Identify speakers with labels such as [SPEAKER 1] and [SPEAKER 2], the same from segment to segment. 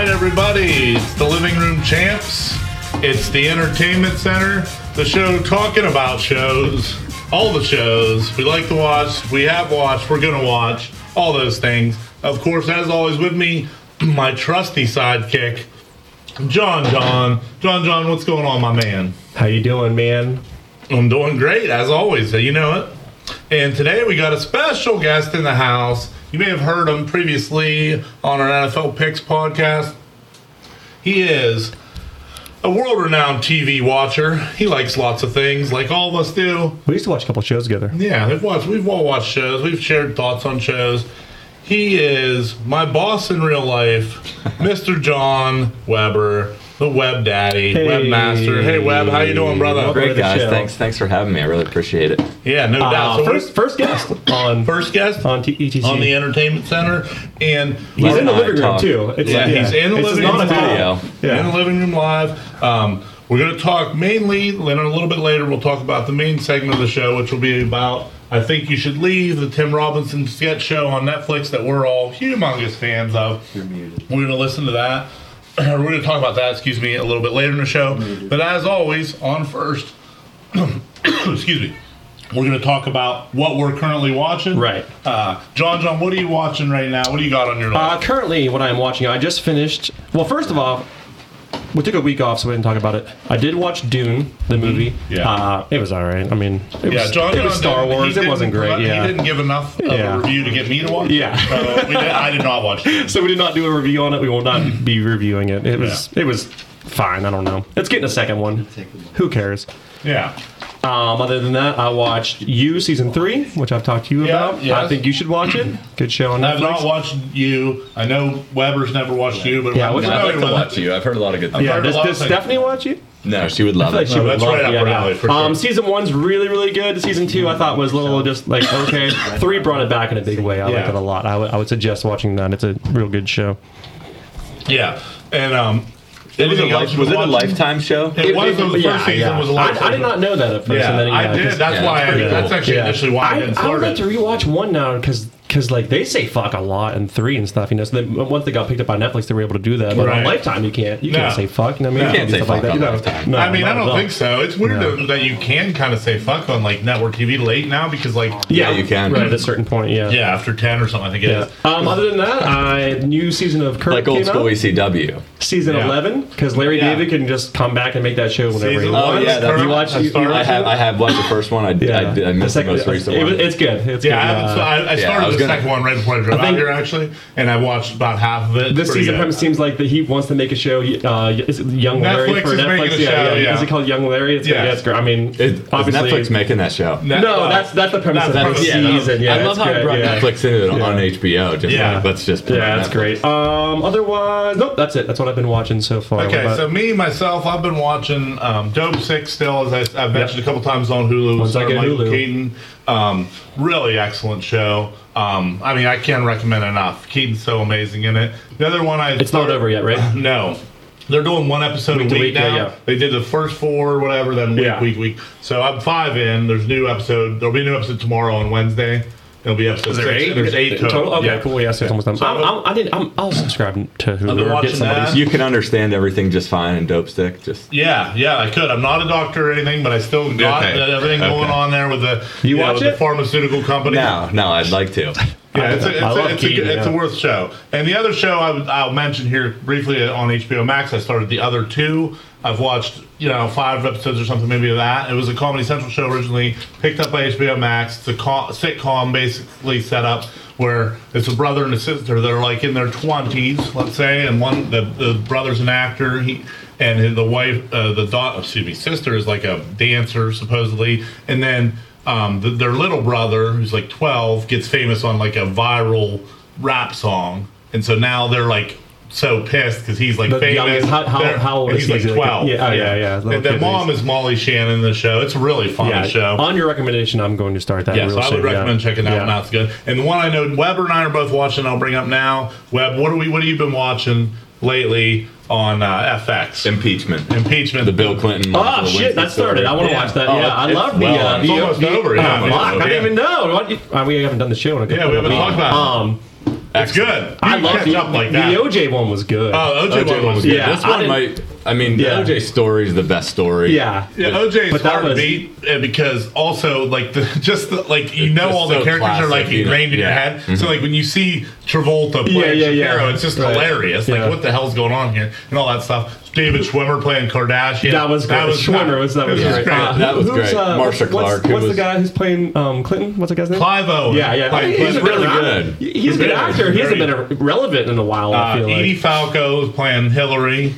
[SPEAKER 1] everybody. It's the Living Room Champs. It's the Entertainment Center. The show talking about shows, all the shows we like to watch, we have watched, we're going to watch, all those things. Of course, as always, with me, my trusty sidekick, John John. John John, what's going on, my man?
[SPEAKER 2] How you doing, man?
[SPEAKER 1] I'm doing great, as always. You know it. And today we got a special guest in the house. You may have heard him previously on our NFL Picks podcast. He is a world renowned TV watcher. He likes lots of things, like all of us do.
[SPEAKER 2] We used to watch a couple shows together.
[SPEAKER 1] Yeah, we've watched, we've all watched shows, we've shared thoughts on shows. He is my boss in real life, Mr. John Weber, the Web Daddy,
[SPEAKER 2] Hey.
[SPEAKER 1] Webmaster. Hey, Web, how you doing, brother?
[SPEAKER 2] Welcome.
[SPEAKER 3] Great
[SPEAKER 2] to the
[SPEAKER 3] guys,
[SPEAKER 2] show.
[SPEAKER 3] thanks thanks for having me. I really appreciate it.
[SPEAKER 1] Yeah, no doubt.
[SPEAKER 2] Uh,
[SPEAKER 1] So first,
[SPEAKER 2] first, first guest on
[SPEAKER 1] first guest
[SPEAKER 2] on T- ETC.
[SPEAKER 1] on the Entertainment Center, and
[SPEAKER 2] he's in the
[SPEAKER 3] Last
[SPEAKER 2] living room
[SPEAKER 3] night talk.
[SPEAKER 2] too. It's
[SPEAKER 1] Yeah, he's in the
[SPEAKER 2] It's
[SPEAKER 1] living
[SPEAKER 2] not
[SPEAKER 1] room
[SPEAKER 2] a talk.
[SPEAKER 3] studio.
[SPEAKER 1] in
[SPEAKER 2] Yeah.
[SPEAKER 1] the living room live. Um, we're going to talk mainly, then a little bit later, we'll talk about the main segment of the show, which will be about I Think You Should Leave, the Tim Robinson sketch show on Netflix that we're all humongous fans of. You're muted. We're going to listen to that. we're going to talk about that, excuse me, a little bit later in the show. But as always, on first, excuse me, we're going to talk about what we're currently watching.
[SPEAKER 2] Right.
[SPEAKER 1] Uh, John, John, what are you watching right now? What do you got on your list?
[SPEAKER 2] Uh, currently, what I'm watching, I just finished. Well, first of all, we took a week off, so we didn't talk about it. I did watch Dune, the movie.
[SPEAKER 1] Yeah.
[SPEAKER 2] Uh, it was all right. I mean, it
[SPEAKER 1] Yeah,
[SPEAKER 2] was,
[SPEAKER 1] John.
[SPEAKER 2] it was
[SPEAKER 1] John
[SPEAKER 2] Star
[SPEAKER 1] didn't- he
[SPEAKER 2] Wars. It
[SPEAKER 1] didn't-
[SPEAKER 2] wasn't great. yeah.
[SPEAKER 1] He didn't give enough of
[SPEAKER 2] Yeah.
[SPEAKER 1] a review to get me to watch. it.
[SPEAKER 2] Yeah.
[SPEAKER 1] so we did, I did not watch. it.
[SPEAKER 2] so we did not do a review on it. We will not be reviewing it. It was it was fine. I don't know. It's getting a second one. Who cares?
[SPEAKER 1] Yeah,
[SPEAKER 2] Um, other than that, I watched You season three, which I've talked to you
[SPEAKER 1] Yeah,
[SPEAKER 2] about.
[SPEAKER 1] yes.
[SPEAKER 2] I think you should watch it. Good show on
[SPEAKER 1] I've not
[SPEAKER 2] Netflix.
[SPEAKER 1] watched you. I know Weber's never watched you, but
[SPEAKER 2] Yeah,
[SPEAKER 1] we're
[SPEAKER 2] what's
[SPEAKER 3] I'd
[SPEAKER 1] familiar
[SPEAKER 3] like to
[SPEAKER 1] with
[SPEAKER 3] watch
[SPEAKER 1] it.
[SPEAKER 3] you. I've heard a lot of good things.
[SPEAKER 2] Yeah,
[SPEAKER 1] heard a
[SPEAKER 2] does,
[SPEAKER 1] lot of
[SPEAKER 2] does
[SPEAKER 1] things.
[SPEAKER 2] Stephanie watch it?
[SPEAKER 3] No, she would love
[SPEAKER 2] I feel like
[SPEAKER 3] it.
[SPEAKER 2] she
[SPEAKER 1] Oh,
[SPEAKER 2] would
[SPEAKER 1] that's
[SPEAKER 2] love
[SPEAKER 1] right
[SPEAKER 2] it.
[SPEAKER 1] up
[SPEAKER 2] Yeah,
[SPEAKER 1] her
[SPEAKER 2] yeah.
[SPEAKER 1] alley, for
[SPEAKER 2] Um,
[SPEAKER 1] sure.
[SPEAKER 2] season one's really, really good. Season two, I thought was a little just like okay. Three brought it back in a big way. I
[SPEAKER 1] Yeah.
[SPEAKER 2] liked it a lot. I would I would suggest watching that. It's a real good show.
[SPEAKER 1] Yeah, and um,
[SPEAKER 3] It was, a
[SPEAKER 1] anything else
[SPEAKER 3] life,
[SPEAKER 1] you
[SPEAKER 3] was it a
[SPEAKER 1] watching?
[SPEAKER 3] lifetime show?
[SPEAKER 1] It was. The first
[SPEAKER 2] Yeah,
[SPEAKER 1] season
[SPEAKER 2] yeah.
[SPEAKER 1] was a life.
[SPEAKER 2] I, I did not know that at first.
[SPEAKER 1] Yeah,
[SPEAKER 2] and then,
[SPEAKER 1] I did.
[SPEAKER 2] 'cause-
[SPEAKER 1] That's
[SPEAKER 3] yeah,
[SPEAKER 1] why. I,
[SPEAKER 3] it's pretty
[SPEAKER 1] that's
[SPEAKER 3] cool.
[SPEAKER 1] actually
[SPEAKER 2] Yeah.
[SPEAKER 1] initially why I, didn't
[SPEAKER 2] I, I would
[SPEAKER 1] start
[SPEAKER 2] like
[SPEAKER 1] it.
[SPEAKER 2] to rewatch one now because because like they say fuck a lot in three and stuff. You know, so they, once they got picked up by Netflix, they were able to do that. But
[SPEAKER 1] Right.
[SPEAKER 2] on Lifetime, you can't you
[SPEAKER 1] No.
[SPEAKER 2] can't say fuck. You know what I mean,
[SPEAKER 3] You can't
[SPEAKER 2] do
[SPEAKER 3] say
[SPEAKER 2] stuff
[SPEAKER 3] fuck on
[SPEAKER 2] You know,
[SPEAKER 3] Lifetime.
[SPEAKER 2] No,
[SPEAKER 1] I mean, I
[SPEAKER 2] not at
[SPEAKER 1] don't
[SPEAKER 2] all.
[SPEAKER 1] think so. It's weird that- that you can kind of say fuck on like network TV late now because like
[SPEAKER 3] Yeah, you can.
[SPEAKER 2] Right at a certain point, yeah.
[SPEAKER 1] yeah after ten or something I think it
[SPEAKER 2] Yeah.
[SPEAKER 1] is.
[SPEAKER 2] Um, other than that, I new season of Kirk
[SPEAKER 3] Like old
[SPEAKER 2] came
[SPEAKER 3] school
[SPEAKER 2] out,
[SPEAKER 3] E ECW.
[SPEAKER 2] season
[SPEAKER 1] Yeah.
[SPEAKER 2] eleven because Larry
[SPEAKER 1] Yeah.
[SPEAKER 2] David can just come back and make that show whenever
[SPEAKER 1] Season
[SPEAKER 2] he
[SPEAKER 1] one,
[SPEAKER 2] wants.
[SPEAKER 3] Oh, yeah, that's-
[SPEAKER 1] current,
[SPEAKER 3] you
[SPEAKER 2] watch-
[SPEAKER 1] I
[SPEAKER 2] you- you
[SPEAKER 1] started
[SPEAKER 3] I
[SPEAKER 2] watch
[SPEAKER 1] it.
[SPEAKER 3] have I have watched the first one. I I, did- I missed the,
[SPEAKER 2] second-
[SPEAKER 3] most recent
[SPEAKER 2] it,
[SPEAKER 3] one.
[SPEAKER 2] was- It's good. It's
[SPEAKER 1] Yeah, I
[SPEAKER 2] good.
[SPEAKER 1] haven't.
[SPEAKER 2] Uh,
[SPEAKER 1] so I, I
[SPEAKER 3] yeah,
[SPEAKER 1] started
[SPEAKER 3] I was
[SPEAKER 1] the
[SPEAKER 3] gonna-
[SPEAKER 1] second one right before I drove
[SPEAKER 2] I
[SPEAKER 1] out
[SPEAKER 2] think-
[SPEAKER 1] here, actually, and I watched about half of it.
[SPEAKER 2] This
[SPEAKER 1] Pretty
[SPEAKER 2] season
[SPEAKER 1] good.
[SPEAKER 2] kind of seems like that he wants to make a show. he- Uh, is it Young Larry
[SPEAKER 1] Netflix
[SPEAKER 2] for
[SPEAKER 1] is
[SPEAKER 2] Netflix?
[SPEAKER 1] making a
[SPEAKER 2] yeah,
[SPEAKER 1] show,
[SPEAKER 2] yeah.
[SPEAKER 1] yeah.
[SPEAKER 2] Is it called Young Larry? It's
[SPEAKER 1] Yeah.
[SPEAKER 2] yeah, it's great. I mean,
[SPEAKER 3] It- is
[SPEAKER 2] obviously,
[SPEAKER 3] Netflix making that show.
[SPEAKER 1] Net-
[SPEAKER 2] no,
[SPEAKER 1] uh,
[SPEAKER 2] that's that's the premise of
[SPEAKER 1] that's
[SPEAKER 2] the
[SPEAKER 1] the
[SPEAKER 2] season.
[SPEAKER 1] premise.
[SPEAKER 2] Yeah,
[SPEAKER 3] I love
[SPEAKER 2] it's
[SPEAKER 3] how
[SPEAKER 2] good,
[SPEAKER 3] I brought
[SPEAKER 2] yeah.
[SPEAKER 3] Netflix into it on HBO. Just
[SPEAKER 1] Yeah.
[SPEAKER 3] like, let's just put it
[SPEAKER 2] Yeah,
[SPEAKER 3] on
[SPEAKER 2] that's
[SPEAKER 3] Netflix.
[SPEAKER 2] great. Um, otherwise, nope, that's it. That's what I've been watching so far. What
[SPEAKER 1] Okay,
[SPEAKER 2] about-
[SPEAKER 1] so me myself, I've been watching um, Dope Sick still, as I, I've mentioned a couple times on Hulu.
[SPEAKER 2] Once I
[SPEAKER 1] starring
[SPEAKER 2] get
[SPEAKER 1] Michael
[SPEAKER 2] Hulu.
[SPEAKER 1] Keaton, um, really excellent show. Um, I mean, I can't recommend enough. Keaton's so amazing in it. The other one I
[SPEAKER 2] it's not over yet, right?
[SPEAKER 1] No. They're doing one episode
[SPEAKER 2] Week
[SPEAKER 1] a
[SPEAKER 2] to
[SPEAKER 1] week
[SPEAKER 2] week,
[SPEAKER 1] now.
[SPEAKER 2] yeah, yeah.
[SPEAKER 1] They did the first four, whatever, then week,
[SPEAKER 2] Yeah.
[SPEAKER 1] week, week. So I'm five in. There's new episode. There'll be a new episode tomorrow on Wednesday. There'll be episode
[SPEAKER 2] there
[SPEAKER 1] six.
[SPEAKER 2] eight?
[SPEAKER 1] There's eight total.
[SPEAKER 2] Okay,
[SPEAKER 1] Yeah.
[SPEAKER 2] cool. Yeah, so it's almost done. I'm, I'm, I didn't. I'm, I'll subscribe to
[SPEAKER 1] I've been
[SPEAKER 2] Hulu or
[SPEAKER 1] watching
[SPEAKER 2] get somebody's.
[SPEAKER 1] that.
[SPEAKER 3] You can understand everything just fine in Dope Stick. Just
[SPEAKER 1] Yeah, yeah, I could. I'm not a doctor or anything, but I still got
[SPEAKER 3] Okay.
[SPEAKER 1] the- everything
[SPEAKER 3] Okay.
[SPEAKER 1] going on there with the
[SPEAKER 2] You
[SPEAKER 1] know,
[SPEAKER 2] watch
[SPEAKER 1] with the
[SPEAKER 2] it?
[SPEAKER 1] pharmaceutical company.
[SPEAKER 3] no, no, I'd like to.
[SPEAKER 1] Yeah, it's a, it's,
[SPEAKER 2] I
[SPEAKER 1] a,
[SPEAKER 2] love
[SPEAKER 1] it's, a,
[SPEAKER 2] Keaton,
[SPEAKER 1] it's a
[SPEAKER 2] yeah.
[SPEAKER 1] worth show. And the other show I would, I'll mention here briefly on HBO Max, I started the other two. I've watched, you know, five episodes or something maybe of that. It was a Comedy Central show originally, picked up by HBO Max. It's a co- sitcom basically set up where it's a brother and a sister. They're like in their 20s, let's say, and one, the, the brother's an actor. He, and his- the wife, uh, the daughter, excuse me, sister is like a dancer supposedly, and then um, th their little brother, who's like 12, gets famous on like a viral rap song, and so now they're like so pissed because he's like
[SPEAKER 2] The
[SPEAKER 1] famous.
[SPEAKER 2] youngest- how- how-
[SPEAKER 1] They're-
[SPEAKER 2] how old
[SPEAKER 1] and he's
[SPEAKER 2] is he?
[SPEAKER 1] like
[SPEAKER 2] Is he like a-
[SPEAKER 1] 12.
[SPEAKER 2] yeah, oh, yeah, yeah, little
[SPEAKER 1] And the
[SPEAKER 2] kid,
[SPEAKER 1] mom
[SPEAKER 2] he's-
[SPEAKER 1] is Molly Shannon in the show. It's a really funny
[SPEAKER 2] Yeah,
[SPEAKER 1] show.
[SPEAKER 2] on your recommendation, I'm going to start that.
[SPEAKER 1] Yeah,
[SPEAKER 2] real
[SPEAKER 1] so I would
[SPEAKER 2] soon, yeah.
[SPEAKER 1] recommend checking that
[SPEAKER 2] Yeah.
[SPEAKER 1] one out. It's good. And the one I know Weber and I are both watching. I'll bring up now. Web, what are we? What have you been watching lately on uh, FX?
[SPEAKER 3] Impeachment.
[SPEAKER 1] Impeachment.
[SPEAKER 3] The Bill Clinton.
[SPEAKER 2] Oh shit, that started. I want to watch that.
[SPEAKER 3] Oh,
[SPEAKER 2] yeah, I
[SPEAKER 3] it's
[SPEAKER 2] love the.
[SPEAKER 3] well
[SPEAKER 2] uh,
[SPEAKER 3] on.
[SPEAKER 2] the
[SPEAKER 1] It's almost
[SPEAKER 2] the-
[SPEAKER 1] over, yeah.
[SPEAKER 2] Oh, fuck, I didn't even know. What, you, uh, we haven't done the show in a couple.
[SPEAKER 1] Yeah, we haven't
[SPEAKER 2] of
[SPEAKER 1] talked
[SPEAKER 2] weeks.
[SPEAKER 1] about it.
[SPEAKER 2] Um,
[SPEAKER 1] It's good.
[SPEAKER 2] I
[SPEAKER 1] You
[SPEAKER 2] love
[SPEAKER 1] catch
[SPEAKER 2] the,
[SPEAKER 1] up like
[SPEAKER 2] the
[SPEAKER 1] that.
[SPEAKER 2] OJ one was good.
[SPEAKER 1] oh, OJ,
[SPEAKER 3] OJ one was good.
[SPEAKER 2] Yeah,
[SPEAKER 3] this
[SPEAKER 2] I
[SPEAKER 3] one
[SPEAKER 2] didn't-
[SPEAKER 3] might. I mean,
[SPEAKER 2] Yeah.
[SPEAKER 3] the OJ story is the best story.
[SPEAKER 2] yeah.
[SPEAKER 1] Yeah, OJ
[SPEAKER 2] But
[SPEAKER 1] is
[SPEAKER 2] that
[SPEAKER 1] hard
[SPEAKER 2] was-
[SPEAKER 1] to beat uh, because also like the just the, like you
[SPEAKER 3] It's
[SPEAKER 1] know
[SPEAKER 3] just
[SPEAKER 1] all the
[SPEAKER 3] so
[SPEAKER 1] characters are like
[SPEAKER 3] classic, you know?
[SPEAKER 1] ingrained in your
[SPEAKER 3] Yeah. Mm-hmm.
[SPEAKER 1] head. So like when you see Travolta playing
[SPEAKER 2] Yeah, yeah, yeah.
[SPEAKER 1] Shapiro, it's just
[SPEAKER 2] Right.
[SPEAKER 1] hilarious. Like
[SPEAKER 2] Yeah.
[SPEAKER 1] what the hell's going on here and all that stuff. David Schwimmer playing Kardashian.
[SPEAKER 2] That was great. Schwimmer was that was
[SPEAKER 1] it
[SPEAKER 2] great.
[SPEAKER 1] great.
[SPEAKER 2] Uh,
[SPEAKER 3] That was
[SPEAKER 2] who's,
[SPEAKER 3] great.
[SPEAKER 2] Uh,
[SPEAKER 3] Marsha
[SPEAKER 2] what's-
[SPEAKER 3] Clark, who
[SPEAKER 2] What's
[SPEAKER 3] was-
[SPEAKER 2] the guy who's playing um, Clinton? What's the guy's name?
[SPEAKER 1] Clive Owen.
[SPEAKER 2] Yeah, yeah.
[SPEAKER 1] Like,
[SPEAKER 2] I think
[SPEAKER 1] he's
[SPEAKER 2] a
[SPEAKER 3] really
[SPEAKER 2] act-
[SPEAKER 3] good.
[SPEAKER 2] he- He's a good
[SPEAKER 1] Very,
[SPEAKER 2] actor. He hasn't been
[SPEAKER 1] very-
[SPEAKER 2] a- relevant in a while. I
[SPEAKER 1] Uh,
[SPEAKER 2] feel
[SPEAKER 1] Edie
[SPEAKER 2] like.
[SPEAKER 1] Falco is playing Hillary,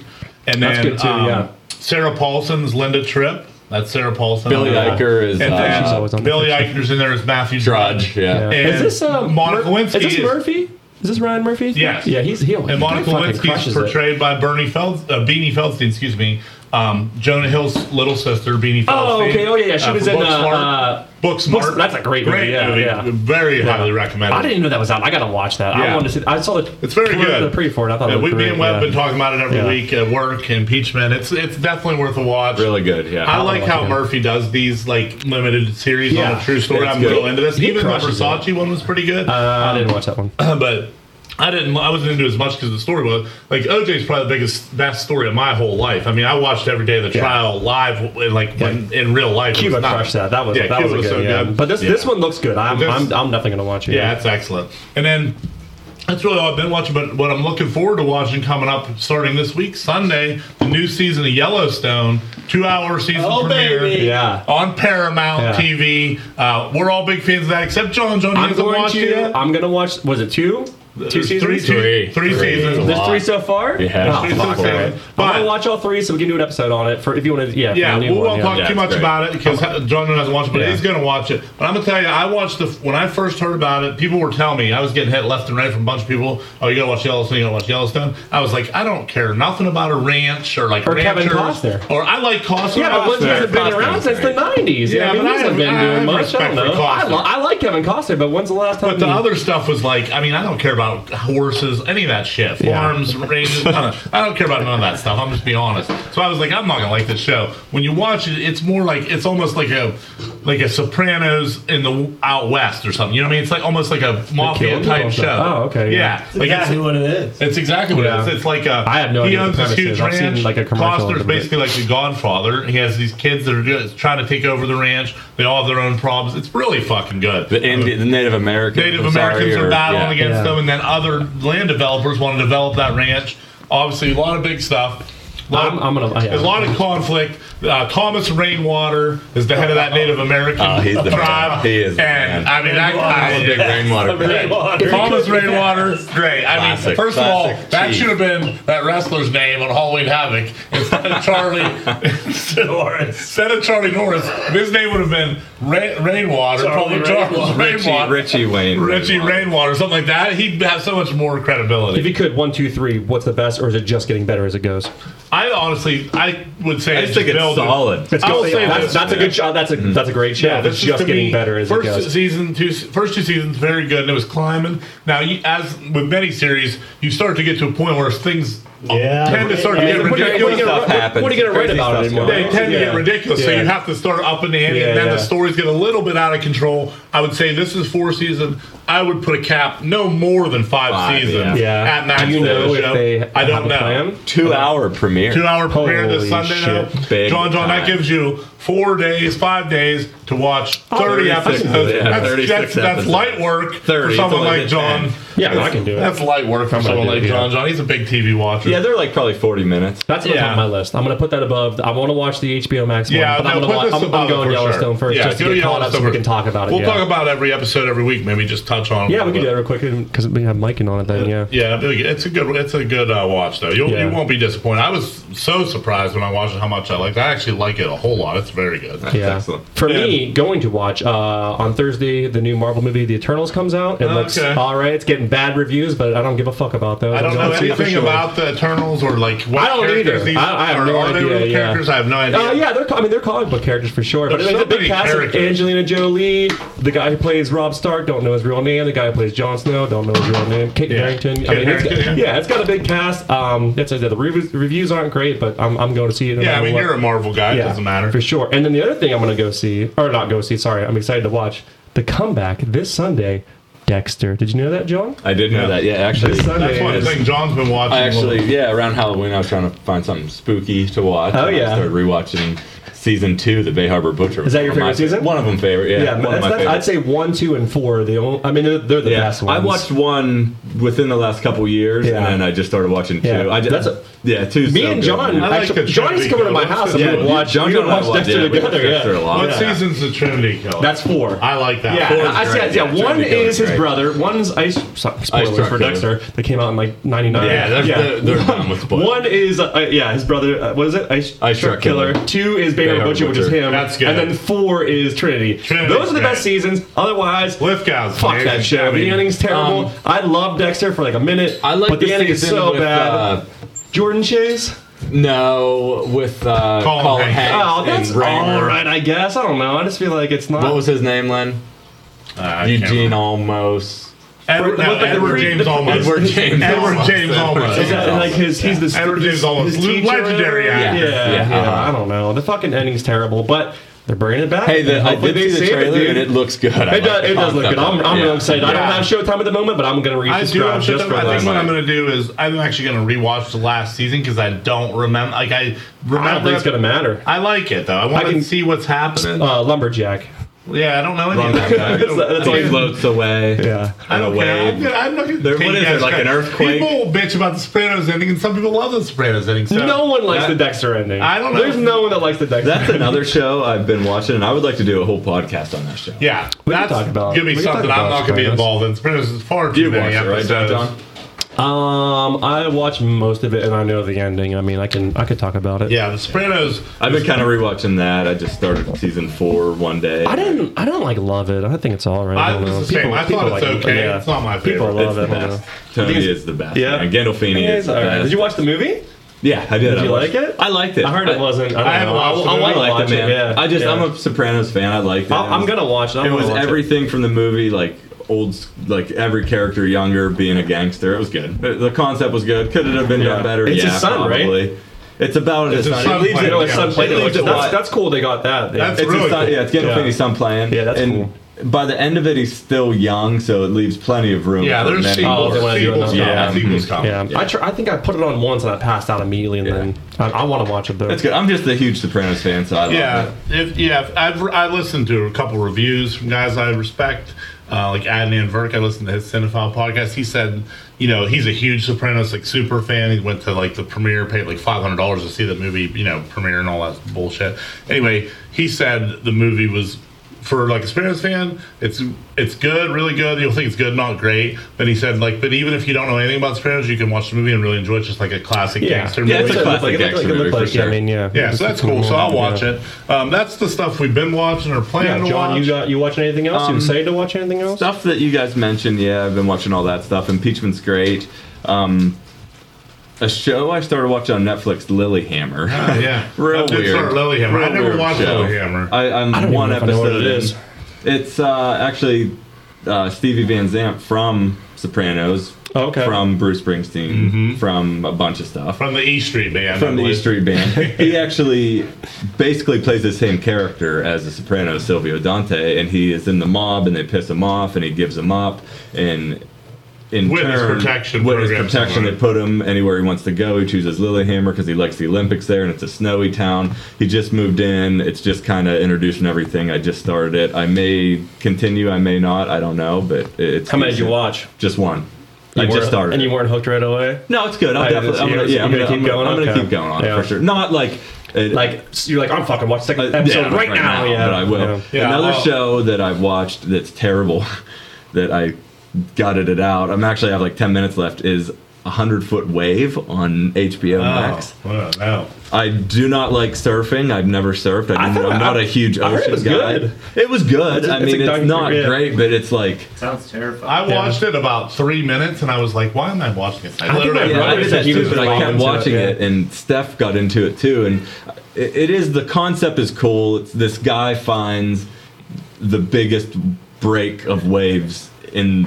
[SPEAKER 1] and
[SPEAKER 2] That's
[SPEAKER 1] then
[SPEAKER 2] good too,
[SPEAKER 1] um,
[SPEAKER 2] yeah.
[SPEAKER 1] Sarah Paulson's Linda Tripp. That's Sarah Paulson.
[SPEAKER 3] Billy
[SPEAKER 1] Uh,
[SPEAKER 3] Eicher is.
[SPEAKER 1] And
[SPEAKER 3] uh,
[SPEAKER 1] then
[SPEAKER 2] She's always on
[SPEAKER 1] Billy
[SPEAKER 2] the
[SPEAKER 1] Eicher's in there as Matthew
[SPEAKER 3] Drudge. Yeah.
[SPEAKER 1] And
[SPEAKER 2] is this um,
[SPEAKER 1] Monica
[SPEAKER 2] Mur-
[SPEAKER 1] Lewinsky
[SPEAKER 2] Is this
[SPEAKER 1] is-
[SPEAKER 2] Murphy? Is this Ryan Murphy?
[SPEAKER 1] Yes.
[SPEAKER 2] Yeah, he's he.
[SPEAKER 1] And Monica Lewinsky's portrayed by Bernie Feld, uh, Beanie Feldstein, excuse me, um, Jonah Hill's little sister, Beanie Feldstein.
[SPEAKER 2] Oh, okay. Oh, yeah, yeah. She was in, uh, uh,
[SPEAKER 1] Booksmart.
[SPEAKER 2] Books- that's a great movie, yeah, yeah.
[SPEAKER 1] Very highly recommended.
[SPEAKER 2] I didn't know that was out. I gotta watch that. I
[SPEAKER 1] Yeah.
[SPEAKER 2] wanted to see. I saw the.
[SPEAKER 1] It's very
[SPEAKER 2] the-
[SPEAKER 1] good.
[SPEAKER 2] The pre for it. I thought
[SPEAKER 1] Yeah,
[SPEAKER 2] it
[SPEAKER 1] we,
[SPEAKER 2] was
[SPEAKER 1] me
[SPEAKER 2] great.
[SPEAKER 1] and Webb
[SPEAKER 2] yeah.
[SPEAKER 1] have been talking about it every
[SPEAKER 2] Yeah.
[SPEAKER 1] week at work. Impeachment. It's it's definitely worth a watch.
[SPEAKER 3] Really good. Yeah.
[SPEAKER 1] I like
[SPEAKER 2] like
[SPEAKER 1] how
[SPEAKER 2] it.
[SPEAKER 1] Murphy does these like limited series on
[SPEAKER 2] Yeah.
[SPEAKER 1] a true story.
[SPEAKER 3] That's
[SPEAKER 1] I'm
[SPEAKER 3] good.
[SPEAKER 1] real into this.
[SPEAKER 2] He
[SPEAKER 1] Even the
[SPEAKER 2] crushes it.
[SPEAKER 1] Versace one was pretty good,
[SPEAKER 2] Uh, I didn't watch that one.
[SPEAKER 1] but I didn't. I wasn't into it as much because the story was like OJ's probably the biggest best story of my whole life. I mean, I watched every day of the trial live and like when in real life. It
[SPEAKER 2] Cuba
[SPEAKER 1] was not-
[SPEAKER 2] crushed that. That was
[SPEAKER 1] Yeah,
[SPEAKER 2] that
[SPEAKER 1] Cuba
[SPEAKER 2] was, a
[SPEAKER 1] was
[SPEAKER 2] good,
[SPEAKER 1] so
[SPEAKER 2] yeah.
[SPEAKER 1] good.
[SPEAKER 2] But this
[SPEAKER 1] Yeah.
[SPEAKER 2] this one looks good. I'm
[SPEAKER 1] This-
[SPEAKER 2] I'm, I'm definitely gonna watch it.
[SPEAKER 1] Yeah, that's excellent. And then that's really all I've been watching, but what I'm looking forward to watching coming up starting this week, Sunday, the new season of Yellowstone, two hour season
[SPEAKER 4] Oh,
[SPEAKER 1] premiere.
[SPEAKER 4] baby.
[SPEAKER 2] Yeah.
[SPEAKER 1] On Paramount
[SPEAKER 2] Yeah.
[SPEAKER 1] TV, uh, we're all big fans of that. Except John. John
[SPEAKER 2] I'm
[SPEAKER 1] hasn't
[SPEAKER 2] going
[SPEAKER 1] watched it
[SPEAKER 2] to.
[SPEAKER 1] yet.
[SPEAKER 2] I'm gonna watch. Was it two? Two
[SPEAKER 1] There's three,
[SPEAKER 2] seasons.
[SPEAKER 1] two-
[SPEAKER 3] Three.
[SPEAKER 1] three
[SPEAKER 3] Three.
[SPEAKER 1] seasons.
[SPEAKER 2] There's three so far.
[SPEAKER 3] Yeah.
[SPEAKER 2] Oh,
[SPEAKER 1] Three so
[SPEAKER 2] fuck,
[SPEAKER 1] far.
[SPEAKER 2] alright.
[SPEAKER 1] But-
[SPEAKER 2] I'm gonna watch all three, so we can do an episode on it for if you want to. Yeah. for
[SPEAKER 1] Yeah,
[SPEAKER 2] the
[SPEAKER 1] we
[SPEAKER 2] new one,
[SPEAKER 1] won't
[SPEAKER 2] yeah.
[SPEAKER 1] talk
[SPEAKER 3] Yeah,
[SPEAKER 1] too
[SPEAKER 3] it's
[SPEAKER 1] much
[SPEAKER 3] great.
[SPEAKER 1] about it because John doesn't watch it, but he's going to watch it. But I'm going to tell you, I watched the when I first heard about it. People were telling me I was getting hit left and right from a bunch of people. Oh, you got to watch Yellowstone. You got to watch Yellowstone. I was like, I don't care nothing about a ranch or like
[SPEAKER 2] Or
[SPEAKER 1] ranchers,
[SPEAKER 2] Kevin Costner.
[SPEAKER 1] or I like Costner.
[SPEAKER 2] Yeah, but Lindsay
[SPEAKER 1] Costner.
[SPEAKER 2] hasn't been around since the '90s.
[SPEAKER 1] Yeah,
[SPEAKER 2] Yeah, I mean,
[SPEAKER 1] but
[SPEAKER 2] he
[SPEAKER 1] I
[SPEAKER 2] hasn't
[SPEAKER 1] have-
[SPEAKER 2] been
[SPEAKER 1] I have
[SPEAKER 2] doing much. I
[SPEAKER 1] respect
[SPEAKER 2] don't
[SPEAKER 1] for
[SPEAKER 2] know. I,
[SPEAKER 1] Costner.
[SPEAKER 2] li- I like Kevin Costner, but when's the last time?
[SPEAKER 1] But the
[SPEAKER 2] you-
[SPEAKER 1] other stuff was like, I mean, I don't care about horses, any of that shit.
[SPEAKER 2] Yeah.
[SPEAKER 1] Farms, ranges, none of, I don't care about none of that stuff. I'm just being honest. So I was like, I'm not gonna like this show. When you watch it, it's more like it's almost like a like a Sopranos in the out west or something. You know what I mean? It's like almost like a mafia
[SPEAKER 2] Killing
[SPEAKER 1] type
[SPEAKER 2] People?
[SPEAKER 1] show.
[SPEAKER 2] Oh, okay, yeah.
[SPEAKER 1] Yeah, like
[SPEAKER 4] Exactly
[SPEAKER 1] it's,
[SPEAKER 4] what it is.
[SPEAKER 1] it's exactly what
[SPEAKER 2] Yeah.
[SPEAKER 1] it is. It's like a
[SPEAKER 2] I have no
[SPEAKER 1] he
[SPEAKER 2] idea what
[SPEAKER 1] owns this
[SPEAKER 2] the premise
[SPEAKER 1] huge
[SPEAKER 2] is. I've
[SPEAKER 1] ranch.
[SPEAKER 2] seen, like, a commercial
[SPEAKER 1] Costner's
[SPEAKER 2] of it.
[SPEAKER 1] basically like the Godfather. He has these kids that are good, trying to take over the ranch. They all have their own problems. It's really fucking good.
[SPEAKER 3] The, Indi- the Native Americans.
[SPEAKER 1] Native
[SPEAKER 3] I'm sorry,
[SPEAKER 1] Americans
[SPEAKER 3] or-
[SPEAKER 1] are battling
[SPEAKER 3] yeah.
[SPEAKER 1] against
[SPEAKER 2] Yeah.
[SPEAKER 1] them, and then other land developers want to develop that ranch. Obviously, a lot of big stuff. A lot,
[SPEAKER 2] I'm- I'm gonna- yeah.
[SPEAKER 1] a lot of conflict. Uh, Thomas Rainwater is the head of that Native American
[SPEAKER 3] Oh, he's the man.
[SPEAKER 1] tribe.
[SPEAKER 3] He is the
[SPEAKER 1] and
[SPEAKER 3] man.
[SPEAKER 1] I mean, that
[SPEAKER 4] Rainwater.
[SPEAKER 1] guy
[SPEAKER 3] I'm a big rainwater. guy.
[SPEAKER 1] Thomas Rainwater, great. I mean,
[SPEAKER 3] Classic,
[SPEAKER 1] first of all,
[SPEAKER 3] classic
[SPEAKER 1] that
[SPEAKER 3] cheese.
[SPEAKER 1] should have been that wrestler's name on Halloween Havoc instead of Charlie. instead of Charlie Norris, his name would have been Ra- Rainwater.
[SPEAKER 4] Charlie
[SPEAKER 1] Charlie Charles
[SPEAKER 3] Richie,
[SPEAKER 1] Rainwater.
[SPEAKER 3] Richie Wayne.
[SPEAKER 1] Richie Rainwater, something like that. He'd have so much more
[SPEAKER 2] if
[SPEAKER 1] credibility.
[SPEAKER 2] you could, one, two, three. What's the best, or is it just getting better as it goes?
[SPEAKER 1] I honestly, I would say,
[SPEAKER 3] I just think it's
[SPEAKER 1] build it.
[SPEAKER 3] solid.
[SPEAKER 1] I will say
[SPEAKER 2] that's,
[SPEAKER 1] this.
[SPEAKER 2] that's a good show. That's a that's a great show.
[SPEAKER 1] Yeah,
[SPEAKER 2] it's
[SPEAKER 1] this is
[SPEAKER 2] just
[SPEAKER 1] to
[SPEAKER 2] getting
[SPEAKER 1] me,
[SPEAKER 2] better as it
[SPEAKER 1] first
[SPEAKER 2] goes.
[SPEAKER 1] season, two first two seasons, very good, and it was climbing. Now, you, as with many series, you start to get to a point where things
[SPEAKER 4] Yeah.
[SPEAKER 1] tend to start
[SPEAKER 2] I
[SPEAKER 1] to
[SPEAKER 2] mean,
[SPEAKER 1] get
[SPEAKER 2] what are you- what are you
[SPEAKER 1] ridiculous.
[SPEAKER 2] gonna-
[SPEAKER 3] Stuff
[SPEAKER 2] what-
[SPEAKER 3] happens.
[SPEAKER 2] What are you going to write
[SPEAKER 3] Crazy
[SPEAKER 2] about
[SPEAKER 3] stuff
[SPEAKER 2] it anymore?
[SPEAKER 3] goes
[SPEAKER 1] They tend to get ridiculous, so
[SPEAKER 2] Yeah.
[SPEAKER 1] you have to start up in the ante,
[SPEAKER 2] Yeah,
[SPEAKER 1] and then
[SPEAKER 2] yeah.
[SPEAKER 1] the stories get a little bit out of control. I would say this is four season. I would put a cap no more than five,
[SPEAKER 3] Five,
[SPEAKER 1] seasons
[SPEAKER 2] Yeah.
[SPEAKER 1] at max.
[SPEAKER 2] Do you
[SPEAKER 1] for
[SPEAKER 2] know
[SPEAKER 1] this
[SPEAKER 2] if
[SPEAKER 1] show.
[SPEAKER 2] they
[SPEAKER 1] I
[SPEAKER 2] have
[SPEAKER 1] don't
[SPEAKER 2] a
[SPEAKER 1] know.
[SPEAKER 2] plan?
[SPEAKER 3] Two hour premiere.
[SPEAKER 1] Two hour premiere this
[SPEAKER 2] Holy
[SPEAKER 1] Sunday.
[SPEAKER 2] shit.
[SPEAKER 1] night.
[SPEAKER 3] Big
[SPEAKER 1] John, John, that
[SPEAKER 3] time.
[SPEAKER 1] gives you four days, five days to watch thirty
[SPEAKER 3] 36
[SPEAKER 1] episodes.
[SPEAKER 3] yeah,
[SPEAKER 1] that's,
[SPEAKER 3] 36
[SPEAKER 1] that's, that's
[SPEAKER 3] episodes.
[SPEAKER 1] light work
[SPEAKER 3] 30,
[SPEAKER 1] for
[SPEAKER 3] it's
[SPEAKER 1] someone
[SPEAKER 3] only
[SPEAKER 1] like
[SPEAKER 3] been
[SPEAKER 1] John.
[SPEAKER 3] 10.
[SPEAKER 2] Yeah, I can do it.
[SPEAKER 1] That's light work for someone
[SPEAKER 2] do it,
[SPEAKER 1] like
[SPEAKER 2] yeah.
[SPEAKER 1] John. John, he's a big TV watcher.
[SPEAKER 3] Yeah, they're like probably 40 minutes.
[SPEAKER 2] That's what's
[SPEAKER 1] Yeah.
[SPEAKER 2] on my list. I'm gonna put that above. I want to watch the HBO Max one,
[SPEAKER 1] Yeah,
[SPEAKER 2] but I'm
[SPEAKER 1] no,
[SPEAKER 2] gonna
[SPEAKER 1] put
[SPEAKER 2] watch,
[SPEAKER 1] this
[SPEAKER 2] I'm,
[SPEAKER 1] above
[SPEAKER 2] I'm
[SPEAKER 1] it
[SPEAKER 2] going
[SPEAKER 1] for
[SPEAKER 2] Yellowstone
[SPEAKER 1] sure.
[SPEAKER 2] first,
[SPEAKER 1] Yeah,
[SPEAKER 2] just to
[SPEAKER 1] go
[SPEAKER 2] get caught up so we
[SPEAKER 1] Yellowstone
[SPEAKER 2] can talk about it.
[SPEAKER 1] We'll
[SPEAKER 2] yeah.
[SPEAKER 1] talk about every episode every week. Maybe just touch on. it a
[SPEAKER 2] yeah,
[SPEAKER 1] little
[SPEAKER 2] we can do that
[SPEAKER 1] bit.
[SPEAKER 2] real quick because we have Mike in on it then. Yeah.
[SPEAKER 1] Yeah, I think it's a good it's a good uh, watch though. You'll,
[SPEAKER 2] Yeah.
[SPEAKER 1] You won't be disappointed. I was so surprised when I watched it how much I liked. it. I actually like it a whole lot. It's very good.
[SPEAKER 2] Yeah.
[SPEAKER 3] Excellent.
[SPEAKER 2] For me, going to watch uh, on Thursday the new Marvel movie The Eternals comes out. It looks
[SPEAKER 1] Okay.
[SPEAKER 2] all right. It's getting bad reviews, but I don't give a fuck about those.
[SPEAKER 1] I don't know anything about the Eternals or like what
[SPEAKER 2] I don't
[SPEAKER 1] characters
[SPEAKER 2] either.
[SPEAKER 1] these
[SPEAKER 2] I- I have
[SPEAKER 1] are.
[SPEAKER 2] no
[SPEAKER 1] are they
[SPEAKER 2] idea,
[SPEAKER 1] real
[SPEAKER 2] yeah.
[SPEAKER 1] characters? I have no idea.
[SPEAKER 2] Oh yeah, they're co- I mean they're comic book characters for sure, but
[SPEAKER 1] There's
[SPEAKER 2] it's a
[SPEAKER 1] so
[SPEAKER 2] big
[SPEAKER 1] many
[SPEAKER 2] cast. of
[SPEAKER 1] characters.
[SPEAKER 2] Angelina Jolie, the guy who plays Rob Stark, don't know his real name. The guy who plays Jon Snow, don't know his real name. Kit
[SPEAKER 1] Yeah.
[SPEAKER 2] Harington.
[SPEAKER 1] Kit
[SPEAKER 2] I mean, it's
[SPEAKER 1] Harington,
[SPEAKER 2] got, yeah, it's got a big cast. Um, that's the reviews, reviews aren't great, but I'm, I'm going to see it. no
[SPEAKER 1] Yeah, I
[SPEAKER 2] matter
[SPEAKER 1] mean
[SPEAKER 2] what.
[SPEAKER 1] you're a Marvel guy. It doesn't matter.
[SPEAKER 2] For sure. And then the other thing I'm going to go see, or not go see, sorry, I'm excited to watch The Comeback this Sunday Dexter. Did you know that, John?
[SPEAKER 3] I did
[SPEAKER 1] Yeah.
[SPEAKER 3] know that. Yeah, actually.
[SPEAKER 2] It's Sunday.
[SPEAKER 1] That's one
[SPEAKER 3] Yes.
[SPEAKER 1] thing John's been watching.
[SPEAKER 3] I actually, yeah, around Halloween, I was trying to find something spooky to watch.
[SPEAKER 2] Oh,
[SPEAKER 3] and
[SPEAKER 2] yeah.
[SPEAKER 3] I started rewatching season two, The Bay Harbor Butcher.
[SPEAKER 2] Is that your
[SPEAKER 3] One of my-
[SPEAKER 2] favorite season?
[SPEAKER 3] One of them favorite, yeah.
[SPEAKER 2] Yeah,
[SPEAKER 3] one of
[SPEAKER 2] that's,
[SPEAKER 3] my
[SPEAKER 2] that's, I'd
[SPEAKER 3] favorites.
[SPEAKER 2] say one, two, and four. Are the only, I mean, they're, they're the
[SPEAKER 3] Yeah,
[SPEAKER 2] best ones.
[SPEAKER 3] I watched one within the last couple years,
[SPEAKER 2] Yeah.
[SPEAKER 3] and then I just started watching two.
[SPEAKER 2] Yeah.
[SPEAKER 3] I just,
[SPEAKER 2] That's a-
[SPEAKER 3] yeah, two.
[SPEAKER 2] Me and John,
[SPEAKER 1] I like
[SPEAKER 2] actually,
[SPEAKER 1] the
[SPEAKER 2] Johnny's
[SPEAKER 1] Trinity
[SPEAKER 2] coming to my
[SPEAKER 1] Killer.
[SPEAKER 2] house. and
[SPEAKER 1] Yeah,
[SPEAKER 2] we would
[SPEAKER 1] you-
[SPEAKER 2] watch,
[SPEAKER 3] John
[SPEAKER 2] we
[SPEAKER 3] and
[SPEAKER 2] would
[SPEAKER 3] I
[SPEAKER 2] watch
[SPEAKER 3] watched-
[SPEAKER 2] Dexter
[SPEAKER 3] yeah, we watched
[SPEAKER 2] together. Yeah.
[SPEAKER 3] Dexter a lot.
[SPEAKER 1] What
[SPEAKER 3] Yeah.
[SPEAKER 1] season's the Trinity Killer?
[SPEAKER 2] That's four.
[SPEAKER 1] I like that.
[SPEAKER 2] Yeah,
[SPEAKER 1] Four's
[SPEAKER 2] I, I see.
[SPEAKER 1] great.
[SPEAKER 2] I see.
[SPEAKER 3] yeah,
[SPEAKER 2] one
[SPEAKER 3] Trinity Killer's
[SPEAKER 2] is his
[SPEAKER 3] great.
[SPEAKER 2] brother. One's ice. so-
[SPEAKER 3] Ice
[SPEAKER 2] Spoilers
[SPEAKER 3] Truck
[SPEAKER 2] for
[SPEAKER 3] Killer.
[SPEAKER 2] Dexter that came out in like '99.
[SPEAKER 3] Yeah, they're, They're, they're done with spoilers.
[SPEAKER 2] One is uh, uh, yeah, his brother. Uh, what is it? Ice,
[SPEAKER 3] Ice Truck Killer.
[SPEAKER 2] Two is Baylor
[SPEAKER 3] Baylor
[SPEAKER 2] Butcher, which is
[SPEAKER 3] Butcher.
[SPEAKER 2] him.
[SPEAKER 1] That's good.
[SPEAKER 2] And then four is Trinity.
[SPEAKER 1] Trinity's
[SPEAKER 2] Those are the
[SPEAKER 1] great.
[SPEAKER 2] best seasons. Otherwise,
[SPEAKER 1] Lithgow's
[SPEAKER 2] fuck
[SPEAKER 1] amazing.
[SPEAKER 2] that show.
[SPEAKER 1] I mean,
[SPEAKER 2] the ending's terrible.
[SPEAKER 3] um,
[SPEAKER 2] I love Dexter for like a minute.
[SPEAKER 3] I like
[SPEAKER 2] but the,
[SPEAKER 3] the
[SPEAKER 2] ending is
[SPEAKER 3] season
[SPEAKER 2] so
[SPEAKER 3] with,
[SPEAKER 2] bad.
[SPEAKER 3] uh,
[SPEAKER 2] Jordan Chase.
[SPEAKER 3] No, with uh,
[SPEAKER 1] Colin
[SPEAKER 3] Colin,
[SPEAKER 1] Hanks.
[SPEAKER 3] Hanks.
[SPEAKER 2] Oh, that's
[SPEAKER 3] and Rayner.
[SPEAKER 2] all right. I guess I don't know. I just feel like it's not.
[SPEAKER 3] What was his name, Len?
[SPEAKER 1] Uh, I can't
[SPEAKER 3] Eugene Almost.
[SPEAKER 1] remember. Edward, no,
[SPEAKER 2] What the- the
[SPEAKER 1] Edward
[SPEAKER 2] re-
[SPEAKER 1] James
[SPEAKER 2] the-
[SPEAKER 1] Olmos.
[SPEAKER 3] Edward James
[SPEAKER 1] Edward
[SPEAKER 3] Olmos.
[SPEAKER 1] James Olmos.
[SPEAKER 2] Is that like his? He's the
[SPEAKER 1] Edward James Olmos.
[SPEAKER 2] teacher?
[SPEAKER 1] Legendary
[SPEAKER 2] Yeah,
[SPEAKER 1] actor.
[SPEAKER 2] yeah.
[SPEAKER 3] Yeah, uh-huh.
[SPEAKER 2] I don't know. The fucking ending's terrible, but they're bringing it back.
[SPEAKER 3] Hey, the,
[SPEAKER 2] And
[SPEAKER 3] I
[SPEAKER 2] hopefully
[SPEAKER 3] did see the
[SPEAKER 2] save
[SPEAKER 3] trailer
[SPEAKER 2] dude.
[SPEAKER 3] and it looks good.
[SPEAKER 2] It does, it does look good. I'm, I'm really excited. I don't
[SPEAKER 1] Yeah.
[SPEAKER 2] have Showtime at the moment, but I'm going to
[SPEAKER 1] I do.
[SPEAKER 2] resubscribe
[SPEAKER 1] have shit
[SPEAKER 2] just
[SPEAKER 1] that- I
[SPEAKER 2] for
[SPEAKER 1] think
[SPEAKER 2] that.
[SPEAKER 1] what I'm gonna do is I'm actually gonna rewatch the last season because I don't remember. Like I remember.
[SPEAKER 2] I don't think it's going to matter.
[SPEAKER 1] I like it though. I want
[SPEAKER 2] can-
[SPEAKER 1] to see what's happening.
[SPEAKER 2] Uh, Lumberjack.
[SPEAKER 1] yeah, I don't know anything. about that.
[SPEAKER 2] That's- that's all
[SPEAKER 3] He
[SPEAKER 2] you-
[SPEAKER 3] floats away.
[SPEAKER 2] Yeah.
[SPEAKER 1] I don't care.
[SPEAKER 3] away.
[SPEAKER 1] I'm, gonna, I'm not gonna.
[SPEAKER 3] There-
[SPEAKER 1] take
[SPEAKER 3] what is
[SPEAKER 1] you
[SPEAKER 3] it,
[SPEAKER 1] guys
[SPEAKER 3] like an
[SPEAKER 1] credit.
[SPEAKER 3] earthquake?
[SPEAKER 1] People will bitch about the Sopranos ending, and some people love the Sopranos ending. So
[SPEAKER 2] No one likes
[SPEAKER 3] That-
[SPEAKER 2] the Dexter ending.
[SPEAKER 1] I don't know.
[SPEAKER 2] There's no one that likes the Dexter.
[SPEAKER 3] That's another show I've been watching, and I would like to do a whole podcast on that show.
[SPEAKER 1] Yeah,
[SPEAKER 2] can
[SPEAKER 1] that's
[SPEAKER 2] talk about-
[SPEAKER 1] gonna be
[SPEAKER 2] we can talk
[SPEAKER 1] something
[SPEAKER 2] about
[SPEAKER 1] I'm not gonna be
[SPEAKER 2] Sopranos.
[SPEAKER 1] involved in. Sopranos is far too
[SPEAKER 3] You watch
[SPEAKER 1] many
[SPEAKER 3] it, right,
[SPEAKER 1] episodes.
[SPEAKER 3] John?
[SPEAKER 2] Um, I watch most of it and I know the ending. I mean, I can I could talk about it.
[SPEAKER 1] Yeah, the Sopranos.
[SPEAKER 3] I've been kind of rewatching that. I just started season four one day.
[SPEAKER 2] I didn't. I don't like love it. I think it's all right.
[SPEAKER 1] I-
[SPEAKER 2] don't
[SPEAKER 1] it's
[SPEAKER 2] know.
[SPEAKER 1] the same. I thought it's okay. It's not my
[SPEAKER 2] People
[SPEAKER 1] favorite.
[SPEAKER 2] love
[SPEAKER 3] It's
[SPEAKER 2] it.
[SPEAKER 3] the
[SPEAKER 2] I don't
[SPEAKER 3] best.
[SPEAKER 2] know.
[SPEAKER 3] Tony
[SPEAKER 2] it's-
[SPEAKER 3] is the best.
[SPEAKER 2] Yeah.
[SPEAKER 3] Yeah, Gandolfini is
[SPEAKER 2] It's
[SPEAKER 3] the
[SPEAKER 2] all right.
[SPEAKER 3] best.
[SPEAKER 2] Did you watch the movie?
[SPEAKER 3] Yeah, I did.
[SPEAKER 2] Did
[SPEAKER 3] I
[SPEAKER 2] you
[SPEAKER 3] watched
[SPEAKER 2] like it?
[SPEAKER 3] I liked it.
[SPEAKER 2] I heard it wasn't. I,
[SPEAKER 1] I
[SPEAKER 2] don't
[SPEAKER 1] haven't
[SPEAKER 2] know.
[SPEAKER 1] watched the
[SPEAKER 2] I, I
[SPEAKER 1] movie.
[SPEAKER 2] want
[SPEAKER 3] I
[SPEAKER 2] to
[SPEAKER 3] liked
[SPEAKER 2] watch
[SPEAKER 3] it,
[SPEAKER 2] it.
[SPEAKER 3] man.
[SPEAKER 2] Yeah.
[SPEAKER 3] I just
[SPEAKER 2] yeah.
[SPEAKER 3] I'm a Sopranos fan. I liked it.
[SPEAKER 2] I'll- I'm gonna watch it. I'm
[SPEAKER 3] It
[SPEAKER 2] gonna
[SPEAKER 3] was
[SPEAKER 2] watch
[SPEAKER 3] everything from the movie, like old, s- like every character younger being a gangster. It was good. The the concept was good. Could it have been
[SPEAKER 2] Yeah.
[SPEAKER 3] done better?
[SPEAKER 2] It's
[SPEAKER 3] yeah,
[SPEAKER 2] his son, right?
[SPEAKER 3] probably. It's about
[SPEAKER 1] It's his
[SPEAKER 3] his son.
[SPEAKER 1] son
[SPEAKER 3] It leaves
[SPEAKER 1] playing
[SPEAKER 3] it
[SPEAKER 1] the
[SPEAKER 2] Oh, his son
[SPEAKER 1] It
[SPEAKER 2] played it.
[SPEAKER 3] leaves
[SPEAKER 2] That's,
[SPEAKER 3] it wide.
[SPEAKER 2] that's cool. They got that. Yeah.
[SPEAKER 1] That's
[SPEAKER 3] It's
[SPEAKER 1] really
[SPEAKER 3] his son.
[SPEAKER 1] cool.
[SPEAKER 3] Yeah, it's Gandolfini's son playing.
[SPEAKER 2] Yeah, that's
[SPEAKER 3] and
[SPEAKER 2] cool.
[SPEAKER 3] By the end of it, he's still young, so it leaves plenty of room.
[SPEAKER 1] Yeah,
[SPEAKER 3] for
[SPEAKER 1] there's
[SPEAKER 3] many
[SPEAKER 1] sequels.
[SPEAKER 2] Oh, they
[SPEAKER 3] more.
[SPEAKER 2] wanna do
[SPEAKER 1] sequels
[SPEAKER 2] another-
[SPEAKER 1] coming.
[SPEAKER 3] Yeah.
[SPEAKER 1] Sequels coming.
[SPEAKER 2] Yeah, I, tr- I think I put it on once and I passed out immediately, and then I, I want to watch it though.
[SPEAKER 3] It's good. I'm just a huge Sopranos fan, so I love it.
[SPEAKER 1] Yeah, if, yeah. if I've I listened to a couple reviews from guys I respect, uh, like Adnan Verk. I listened to his Cinephile podcast. He said, you know, he's a huge Sopranos like super fan. He went to like the premiere, paid like five hundred dollars to see the movie, you know, premiere and all that bullshit. Anyway, he said the movie was. For like a Sopranos fan, it's it's good, really good. You'll think it's good, not great. But he said like, but even if you don't know anything about Sopranos, you can watch the movie and really enjoy it, just like a classic
[SPEAKER 2] yeah,
[SPEAKER 1] gangster
[SPEAKER 2] yeah,
[SPEAKER 1] movie.
[SPEAKER 2] it's
[SPEAKER 3] It's
[SPEAKER 2] a
[SPEAKER 3] a
[SPEAKER 2] classic. Like,
[SPEAKER 3] classic
[SPEAKER 2] it
[SPEAKER 3] action
[SPEAKER 2] looked
[SPEAKER 3] movie
[SPEAKER 2] like,
[SPEAKER 3] for
[SPEAKER 2] yeah, I
[SPEAKER 3] sure.
[SPEAKER 2] mean, yeah,
[SPEAKER 1] Yeah, so that's cool. So I'll watch it. Um, that's the stuff we've been watching or
[SPEAKER 2] Yeah,
[SPEAKER 1] planning to
[SPEAKER 2] John,
[SPEAKER 1] watch.
[SPEAKER 2] you got you watching anything else? you excited to watch anything else?
[SPEAKER 3] stuff that you guys mentioned yeah i've been watching all that stuff impeachment's great um a show i started watching on netflix lilyhammer
[SPEAKER 1] Oh, yeah,
[SPEAKER 3] Real
[SPEAKER 1] I did start
[SPEAKER 3] weird.
[SPEAKER 1] Lilyhammer. I
[SPEAKER 3] Real
[SPEAKER 1] never
[SPEAKER 3] weird
[SPEAKER 1] watched
[SPEAKER 3] show.
[SPEAKER 1] Lilyhammer.
[SPEAKER 3] I, i'm
[SPEAKER 2] don't even
[SPEAKER 3] one
[SPEAKER 2] know if I know what
[SPEAKER 3] episode
[SPEAKER 2] it
[SPEAKER 3] in.
[SPEAKER 2] is.
[SPEAKER 3] it's uh actually uh stevie van zandt from sopranos
[SPEAKER 1] Oh,
[SPEAKER 2] Okay.
[SPEAKER 3] from bruce springsteen
[SPEAKER 1] Mm-hmm.
[SPEAKER 3] from a bunch of stuff
[SPEAKER 1] from the E Street Band. I
[SPEAKER 3] from the
[SPEAKER 1] believe.
[SPEAKER 3] East Street Band. he actually basically plays the same character as the soprano Silvio Dante, and he is in the mob, and they piss him off, and he gives him up, and in
[SPEAKER 1] Witness
[SPEAKER 3] turn,
[SPEAKER 1] protection
[SPEAKER 3] witness
[SPEAKER 1] program
[SPEAKER 3] protection.
[SPEAKER 1] somewhere.
[SPEAKER 3] They put him anywhere he wants to go. He chooses Lillehammer because he likes the Olympics there, and it's a snowy town. He just moved in. It's just kind of introducing everything. I just started it. I may continue. I may not. I don't know, but it's
[SPEAKER 2] How many did you
[SPEAKER 3] decent.
[SPEAKER 2] watch?
[SPEAKER 3] Just one. I
[SPEAKER 2] You
[SPEAKER 3] just
[SPEAKER 2] weren't-
[SPEAKER 3] started.
[SPEAKER 2] and you weren't hooked right away.
[SPEAKER 3] No, it's good. I'll
[SPEAKER 2] Oh,
[SPEAKER 3] definitely.
[SPEAKER 2] it's-
[SPEAKER 3] I'm gonna,
[SPEAKER 2] you're-
[SPEAKER 3] yeah, I'm
[SPEAKER 2] you're gonna
[SPEAKER 3] gonna,
[SPEAKER 2] keep
[SPEAKER 3] I'm gonna-
[SPEAKER 2] going?
[SPEAKER 3] I'm gonna
[SPEAKER 2] Okay.
[SPEAKER 3] keep going on it
[SPEAKER 2] Yeah.
[SPEAKER 3] for sure. Not like it,
[SPEAKER 2] Like so you're like I'm fucking watching
[SPEAKER 3] uh,
[SPEAKER 2] second
[SPEAKER 3] yeah,
[SPEAKER 2] episode right, now. Yeah,
[SPEAKER 3] but I will.
[SPEAKER 2] Yeah. Oh.
[SPEAKER 1] Yeah,
[SPEAKER 3] Another
[SPEAKER 1] I'll-
[SPEAKER 3] show that I've watched that's terrible, that I gutted it out. I'm actually I have like ten minutes left. Is Hundred Foot Wave on HBO Max.
[SPEAKER 1] Oh, well, no.
[SPEAKER 3] I do not like surfing. I've never surfed. I
[SPEAKER 2] I
[SPEAKER 3] didn't-
[SPEAKER 2] thought-
[SPEAKER 3] I'm not a huge
[SPEAKER 2] I
[SPEAKER 3] ocean
[SPEAKER 2] heard it was
[SPEAKER 3] guy.
[SPEAKER 2] good.
[SPEAKER 3] It was good.
[SPEAKER 2] It's a-
[SPEAKER 3] I
[SPEAKER 2] it's
[SPEAKER 3] mean,
[SPEAKER 2] a
[SPEAKER 3] it's,
[SPEAKER 2] documentary,
[SPEAKER 3] not
[SPEAKER 2] yeah.
[SPEAKER 3] great, but it's like
[SPEAKER 4] Sounds terrifying.
[SPEAKER 1] I watched it about three minutes, and I was like, "Why am I watching this?" I,
[SPEAKER 2] think
[SPEAKER 1] literally
[SPEAKER 2] my
[SPEAKER 3] Yeah, I
[SPEAKER 2] brother
[SPEAKER 3] did
[SPEAKER 2] said
[SPEAKER 3] that
[SPEAKER 2] he
[SPEAKER 3] too,
[SPEAKER 2] was
[SPEAKER 3] but I
[SPEAKER 2] really
[SPEAKER 3] kept
[SPEAKER 2] into
[SPEAKER 3] watching
[SPEAKER 2] it,
[SPEAKER 3] it, and Steph got into it too. And it, it is the concept is cool. It's this guy finds the biggest break of waves in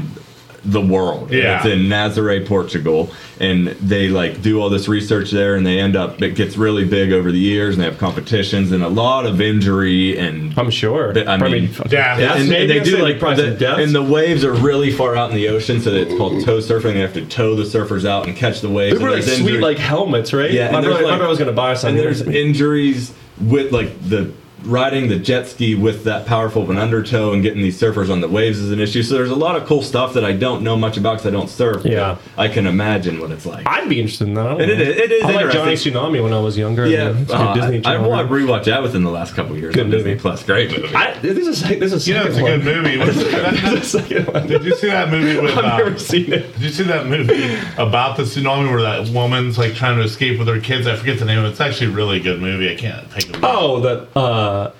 [SPEAKER 3] the world. And
[SPEAKER 1] Yeah.
[SPEAKER 3] It's in Nazaré, Portugal, and they like do all this research there, and they end up it gets really big over the years, and they have competitions and a lot of injury and
[SPEAKER 2] I'm sure.
[SPEAKER 3] But, I mean,
[SPEAKER 1] Yeah.
[SPEAKER 3] yeah, and
[SPEAKER 2] maybe
[SPEAKER 3] they
[SPEAKER 2] I'd
[SPEAKER 3] do
[SPEAKER 2] say
[SPEAKER 3] like
[SPEAKER 2] probably
[SPEAKER 3] the,
[SPEAKER 2] some depth.
[SPEAKER 3] and the waves are really far out in the ocean, so that it's called tow surfing. They have to tow the surfers out and catch the waves.
[SPEAKER 2] they were
[SPEAKER 3] and
[SPEAKER 2] like
[SPEAKER 3] there's
[SPEAKER 2] sweet
[SPEAKER 3] injuries-
[SPEAKER 2] like helmets, right?
[SPEAKER 3] Yeah, and
[SPEAKER 2] my
[SPEAKER 3] there's,
[SPEAKER 2] brother, my
[SPEAKER 3] like-
[SPEAKER 2] brother was gonna buy some.
[SPEAKER 3] and there's injuries with like the riding the jet ski with that powerful of an undertow and getting these surfers on the waves is an issue. So there's a lot of cool stuff that I don't know much about because I don't surf. but
[SPEAKER 2] Yeah.
[SPEAKER 3] I can imagine what it's like.
[SPEAKER 2] I'd be interested in that. I don't
[SPEAKER 3] It
[SPEAKER 2] know.
[SPEAKER 3] is- it is
[SPEAKER 2] I like Johnny
[SPEAKER 3] interesting.
[SPEAKER 2] Tsunami when I was younger.
[SPEAKER 3] yeah,
[SPEAKER 2] and it's like
[SPEAKER 3] uh,
[SPEAKER 2] Disney
[SPEAKER 3] I, I,
[SPEAKER 2] Channel.
[SPEAKER 3] well, I rewatched that within the last couple of years.
[SPEAKER 2] Good
[SPEAKER 3] on Disney
[SPEAKER 2] movie.
[SPEAKER 3] Plus, great movie.
[SPEAKER 2] I- this is this is
[SPEAKER 1] You know, it's a good movie. What's that-
[SPEAKER 2] second one.
[SPEAKER 1] Did you see that movie with?
[SPEAKER 2] I've
[SPEAKER 1] Uh,
[SPEAKER 2] never seen it.
[SPEAKER 1] did you see that movie about the tsunami where that woman's like trying to escape with her kids? I forget the name of it. It's actually a really good movie. I can't think of it.
[SPEAKER 2] Oh, the uh,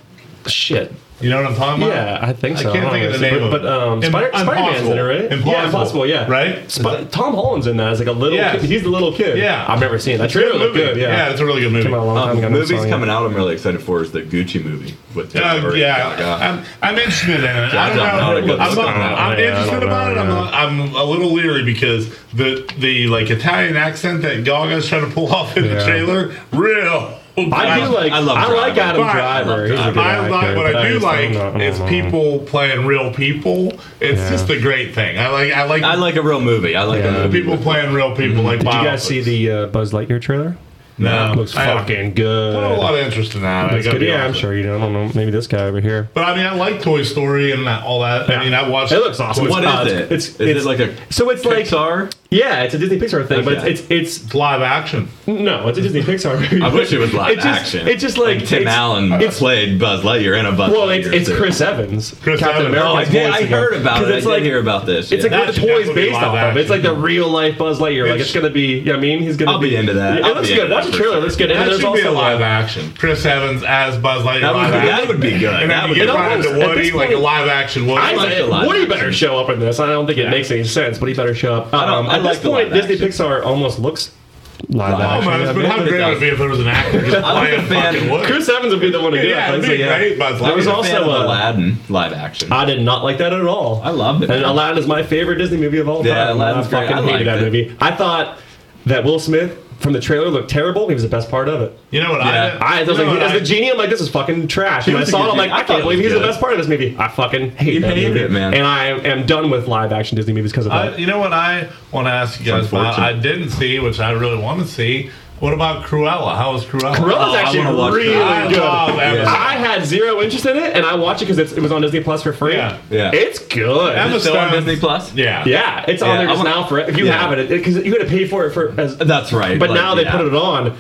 [SPEAKER 2] shit.
[SPEAKER 1] You know what I'm talking about?
[SPEAKER 2] Yeah, I think so.
[SPEAKER 1] I can't
[SPEAKER 2] don't
[SPEAKER 1] think of the
[SPEAKER 2] know.
[SPEAKER 1] name
[SPEAKER 2] but,
[SPEAKER 1] of it.
[SPEAKER 2] But um,
[SPEAKER 1] Im-
[SPEAKER 2] Spider- Spider-Man's in it, right?
[SPEAKER 1] Impossible.
[SPEAKER 2] Yeah, impossible. Yeah,
[SPEAKER 1] Right?
[SPEAKER 2] Sp- Tom Holland's in that as like a little.
[SPEAKER 1] Yes.
[SPEAKER 2] Kid. He's the little kid.
[SPEAKER 1] Yeah.
[SPEAKER 2] I've never seen it. That
[SPEAKER 1] It's a good
[SPEAKER 2] trailer looked
[SPEAKER 1] movie.
[SPEAKER 2] good. Yeah.
[SPEAKER 1] it's a really good movie.
[SPEAKER 2] Came out a long time ago.
[SPEAKER 3] Um,
[SPEAKER 2] I never
[SPEAKER 3] movies
[SPEAKER 2] saw it.
[SPEAKER 3] coming out I'm really excited for is the Gucci movie with Jennifer
[SPEAKER 1] Uh,
[SPEAKER 3] Lawrence.
[SPEAKER 1] yeah,
[SPEAKER 3] Gaga.
[SPEAKER 1] I'm, I'm interested in it. I don't
[SPEAKER 3] I don't know.
[SPEAKER 1] know.
[SPEAKER 3] Look,
[SPEAKER 1] I'm,
[SPEAKER 3] look,
[SPEAKER 1] not-
[SPEAKER 3] I don't
[SPEAKER 1] I'm
[SPEAKER 2] know.
[SPEAKER 1] interested
[SPEAKER 2] Oh, Yeah, I
[SPEAKER 1] about
[SPEAKER 2] don't
[SPEAKER 1] it. I'm,
[SPEAKER 2] know,
[SPEAKER 1] not, I'm a little leery because the the like Italian accent that Gaga's trying to pull off in the
[SPEAKER 2] Yeah.
[SPEAKER 1] trailer, real.
[SPEAKER 2] I do like. I,
[SPEAKER 3] I love
[SPEAKER 2] like
[SPEAKER 3] Driver.
[SPEAKER 2] Adam
[SPEAKER 1] But-
[SPEAKER 2] Driver. He's a good
[SPEAKER 1] I like
[SPEAKER 2] actor,
[SPEAKER 1] what
[SPEAKER 2] but
[SPEAKER 1] I do
[SPEAKER 2] just-
[SPEAKER 1] like
[SPEAKER 2] I'm not- I don't
[SPEAKER 1] is
[SPEAKER 2] know.
[SPEAKER 1] people playing real people. It's
[SPEAKER 2] Uh-huh. Yeah.
[SPEAKER 1] just a great thing. I like I like
[SPEAKER 3] I like a real movie. I like
[SPEAKER 2] Yeah.
[SPEAKER 3] a movie.
[SPEAKER 1] people playing real people. Like
[SPEAKER 2] Did you guys see the uh, Buzz Lightyear trailer?
[SPEAKER 1] No,
[SPEAKER 2] Looks
[SPEAKER 1] I have-
[SPEAKER 2] fucking good.
[SPEAKER 1] I have a lot of interest in that. I
[SPEAKER 2] Looks
[SPEAKER 1] gotta
[SPEAKER 2] good.
[SPEAKER 1] be
[SPEAKER 2] Yeah, I'm
[SPEAKER 1] honest.
[SPEAKER 2] sure you don't. I don't know. Maybe this guy over here.
[SPEAKER 1] But I mean, I like Toy Story and that, all that. I mean, I watched.
[SPEAKER 2] It looks awesome.
[SPEAKER 3] What
[SPEAKER 2] Uh,
[SPEAKER 3] is it?
[SPEAKER 2] It's,
[SPEAKER 3] Is
[SPEAKER 2] it's
[SPEAKER 3] it like a
[SPEAKER 2] so it's like
[SPEAKER 3] Pixar?
[SPEAKER 2] yeah, it's a Disney Pixar thing, but
[SPEAKER 3] Okay.
[SPEAKER 2] it's, it's it's
[SPEAKER 1] live action.
[SPEAKER 2] no, it's a Disney Pixar. movie.
[SPEAKER 3] I wish it was live
[SPEAKER 2] It's just-
[SPEAKER 3] action.
[SPEAKER 2] It's just like,
[SPEAKER 3] Tim
[SPEAKER 2] it's-
[SPEAKER 3] Allen
[SPEAKER 2] It's
[SPEAKER 3] played Buzz Lightyear in a Buzz
[SPEAKER 2] well,
[SPEAKER 3] Lightyear.
[SPEAKER 2] it's, it's
[SPEAKER 3] suit.
[SPEAKER 2] Chris Evans,
[SPEAKER 1] Chris
[SPEAKER 2] Captain
[SPEAKER 1] Evans.
[SPEAKER 2] America.
[SPEAKER 3] Oh, I,
[SPEAKER 2] America's
[SPEAKER 3] did,
[SPEAKER 2] voice
[SPEAKER 3] I
[SPEAKER 2] again.
[SPEAKER 3] heard about
[SPEAKER 2] 'Cause
[SPEAKER 3] it. I
[SPEAKER 2] It's
[SPEAKER 3] did
[SPEAKER 2] like
[SPEAKER 3] hear about this.
[SPEAKER 2] it's like
[SPEAKER 3] yeah.
[SPEAKER 2] what
[SPEAKER 1] That
[SPEAKER 2] the
[SPEAKER 1] should
[SPEAKER 2] toy's
[SPEAKER 1] definitely be
[SPEAKER 2] based off
[SPEAKER 1] live
[SPEAKER 2] of. It's like the
[SPEAKER 1] action.
[SPEAKER 2] real life Buzz Lightyear. Like
[SPEAKER 1] It's-
[SPEAKER 2] it's gonna be. Yeah, I mean, he's gonna.
[SPEAKER 3] I'll be into that.
[SPEAKER 2] It
[SPEAKER 3] I'll
[SPEAKER 2] looks
[SPEAKER 3] be
[SPEAKER 2] good.
[SPEAKER 3] into
[SPEAKER 2] Watch the
[SPEAKER 3] that
[SPEAKER 2] trailer.
[SPEAKER 3] for
[SPEAKER 2] It looks good. And
[SPEAKER 1] That
[SPEAKER 2] then
[SPEAKER 1] should
[SPEAKER 2] there's
[SPEAKER 1] be a
[SPEAKER 2] also
[SPEAKER 1] live
[SPEAKER 2] uh,
[SPEAKER 1] action. Chris Evans as Buzz Lightyear.
[SPEAKER 3] that,
[SPEAKER 1] live
[SPEAKER 3] would,
[SPEAKER 1] action.
[SPEAKER 3] that would be good.
[SPEAKER 1] And
[SPEAKER 3] That
[SPEAKER 1] then you
[SPEAKER 3] would
[SPEAKER 1] get
[SPEAKER 3] be
[SPEAKER 1] right
[SPEAKER 2] almost-
[SPEAKER 1] into
[SPEAKER 2] at
[SPEAKER 1] Woody
[SPEAKER 2] this
[SPEAKER 1] like a
[SPEAKER 2] point-
[SPEAKER 1] live action Woody.
[SPEAKER 2] I
[SPEAKER 3] like the
[SPEAKER 2] say
[SPEAKER 3] live
[SPEAKER 2] Woody
[SPEAKER 3] action.
[SPEAKER 2] better show up in this. I don't think it makes any sense, but he better show up.
[SPEAKER 3] don't-
[SPEAKER 2] Um,
[SPEAKER 3] I
[SPEAKER 2] at
[SPEAKER 3] like
[SPEAKER 2] this
[SPEAKER 3] the
[SPEAKER 2] point,
[SPEAKER 3] live
[SPEAKER 2] Disney Pixar almost looks live action.
[SPEAKER 1] Almost, but how great would it be if there was an actor just
[SPEAKER 3] I was a
[SPEAKER 1] playing
[SPEAKER 3] fan-
[SPEAKER 1] fucking Woody?
[SPEAKER 2] Chris Evans would be the one to do
[SPEAKER 1] yeah,
[SPEAKER 2] it.
[SPEAKER 1] it'd
[SPEAKER 2] I'd
[SPEAKER 1] be
[SPEAKER 2] say, yeah.
[SPEAKER 1] great Buzz
[SPEAKER 2] There was
[SPEAKER 1] Lightyear.
[SPEAKER 2] also
[SPEAKER 3] fan of
[SPEAKER 2] uh,
[SPEAKER 3] Aladdin live action.
[SPEAKER 2] I did not like that at all.
[SPEAKER 3] I loved it.
[SPEAKER 2] And Aladdin is my favorite Disney movie of all time.
[SPEAKER 3] Yeah, Aladdin's
[SPEAKER 2] I
[SPEAKER 3] great.
[SPEAKER 2] fucking
[SPEAKER 3] I
[SPEAKER 2] hated
[SPEAKER 3] liked
[SPEAKER 2] that
[SPEAKER 3] it.
[SPEAKER 2] movie. I thought that Will Smith from the trailer looked terrible. He was the best part of it.
[SPEAKER 1] You know what
[SPEAKER 3] Yeah.
[SPEAKER 1] I?
[SPEAKER 2] I was
[SPEAKER 1] you
[SPEAKER 2] like,
[SPEAKER 1] know what
[SPEAKER 2] as
[SPEAKER 1] I-
[SPEAKER 2] the genie, I'm like, this is fucking trash. And I
[SPEAKER 3] was a
[SPEAKER 2] saw
[SPEAKER 3] good
[SPEAKER 2] it, I'm like,
[SPEAKER 3] genie.
[SPEAKER 2] I
[SPEAKER 3] I thought
[SPEAKER 2] can't
[SPEAKER 3] it
[SPEAKER 2] believe
[SPEAKER 3] was
[SPEAKER 2] he's the
[SPEAKER 3] good.
[SPEAKER 2] best part of this movie. I fucking hate
[SPEAKER 3] You
[SPEAKER 2] that
[SPEAKER 3] hated
[SPEAKER 2] movie.
[SPEAKER 3] it, man.
[SPEAKER 2] And I am done with live action Disney movies because of
[SPEAKER 1] I-
[SPEAKER 2] that.
[SPEAKER 1] you know what I want to ask you guys about? I
[SPEAKER 3] unfortunate.
[SPEAKER 1] didn't see, which I really want to see. What about Cruella? How was Cruella?
[SPEAKER 2] Cruella's
[SPEAKER 3] Oh, I
[SPEAKER 2] actually
[SPEAKER 3] wanna watch
[SPEAKER 2] really
[SPEAKER 1] I
[SPEAKER 3] that.
[SPEAKER 2] good.
[SPEAKER 1] love Emma.
[SPEAKER 3] Yeah.
[SPEAKER 2] I had zero interest in it, and I watched it because it was on Disney Plus for free.
[SPEAKER 1] Yeah.
[SPEAKER 3] Yeah.
[SPEAKER 2] It's good.
[SPEAKER 1] Emma
[SPEAKER 3] Still on
[SPEAKER 1] Stone's-
[SPEAKER 3] Disney Plus?
[SPEAKER 1] Yeah.
[SPEAKER 2] Yeah, it's on
[SPEAKER 3] Yeah,
[SPEAKER 2] there
[SPEAKER 3] I
[SPEAKER 2] just
[SPEAKER 3] wanna-
[SPEAKER 2] now for if you
[SPEAKER 3] yeah.
[SPEAKER 2] have it because you had to pay for it for as.
[SPEAKER 3] That's right.
[SPEAKER 2] But
[SPEAKER 3] like,
[SPEAKER 2] now they
[SPEAKER 3] yeah.
[SPEAKER 2] put it on.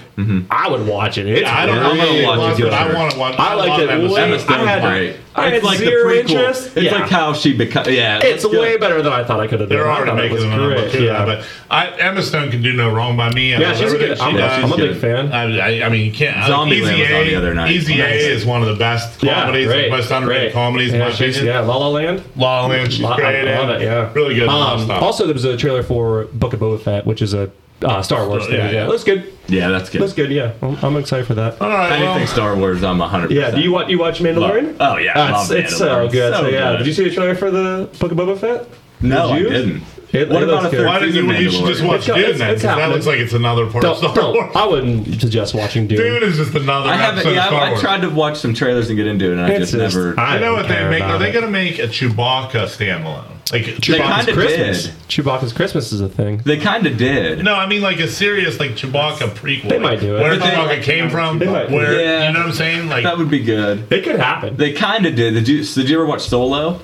[SPEAKER 2] I would watch it. It's
[SPEAKER 1] Mm-hmm. Yeah, I don't
[SPEAKER 3] I'm
[SPEAKER 1] really
[SPEAKER 3] gonna watch
[SPEAKER 1] love
[SPEAKER 3] it,
[SPEAKER 1] it. I
[SPEAKER 3] sure.
[SPEAKER 1] want to watch.
[SPEAKER 2] I liked
[SPEAKER 1] love
[SPEAKER 2] it
[SPEAKER 1] Emma
[SPEAKER 2] way-
[SPEAKER 1] Stone.
[SPEAKER 3] Emma Stone's
[SPEAKER 2] I had-
[SPEAKER 3] great.
[SPEAKER 2] I had
[SPEAKER 3] it's like
[SPEAKER 2] zero
[SPEAKER 3] the prequel.
[SPEAKER 2] interest.
[SPEAKER 3] It's
[SPEAKER 2] Yeah.
[SPEAKER 3] like how she became. Yeah,
[SPEAKER 2] It's
[SPEAKER 3] let's do
[SPEAKER 2] way
[SPEAKER 3] it.
[SPEAKER 2] better than I thought I could have done.
[SPEAKER 1] They're
[SPEAKER 2] I
[SPEAKER 1] already
[SPEAKER 2] thought it
[SPEAKER 1] making
[SPEAKER 2] was
[SPEAKER 1] them number
[SPEAKER 2] great,
[SPEAKER 1] two,
[SPEAKER 2] yeah.
[SPEAKER 1] yeah. but I, Emma Stone can do no wrong by me. I
[SPEAKER 2] yeah,
[SPEAKER 1] love
[SPEAKER 2] she's a
[SPEAKER 1] everything
[SPEAKER 2] good. I'm,
[SPEAKER 1] she
[SPEAKER 2] I'm
[SPEAKER 1] does.
[SPEAKER 2] a
[SPEAKER 3] She's
[SPEAKER 2] big fan.
[SPEAKER 3] good.
[SPEAKER 1] I, I, I mean, you can't. I-
[SPEAKER 3] Zombieland was
[SPEAKER 1] EZA
[SPEAKER 3] on the other night.
[SPEAKER 1] EZA
[SPEAKER 3] Nice.
[SPEAKER 1] is one of the best
[SPEAKER 2] yeah,
[SPEAKER 1] comedies,
[SPEAKER 2] great,
[SPEAKER 1] the most underrated
[SPEAKER 2] great.
[SPEAKER 1] comedies. in
[SPEAKER 2] Yeah,
[SPEAKER 1] my
[SPEAKER 2] she's-
[SPEAKER 1] opinion.
[SPEAKER 2] yeah, La La Land.
[SPEAKER 1] La La Land, she's
[SPEAKER 2] I- I
[SPEAKER 1] great.
[SPEAKER 2] love
[SPEAKER 1] and
[SPEAKER 2] it, yeah.
[SPEAKER 1] really good.
[SPEAKER 2] Um,
[SPEAKER 1] stuff.
[SPEAKER 2] also, there was a trailer for Book of Boba Fett, which is a uh, Star Wars
[SPEAKER 1] Yeah,
[SPEAKER 2] thing.
[SPEAKER 1] yeah. Uh,
[SPEAKER 2] looks good.
[SPEAKER 3] Yeah, that's good.
[SPEAKER 2] Looks good. Yeah, I'm, I'm excited for that.
[SPEAKER 1] all right, well,
[SPEAKER 3] Anything Star Wars, I'm 100.
[SPEAKER 2] Yeah, do you watch you watch Mandalorian?
[SPEAKER 3] Oh yeah,
[SPEAKER 2] Uh,
[SPEAKER 3] love
[SPEAKER 2] it's it's so
[SPEAKER 3] Mandalorian.
[SPEAKER 2] good. So, yeah,
[SPEAKER 3] good.
[SPEAKER 2] did you see the trailer for the Book of Boba Fett?
[SPEAKER 3] No,
[SPEAKER 2] Did you?
[SPEAKER 3] I didn't.
[SPEAKER 2] It-
[SPEAKER 3] what
[SPEAKER 2] it
[SPEAKER 3] about
[SPEAKER 2] looks
[SPEAKER 3] a
[SPEAKER 2] good.
[SPEAKER 3] third
[SPEAKER 1] why did
[SPEAKER 3] season
[SPEAKER 1] you? You should
[SPEAKER 3] Mandalorian?
[SPEAKER 1] just watch
[SPEAKER 2] It's- it's-
[SPEAKER 1] Dune then, 'cause
[SPEAKER 2] it's
[SPEAKER 1] that
[SPEAKER 2] happening.
[SPEAKER 1] looks like it's another part of
[SPEAKER 2] Don't,
[SPEAKER 1] Star
[SPEAKER 2] don't,
[SPEAKER 1] Wars.
[SPEAKER 2] I wouldn't suggest watching Dune.
[SPEAKER 1] Dune is just another
[SPEAKER 3] I
[SPEAKER 1] episode
[SPEAKER 3] haven't.
[SPEAKER 1] of
[SPEAKER 3] Yeah,
[SPEAKER 1] Star
[SPEAKER 3] I, I
[SPEAKER 1] Wars.
[SPEAKER 3] tried to watch some trailers and get into it, and I
[SPEAKER 2] It's
[SPEAKER 3] just,
[SPEAKER 2] just-
[SPEAKER 3] never.
[SPEAKER 2] I
[SPEAKER 1] You know
[SPEAKER 2] don't
[SPEAKER 1] what they
[SPEAKER 2] care
[SPEAKER 1] make? Are
[SPEAKER 2] about
[SPEAKER 1] they
[SPEAKER 2] it.
[SPEAKER 1] going to make a Chewbacca standalone? Like
[SPEAKER 3] they
[SPEAKER 1] Chewbacca.
[SPEAKER 3] kind of
[SPEAKER 2] Christmas.
[SPEAKER 3] did.
[SPEAKER 2] Chewbacca's Christmas is a thing.
[SPEAKER 3] They kind of did.
[SPEAKER 1] No, I mean like a serious like Chewbacca prequel.
[SPEAKER 2] They
[SPEAKER 1] like,
[SPEAKER 2] might do it.
[SPEAKER 1] Where
[SPEAKER 2] But
[SPEAKER 3] they-
[SPEAKER 1] Chewbacca came from?
[SPEAKER 2] They might do
[SPEAKER 1] Where
[SPEAKER 3] it. Yeah.
[SPEAKER 1] you know what I'm saying? Like
[SPEAKER 3] That would be good.
[SPEAKER 2] It could happen.
[SPEAKER 3] They kind of did. Did you? so Did you ever watch Solo?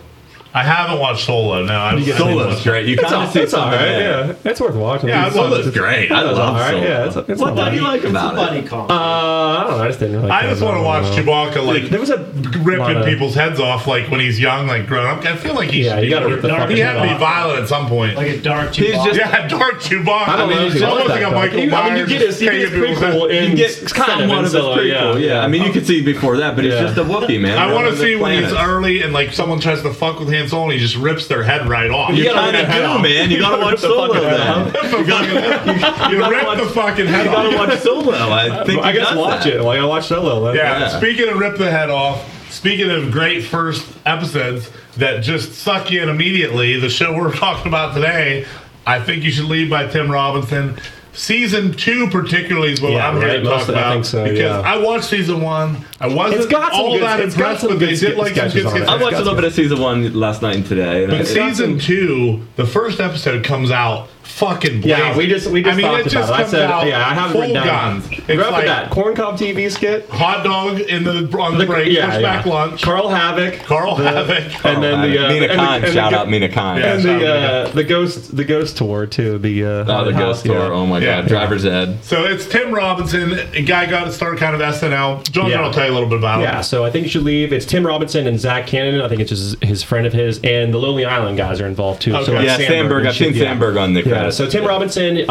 [SPEAKER 1] I haven't watched Solo. No, I've
[SPEAKER 2] get
[SPEAKER 1] Solo.
[SPEAKER 3] Solo's great. You
[SPEAKER 2] it's
[SPEAKER 3] kind
[SPEAKER 2] all,
[SPEAKER 3] of see
[SPEAKER 2] it's all
[SPEAKER 3] something
[SPEAKER 2] right.
[SPEAKER 3] there.
[SPEAKER 2] Yeah, it's worth watching.
[SPEAKER 1] Yeah, I'd love
[SPEAKER 3] Solo's great. I
[SPEAKER 2] It's
[SPEAKER 3] love
[SPEAKER 2] all right,
[SPEAKER 3] Solo.
[SPEAKER 2] yeah, it's- it's all
[SPEAKER 3] what don't you
[SPEAKER 2] right.
[SPEAKER 3] like about it?
[SPEAKER 4] Buddy call.
[SPEAKER 2] Uh, I don't know. I just didn't. Really
[SPEAKER 1] I
[SPEAKER 2] care
[SPEAKER 1] just want to
[SPEAKER 2] about
[SPEAKER 1] watch
[SPEAKER 2] it.
[SPEAKER 1] Chewbacca like
[SPEAKER 2] There was a lot
[SPEAKER 1] ripping
[SPEAKER 2] of-
[SPEAKER 1] people's heads off like when he's young, like grown up. I feel like he
[SPEAKER 2] Yeah,
[SPEAKER 1] should
[SPEAKER 2] you gotta
[SPEAKER 1] be,
[SPEAKER 2] rip the
[SPEAKER 1] he
[SPEAKER 2] fucking
[SPEAKER 1] had to
[SPEAKER 2] head
[SPEAKER 1] be
[SPEAKER 2] off.
[SPEAKER 1] violent at some point.
[SPEAKER 4] like a dark
[SPEAKER 3] He's
[SPEAKER 4] Chewbacca.
[SPEAKER 3] just-
[SPEAKER 1] yeah, dark Chewbacca.
[SPEAKER 2] I don't know. if
[SPEAKER 1] It's
[SPEAKER 2] you
[SPEAKER 1] almost like a
[SPEAKER 2] that,
[SPEAKER 1] Michael
[SPEAKER 2] though. you, I mean, you
[SPEAKER 1] Myers.
[SPEAKER 2] get his, you get his
[SPEAKER 1] taking people's heads-
[SPEAKER 2] prequel in
[SPEAKER 3] You get
[SPEAKER 2] it's kind of
[SPEAKER 3] somewhat
[SPEAKER 2] in
[SPEAKER 3] of his
[SPEAKER 2] Solo,
[SPEAKER 3] prequel. Yeah. I mean, you could see before that, but
[SPEAKER 2] Yeah.
[SPEAKER 3] he's just a Wookiee, man.
[SPEAKER 1] I
[SPEAKER 3] They're
[SPEAKER 1] want
[SPEAKER 3] on
[SPEAKER 1] to
[SPEAKER 3] the
[SPEAKER 1] see when he's
[SPEAKER 3] planet.
[SPEAKER 1] early and like someone tries to fuck with Han Solo and he just rips their head right off.
[SPEAKER 3] You
[SPEAKER 2] gotta
[SPEAKER 3] kind
[SPEAKER 2] rip
[SPEAKER 3] of
[SPEAKER 2] the head off.
[SPEAKER 3] do, man. You gotta watch
[SPEAKER 2] the fucking head
[SPEAKER 3] Solo then.
[SPEAKER 2] off.
[SPEAKER 1] You rip the fucking head
[SPEAKER 3] You
[SPEAKER 1] off.
[SPEAKER 3] gotta watch Solo. I think
[SPEAKER 2] I
[SPEAKER 3] he
[SPEAKER 2] guess
[SPEAKER 3] does
[SPEAKER 2] watch
[SPEAKER 3] that.
[SPEAKER 2] it. Like I watch Solo. Like,
[SPEAKER 1] Yeah,
[SPEAKER 3] Yeah.
[SPEAKER 1] speaking of rip the head off, Speaking of great first episodes that just suck you in immediately, the show we're talking about today, I Think You Should Leave by Tim Robinson. Season two, particularly, is what
[SPEAKER 2] Yeah,
[SPEAKER 1] I'm here
[SPEAKER 2] right,
[SPEAKER 1] to talk
[SPEAKER 2] most of- I
[SPEAKER 1] about
[SPEAKER 2] think so,
[SPEAKER 1] because
[SPEAKER 2] yeah.
[SPEAKER 1] I watched season one. I wasn't
[SPEAKER 2] It's got some
[SPEAKER 1] all
[SPEAKER 2] good-
[SPEAKER 1] that
[SPEAKER 2] it's got
[SPEAKER 1] impressed,
[SPEAKER 2] some
[SPEAKER 1] but they
[SPEAKER 2] good
[SPEAKER 1] did like some
[SPEAKER 2] sketches
[SPEAKER 1] good
[SPEAKER 2] on it.
[SPEAKER 1] sketches.
[SPEAKER 3] I watched a little bit of season one last night and today. And I,
[SPEAKER 1] But season two, the first episode comes out fucking blazing.
[SPEAKER 2] Yeah, we just we just
[SPEAKER 1] I mean,
[SPEAKER 2] talked
[SPEAKER 1] it just
[SPEAKER 2] about it. I
[SPEAKER 1] comes
[SPEAKER 2] said,
[SPEAKER 1] out
[SPEAKER 2] yeah, I have it
[SPEAKER 1] full
[SPEAKER 2] written down.
[SPEAKER 1] guns. It's
[SPEAKER 2] Grew up with
[SPEAKER 1] like
[SPEAKER 2] that corn cob TV skit.
[SPEAKER 1] hot dog in the on the, break, pushback lunch,
[SPEAKER 2] Carl Havoc,
[SPEAKER 1] Carl Havoc,
[SPEAKER 2] and then the uh, and
[SPEAKER 3] Mina
[SPEAKER 2] the-
[SPEAKER 3] Khan,
[SPEAKER 2] and the
[SPEAKER 3] shout
[SPEAKER 2] go-
[SPEAKER 3] out Mina Khan.
[SPEAKER 1] Yeah.
[SPEAKER 2] and
[SPEAKER 1] Shout
[SPEAKER 2] the
[SPEAKER 1] out
[SPEAKER 2] uh, the ghost the ghost tour too. The uh,
[SPEAKER 3] Oh, the ghost tour. Oh my
[SPEAKER 1] Yeah.
[SPEAKER 3] god, driver's ed.
[SPEAKER 1] So it's Tim Robinson, a guy got his start kind of SNL. John
[SPEAKER 2] Yeah.
[SPEAKER 1] will tell you a little bit about
[SPEAKER 2] Yeah,
[SPEAKER 1] him.
[SPEAKER 2] so I think you should leave. It's Tim Robinson and Zach Cannon. I think it's just his friend of his, and the Lonely Island guys are involved too. So
[SPEAKER 1] Okay.
[SPEAKER 2] like
[SPEAKER 3] Yeah, Sandberg.
[SPEAKER 2] and
[SPEAKER 3] I've seen
[SPEAKER 2] shit, yeah.
[SPEAKER 3] Sandberg on the
[SPEAKER 2] Yeah,
[SPEAKER 3] credits.
[SPEAKER 2] so Tim Robinson, um,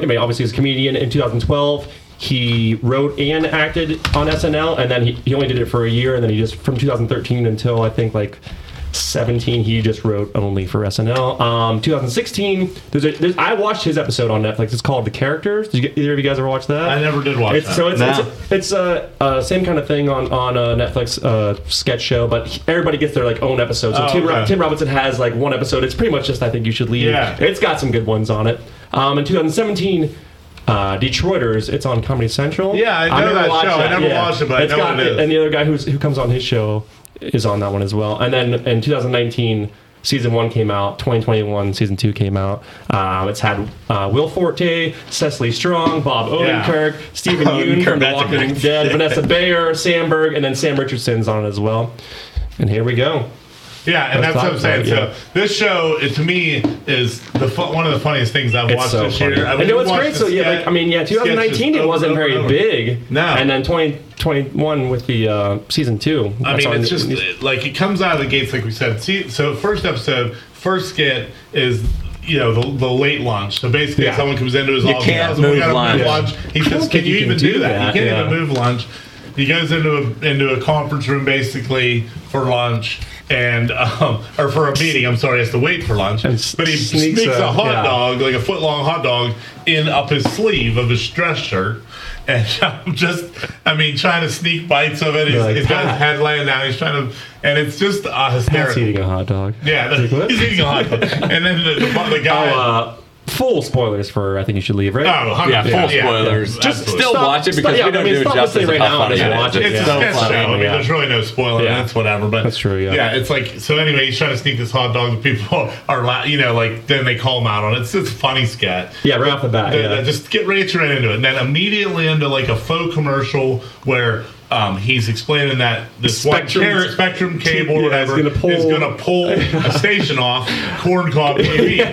[SPEAKER 2] I mean, obviously, he's a comedian in 2012. He wrote and acted on SNL, and then he, he only did it for a year, and then he just, from 2013 until I think like 17, he just wrote only for SNL. Um, 2016, there's a, there's, I watched his episode on Netflix. It's called The Characters. Did you, either of you guys ever watch that?
[SPEAKER 1] I never did watch
[SPEAKER 2] It's,
[SPEAKER 1] that.
[SPEAKER 2] so it's,
[SPEAKER 3] No.
[SPEAKER 2] it's it's uh, uh, same kind of thing on on a Netflix uh, sketch show, but he- everybody gets their like own episode. So
[SPEAKER 1] Oh,
[SPEAKER 2] Tim, Ro-
[SPEAKER 1] okay.
[SPEAKER 2] Tim Robinson has like one episode. It's pretty much just I think you should leave.
[SPEAKER 1] Yeah.
[SPEAKER 2] It's got some good ones on it. Um, in 2017. Uh, Detroiters, it's on Comedy Central.
[SPEAKER 1] Yeah, I know that
[SPEAKER 2] watched
[SPEAKER 1] show. I never watched it, but I know
[SPEAKER 2] got-
[SPEAKER 1] what it is.
[SPEAKER 2] And the other guy who's, who comes on his show is on that one as well. And then in 2019, season one came out. 2021, season two came out. Um, it's had uh, Will Forte, Cecily Strong, Bob
[SPEAKER 1] Yeah.
[SPEAKER 2] Odenkirk, Stephen
[SPEAKER 3] Odenkirk,
[SPEAKER 2] Yoon from The
[SPEAKER 3] that's a
[SPEAKER 2] Walking
[SPEAKER 3] nice
[SPEAKER 2] Dead, Vanessa Bayer, Sandberg, and then Sam Richardson's on it as well. And here we go.
[SPEAKER 1] yeah, and that's
[SPEAKER 2] Let's
[SPEAKER 1] what I'm
[SPEAKER 2] talk
[SPEAKER 1] saying.
[SPEAKER 2] about it,
[SPEAKER 1] So this show, it, to me, is the fu- one of the funniest things I've
[SPEAKER 2] It's
[SPEAKER 1] watched
[SPEAKER 2] so
[SPEAKER 1] this
[SPEAKER 2] funny.
[SPEAKER 1] year.
[SPEAKER 2] And know what's great? So yeah, like I mean, yeah, 2019 it wasn't very big.
[SPEAKER 1] No.
[SPEAKER 2] And then 2021 with the uh, season two.
[SPEAKER 1] I
[SPEAKER 2] that's
[SPEAKER 1] mean,
[SPEAKER 2] on-
[SPEAKER 1] it's just uh, it- like it comes out of the gates, like we said. See, so first episode, first skit is you know the, the late lunch. So basically,
[SPEAKER 2] Yeah.
[SPEAKER 1] someone comes into his
[SPEAKER 3] You
[SPEAKER 1] office,
[SPEAKER 3] can't
[SPEAKER 1] tells him, "We
[SPEAKER 3] move
[SPEAKER 1] gotta
[SPEAKER 3] lunch."
[SPEAKER 1] He says,
[SPEAKER 2] think
[SPEAKER 1] "Can you,
[SPEAKER 2] you can
[SPEAKER 1] even
[SPEAKER 2] do
[SPEAKER 1] do, that?
[SPEAKER 2] that,
[SPEAKER 1] You can't
[SPEAKER 2] yeah.
[SPEAKER 1] even move lunch." He goes into a into a conference room basically for lunch. And um, or for a meeting, I'm sorry, he has to wait for lunch.
[SPEAKER 2] And s-
[SPEAKER 1] But he sneaks,
[SPEAKER 2] sneaks
[SPEAKER 1] a,
[SPEAKER 2] a-
[SPEAKER 1] hot
[SPEAKER 2] yeah.
[SPEAKER 1] dog, like a foot long hot dog, in up his sleeve of his dress shirt, and I'm just, I mean, trying to sneak bites of it. He's,
[SPEAKER 2] like,
[SPEAKER 1] he's got his
[SPEAKER 2] "Pat,
[SPEAKER 1] head laying down. He's trying to, and it's just uh,
[SPEAKER 2] Pat's
[SPEAKER 1] hysterical.
[SPEAKER 2] eating a hot dog.
[SPEAKER 1] Yeah, the,
[SPEAKER 2] Like, what?
[SPEAKER 1] he's eating a hot dog. And then the, the, the guy.
[SPEAKER 2] uh, full spoilers for I think you should leave, right?
[SPEAKER 1] oh, 100%,
[SPEAKER 3] Yeah, full spoilers.
[SPEAKER 1] yeah,
[SPEAKER 3] Just
[SPEAKER 1] absolutely.
[SPEAKER 3] still
[SPEAKER 2] Stop-
[SPEAKER 3] watch it
[SPEAKER 2] stop-
[SPEAKER 3] because
[SPEAKER 2] yeah,
[SPEAKER 3] we don't
[SPEAKER 2] I mean,
[SPEAKER 3] do it
[SPEAKER 2] stop
[SPEAKER 3] justice
[SPEAKER 2] listening
[SPEAKER 3] to
[SPEAKER 2] right
[SPEAKER 3] how
[SPEAKER 2] now
[SPEAKER 3] funny
[SPEAKER 2] and
[SPEAKER 3] it is.
[SPEAKER 2] watch it.
[SPEAKER 1] It's
[SPEAKER 2] Yeah.
[SPEAKER 1] a
[SPEAKER 3] so
[SPEAKER 1] sketch
[SPEAKER 3] funny.
[SPEAKER 1] show. I mean,
[SPEAKER 2] yeah.
[SPEAKER 1] there's really no spoiler.
[SPEAKER 2] Yeah.
[SPEAKER 1] That's whatever. But
[SPEAKER 2] That's true, yeah.
[SPEAKER 1] it's like so. Anyway, he's trying to sneak this hot dog. and People are, la- you know, like then they call him out on it. It's just a funny sketch.
[SPEAKER 2] Yeah, right off the bat.
[SPEAKER 1] Uh,
[SPEAKER 2] Yeah.
[SPEAKER 1] just get right right into it, and then immediately into like a faux commercial where um, he's explaining that this
[SPEAKER 2] Spectrum-
[SPEAKER 1] one carrot spectrum cable,
[SPEAKER 2] Yeah,
[SPEAKER 1] or
[SPEAKER 2] it's
[SPEAKER 1] whatever,
[SPEAKER 2] gonna pull-
[SPEAKER 1] is going to pull a station off corn cob TV,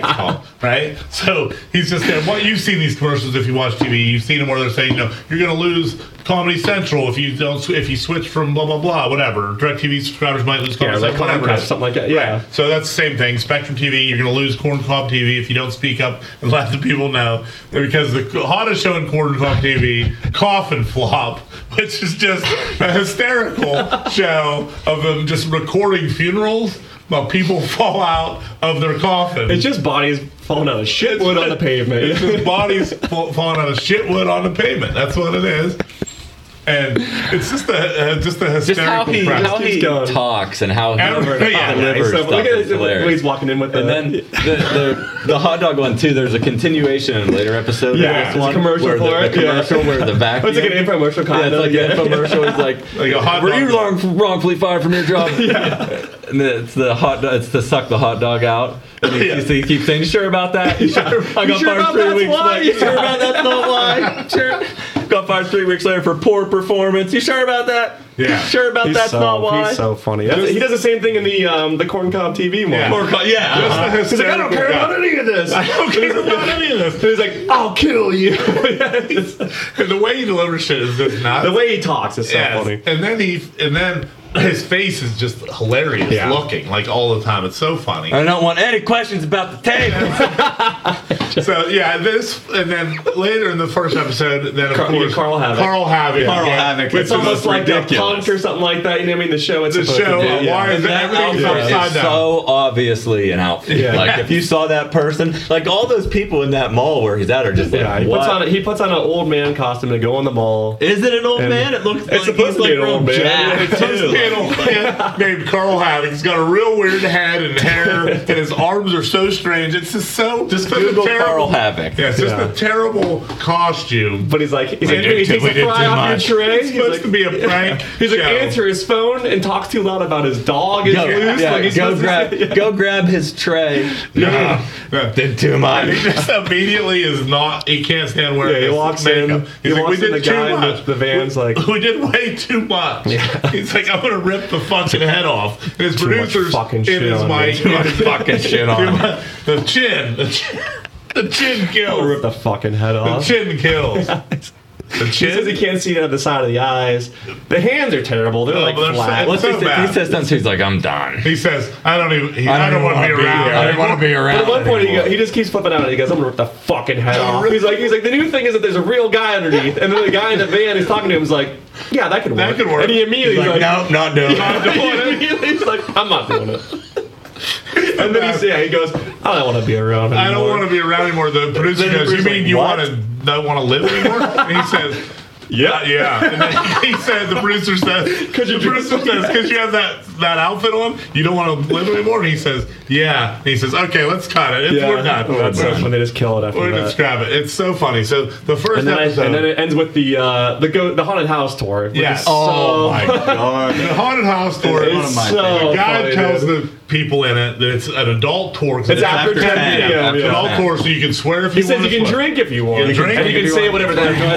[SPEAKER 1] right? So he's just there. What you've seen these commercials if you watch TV, you've seen them where they're saying, you know, you're going to lose Comedy Central if you don't sw- if you switch from blah blah blah, whatever. DirecTV subscribers might lose
[SPEAKER 2] Yeah,
[SPEAKER 1] Comedy
[SPEAKER 2] like
[SPEAKER 1] Central, whatever. it
[SPEAKER 2] Comcast,
[SPEAKER 1] is.
[SPEAKER 2] something like that. Yeah.
[SPEAKER 1] So that's the same thing. Spectrum TV, you're going to lose Corn Cob TV if you don't speak up and let the people know. Because the hottest show in Corn Cob TV, Coffin Flop, which is just a hysterical show of them just recording funerals while people fall out of their coffin.
[SPEAKER 2] It's just bodies falling out of shit wood on the
[SPEAKER 1] It's
[SPEAKER 2] pavement.
[SPEAKER 1] just bodies fa- falling out of shit wood on the pavement. That's what it is. And it's just a, uh, just a hysterical
[SPEAKER 3] Just how he
[SPEAKER 1] premise.
[SPEAKER 3] how he
[SPEAKER 2] Keeps going.
[SPEAKER 3] talks and how
[SPEAKER 1] Every-
[SPEAKER 3] he
[SPEAKER 1] yeah,
[SPEAKER 3] delivers
[SPEAKER 2] So,
[SPEAKER 3] stuff.
[SPEAKER 2] look at
[SPEAKER 3] is
[SPEAKER 2] this, the way
[SPEAKER 3] hilarious.
[SPEAKER 2] he's walking in with
[SPEAKER 3] And then the, the the hot dog one too. There's a continuation in a later episode.
[SPEAKER 2] Yeah,
[SPEAKER 3] of
[SPEAKER 2] it's
[SPEAKER 3] this
[SPEAKER 2] a
[SPEAKER 3] one,
[SPEAKER 2] commercial
[SPEAKER 3] where the,
[SPEAKER 2] for
[SPEAKER 3] the
[SPEAKER 2] it, yeah.
[SPEAKER 3] commercial where the vacuum.
[SPEAKER 2] it's like an infomercial
[SPEAKER 3] yeah,
[SPEAKER 2] kind
[SPEAKER 3] it's
[SPEAKER 2] of.
[SPEAKER 3] like
[SPEAKER 2] yeah.
[SPEAKER 3] the infomercial is like,
[SPEAKER 1] Like a hot
[SPEAKER 3] were
[SPEAKER 1] dog.
[SPEAKER 3] you wrong, wrongfully fired from your job? And then it's the hot. do- It's the suck the hot dog out. And he,
[SPEAKER 1] Yeah.
[SPEAKER 3] so you keep saying, "You sure about that? You sure? I
[SPEAKER 2] You sure
[SPEAKER 3] got fired
[SPEAKER 2] about
[SPEAKER 3] three
[SPEAKER 2] that's
[SPEAKER 3] weeks
[SPEAKER 2] why?
[SPEAKER 3] later. You sure about that's not why? Sure. Got fired three weeks later for poor performance. You sure about that?
[SPEAKER 1] Yeah.
[SPEAKER 3] Sure about that's not why?
[SPEAKER 2] He's so funny. That's- he does the same thing in the um, the corn cob TV one.
[SPEAKER 1] Yeah.
[SPEAKER 3] Or co- yeah.
[SPEAKER 1] Just a
[SPEAKER 2] He's like, I
[SPEAKER 1] hysterical
[SPEAKER 2] don't care
[SPEAKER 1] guy.
[SPEAKER 2] about any of this.
[SPEAKER 1] I don't care about any of this.
[SPEAKER 2] He's like, I'll kill you. It's-
[SPEAKER 1] the way he delivers shit is just not
[SPEAKER 2] the way he talks is so funny.
[SPEAKER 1] And then he and then his face is just hilarious
[SPEAKER 2] Yeah.
[SPEAKER 1] looking like all the time. It's so funny.
[SPEAKER 3] I don't want any questions about the table.
[SPEAKER 1] So yeah, this and then later in the first episode, then of
[SPEAKER 2] Car-
[SPEAKER 1] course
[SPEAKER 2] Carl Havoc.
[SPEAKER 1] Carl Havoc,
[SPEAKER 3] Carl
[SPEAKER 1] yeah,
[SPEAKER 3] Havoc.
[SPEAKER 1] which
[SPEAKER 3] It's
[SPEAKER 2] It's
[SPEAKER 1] is
[SPEAKER 2] almost like a
[SPEAKER 3] ridiculous.
[SPEAKER 2] punk or something like that. You know what I mean? The show. It's
[SPEAKER 1] the
[SPEAKER 2] supposed to
[SPEAKER 1] show.
[SPEAKER 2] be-
[SPEAKER 1] uh,
[SPEAKER 2] yeah.
[SPEAKER 1] Why is
[SPEAKER 3] That
[SPEAKER 1] everything's
[SPEAKER 3] outfit
[SPEAKER 1] upside
[SPEAKER 3] is
[SPEAKER 1] down?
[SPEAKER 3] so obviously an outfit.
[SPEAKER 2] Yeah.
[SPEAKER 3] Like if you saw that person, like all those people in that mall where he's at are just like,
[SPEAKER 2] Yeah, he
[SPEAKER 3] what?
[SPEAKER 2] puts on a, he puts on an old man costume to go on the mall.
[SPEAKER 3] Is it an old
[SPEAKER 2] And
[SPEAKER 3] man? It looks
[SPEAKER 2] it's
[SPEAKER 3] like
[SPEAKER 2] supposed
[SPEAKER 3] he's
[SPEAKER 2] to be
[SPEAKER 3] like
[SPEAKER 2] an
[SPEAKER 3] real
[SPEAKER 2] old man.
[SPEAKER 3] jacked,
[SPEAKER 1] It's supposed
[SPEAKER 3] too.
[SPEAKER 1] to be little man named Carl Haddock. He's got a real weird head and hair, and his arms are so strange. It's just so
[SPEAKER 3] Just
[SPEAKER 1] such a
[SPEAKER 3] Google
[SPEAKER 1] terrible-
[SPEAKER 3] Carl Havoc.
[SPEAKER 1] Yeah, it's just
[SPEAKER 2] Yeah.
[SPEAKER 1] a terrible costume.
[SPEAKER 2] But he's like, he's
[SPEAKER 3] We
[SPEAKER 2] like,
[SPEAKER 3] did
[SPEAKER 2] he
[SPEAKER 3] too-
[SPEAKER 2] takes
[SPEAKER 3] we
[SPEAKER 2] a
[SPEAKER 3] did
[SPEAKER 2] fry
[SPEAKER 3] too
[SPEAKER 2] off
[SPEAKER 3] much.
[SPEAKER 2] your tray.
[SPEAKER 1] It's
[SPEAKER 2] he's
[SPEAKER 1] supposed
[SPEAKER 2] like,
[SPEAKER 1] to be a prank.
[SPEAKER 2] He's like,
[SPEAKER 1] show.
[SPEAKER 2] answer his phone and talks too loud about his dog is
[SPEAKER 3] Go,
[SPEAKER 2] loose.
[SPEAKER 3] yeah,
[SPEAKER 2] like he's
[SPEAKER 3] go
[SPEAKER 2] supposed to
[SPEAKER 3] grab,
[SPEAKER 2] say- yeah.
[SPEAKER 3] go grab his tray.
[SPEAKER 1] Yeah. Yeah.
[SPEAKER 3] Did too
[SPEAKER 1] And
[SPEAKER 3] much.
[SPEAKER 1] he just immediately is not. He can't stand wearing.
[SPEAKER 2] Yeah, he
[SPEAKER 1] his
[SPEAKER 2] walks in.
[SPEAKER 1] makeup.
[SPEAKER 2] He
[SPEAKER 1] He's like,
[SPEAKER 2] walks
[SPEAKER 1] we
[SPEAKER 2] in, the
[SPEAKER 1] did too
[SPEAKER 2] guy in
[SPEAKER 1] much.
[SPEAKER 2] the, the van's like,
[SPEAKER 1] we did way too much. He's like, I'm gonna rip the fucking head off. And his
[SPEAKER 2] much
[SPEAKER 1] producers
[SPEAKER 2] fucking
[SPEAKER 1] in
[SPEAKER 2] shit
[SPEAKER 1] his
[SPEAKER 2] on me.
[SPEAKER 1] mic,
[SPEAKER 2] Too much
[SPEAKER 3] fucking shit on me.
[SPEAKER 1] the chin, the chin, the chin
[SPEAKER 2] rip
[SPEAKER 1] kills.
[SPEAKER 2] the fucking head
[SPEAKER 1] The
[SPEAKER 2] off.
[SPEAKER 1] chin kills. The
[SPEAKER 2] He says he
[SPEAKER 1] chin.
[SPEAKER 2] can't see out of the side of the eyes. The hands are terrible. They're
[SPEAKER 1] Oh,
[SPEAKER 2] like
[SPEAKER 1] but they're
[SPEAKER 2] flat.
[SPEAKER 1] so-
[SPEAKER 2] Let's
[SPEAKER 3] He
[SPEAKER 2] say,
[SPEAKER 1] so- bad.
[SPEAKER 3] says- he says something. He's like, I'm done.
[SPEAKER 1] He says, I don't even. He, I don't, want to
[SPEAKER 3] wanna
[SPEAKER 1] be around.
[SPEAKER 3] here. I don't want to be around.
[SPEAKER 2] at one point, he, go,
[SPEAKER 3] anymore.
[SPEAKER 2] he just keeps flipping out. He goes, "I'm gonna rip the fucking head off." He's like, "He's like, the new thing is that there's a real guy underneath." And then the guy in the van is talking to him. He's like, "Yeah, that could work."
[SPEAKER 1] That could work.
[SPEAKER 2] And he immediately
[SPEAKER 3] He's
[SPEAKER 2] like,
[SPEAKER 3] like, nope, not doing it.
[SPEAKER 1] I'm doing it.
[SPEAKER 2] he's like, "I'm not doing it." And then he's yeah, he goes, "I don't want to be around." Anymore.
[SPEAKER 1] I don't want to be around anymore. The producer
[SPEAKER 2] the
[SPEAKER 1] goes, "You
[SPEAKER 2] producer's
[SPEAKER 1] mean
[SPEAKER 2] like,
[SPEAKER 1] you
[SPEAKER 2] "What?"
[SPEAKER 1] want to not want to live anymore?" And he says, "Yeah, yeah." And then he said, "The producer says, because the producer says, because you have that that outfit on, you don't want to live anymore." And he says, "Yeah." And he says, "Okay, let's cut it. It's,
[SPEAKER 2] Yeah,
[SPEAKER 1] we're done.
[SPEAKER 2] That's
[SPEAKER 1] we're,
[SPEAKER 2] that's when they just kill it after
[SPEAKER 1] we're
[SPEAKER 2] that.
[SPEAKER 1] just grab it. It's so funny." So the first
[SPEAKER 2] and then, I,
[SPEAKER 1] episode,
[SPEAKER 2] and then it ends with the uh, the go, the haunted house tour. which
[SPEAKER 1] Yes.
[SPEAKER 2] is
[SPEAKER 3] Oh
[SPEAKER 2] so-
[SPEAKER 3] my
[SPEAKER 1] the
[SPEAKER 3] god.
[SPEAKER 1] haunted house story.
[SPEAKER 3] It's one of my
[SPEAKER 2] so
[SPEAKER 3] favorite.
[SPEAKER 1] The guy
[SPEAKER 2] funny,
[SPEAKER 1] tells
[SPEAKER 2] dude.
[SPEAKER 1] the people in it that it's an adult tour. 'cause
[SPEAKER 2] It's after 10
[SPEAKER 3] 10,
[SPEAKER 2] p.m.
[SPEAKER 1] It's an
[SPEAKER 2] yeah.
[SPEAKER 1] adult tour, so you can swear if
[SPEAKER 2] He
[SPEAKER 1] you want.
[SPEAKER 2] says you
[SPEAKER 1] to
[SPEAKER 2] can
[SPEAKER 1] swear.
[SPEAKER 2] drink if you want.
[SPEAKER 1] You can drink
[SPEAKER 2] and
[SPEAKER 1] if
[SPEAKER 2] you can
[SPEAKER 1] you
[SPEAKER 2] say
[SPEAKER 1] want.
[SPEAKER 2] whatever the hell.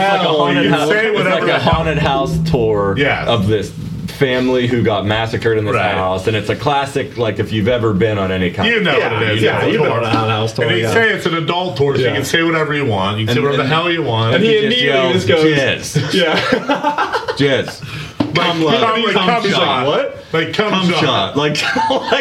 [SPEAKER 1] Hell, you can say
[SPEAKER 3] It's
[SPEAKER 1] whatever.
[SPEAKER 3] like
[SPEAKER 1] the
[SPEAKER 3] a
[SPEAKER 1] hell-
[SPEAKER 3] haunted house tour
[SPEAKER 1] Yes.
[SPEAKER 3] of this family who got massacred in this
[SPEAKER 1] Right.
[SPEAKER 3] house, and it's a classic. Like if you've ever been on any kind,
[SPEAKER 1] You know
[SPEAKER 2] Yeah,
[SPEAKER 1] what it is.
[SPEAKER 2] yeah,
[SPEAKER 1] It's a
[SPEAKER 2] you know
[SPEAKER 1] tour.
[SPEAKER 2] what a haunted house
[SPEAKER 1] And
[SPEAKER 2] tour,
[SPEAKER 1] they
[SPEAKER 2] yeah.
[SPEAKER 1] say it's an adult tour, so you
[SPEAKER 2] Yeah.
[SPEAKER 1] can say whatever you want. You can say
[SPEAKER 3] And-
[SPEAKER 1] whatever the
[SPEAKER 3] and-
[SPEAKER 1] hell you want.
[SPEAKER 2] And
[SPEAKER 3] he
[SPEAKER 2] he
[SPEAKER 3] just
[SPEAKER 2] immediately
[SPEAKER 3] yells,
[SPEAKER 2] just goes,
[SPEAKER 3] "Jizz,
[SPEAKER 2] Yeah.
[SPEAKER 3] jizz,
[SPEAKER 1] like,
[SPEAKER 3] low.
[SPEAKER 1] come, like,
[SPEAKER 3] Cum
[SPEAKER 1] cum
[SPEAKER 3] shot.
[SPEAKER 1] shot.
[SPEAKER 2] What?
[SPEAKER 1] Like cum,
[SPEAKER 3] cum
[SPEAKER 1] shot.
[SPEAKER 3] shot." Like,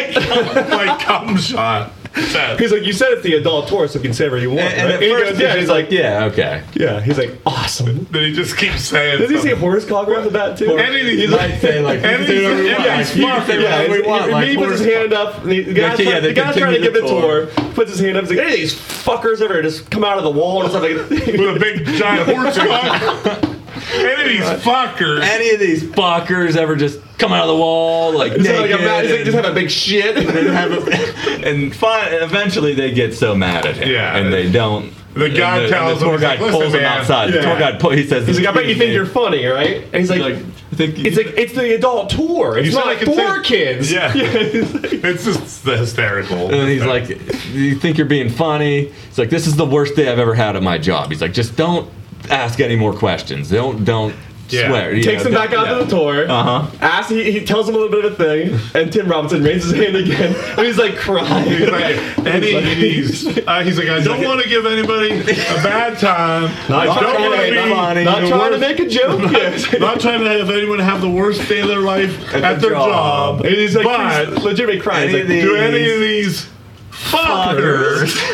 [SPEAKER 3] like,
[SPEAKER 1] like cum shot. That-
[SPEAKER 2] He's like, you said it's the adult tour, so you can say whatever you want.
[SPEAKER 3] and
[SPEAKER 2] right?"
[SPEAKER 3] at
[SPEAKER 2] he
[SPEAKER 3] first
[SPEAKER 2] goes, yeah. He's like, yeah.
[SPEAKER 3] yeah, okay.
[SPEAKER 2] He's like, awesome.
[SPEAKER 1] Then he just keeps saying.
[SPEAKER 2] Does he say
[SPEAKER 1] something.
[SPEAKER 2] horse cock right off the bat too?
[SPEAKER 1] And he- he's like,
[SPEAKER 3] say like,
[SPEAKER 1] and he's, and he's smart.
[SPEAKER 3] say
[SPEAKER 2] Yeah,
[SPEAKER 3] whatever
[SPEAKER 2] he,
[SPEAKER 3] we want,
[SPEAKER 2] he-
[SPEAKER 3] like
[SPEAKER 2] he puts
[SPEAKER 3] horse
[SPEAKER 2] his hand up. And he, the
[SPEAKER 3] Yeah,
[SPEAKER 2] guy's,
[SPEAKER 3] yeah,
[SPEAKER 2] trying,
[SPEAKER 3] they
[SPEAKER 2] the guy's trying to
[SPEAKER 3] continue
[SPEAKER 2] give
[SPEAKER 3] the
[SPEAKER 2] the tour. Puts his hand up. He's like, hey, these fuckers ever just come out of the wall and stuff like that.
[SPEAKER 1] with a big giant horse cock. And he's fuckers.
[SPEAKER 3] Any of these fuckers ever just come out of the wall like
[SPEAKER 2] He's
[SPEAKER 3] naked
[SPEAKER 2] like, I'm mad. He's like,
[SPEAKER 3] and-
[SPEAKER 2] just have a big shit.
[SPEAKER 3] and have a, and fin- eventually they get so mad at him.
[SPEAKER 1] Yeah.
[SPEAKER 3] And they don't.
[SPEAKER 1] The guy
[SPEAKER 3] and
[SPEAKER 1] tells
[SPEAKER 3] the
[SPEAKER 1] him,
[SPEAKER 3] tour
[SPEAKER 1] he's like,
[SPEAKER 3] guide
[SPEAKER 1] "Listen,
[SPEAKER 3] pulls him
[SPEAKER 1] man."
[SPEAKER 3] outside. The
[SPEAKER 2] Yeah.
[SPEAKER 3] tour guide pull, he says,
[SPEAKER 2] He's like, I bet you
[SPEAKER 3] "Excuse
[SPEAKER 2] think
[SPEAKER 3] me."
[SPEAKER 2] you're funny, right? And he's like,
[SPEAKER 3] He's like, I think
[SPEAKER 2] it's like it's the adult tour. It's
[SPEAKER 1] said
[SPEAKER 2] not
[SPEAKER 1] I could say-
[SPEAKER 2] for kids.
[SPEAKER 1] Yeah.
[SPEAKER 2] he's like-
[SPEAKER 1] It's just the hysterical.
[SPEAKER 3] And he's like, you think you're being funny? He's like, this is the worst day I've ever had at my job. He's like, just don't ask any more questions. Don't don't
[SPEAKER 1] Yeah.
[SPEAKER 3] swear. You
[SPEAKER 2] takes
[SPEAKER 3] know,
[SPEAKER 2] him back
[SPEAKER 3] don't-
[SPEAKER 2] out to the tour.
[SPEAKER 3] Uh-huh.
[SPEAKER 2] Asks, he, he tells him a little bit of a thing, and Tim Robinson raises his hand again, and he's like crying.
[SPEAKER 1] He's like, and he- he's, uh, he's like, I don't want to give anybody a bad time. I
[SPEAKER 2] trying
[SPEAKER 1] don't
[SPEAKER 2] to
[SPEAKER 1] want
[SPEAKER 2] make
[SPEAKER 1] to
[SPEAKER 2] it
[SPEAKER 1] be
[SPEAKER 3] funny.
[SPEAKER 2] not
[SPEAKER 3] the
[SPEAKER 2] trying to make
[SPEAKER 3] worst-
[SPEAKER 2] a joke. Yes.
[SPEAKER 1] not trying to have anyone have the worst day of their life at,
[SPEAKER 3] their
[SPEAKER 1] their job.
[SPEAKER 3] job.
[SPEAKER 2] And he's like,
[SPEAKER 1] but
[SPEAKER 2] he's legitimately crying.
[SPEAKER 3] Any
[SPEAKER 2] He's like,
[SPEAKER 3] of these-
[SPEAKER 1] do any of these fuckers?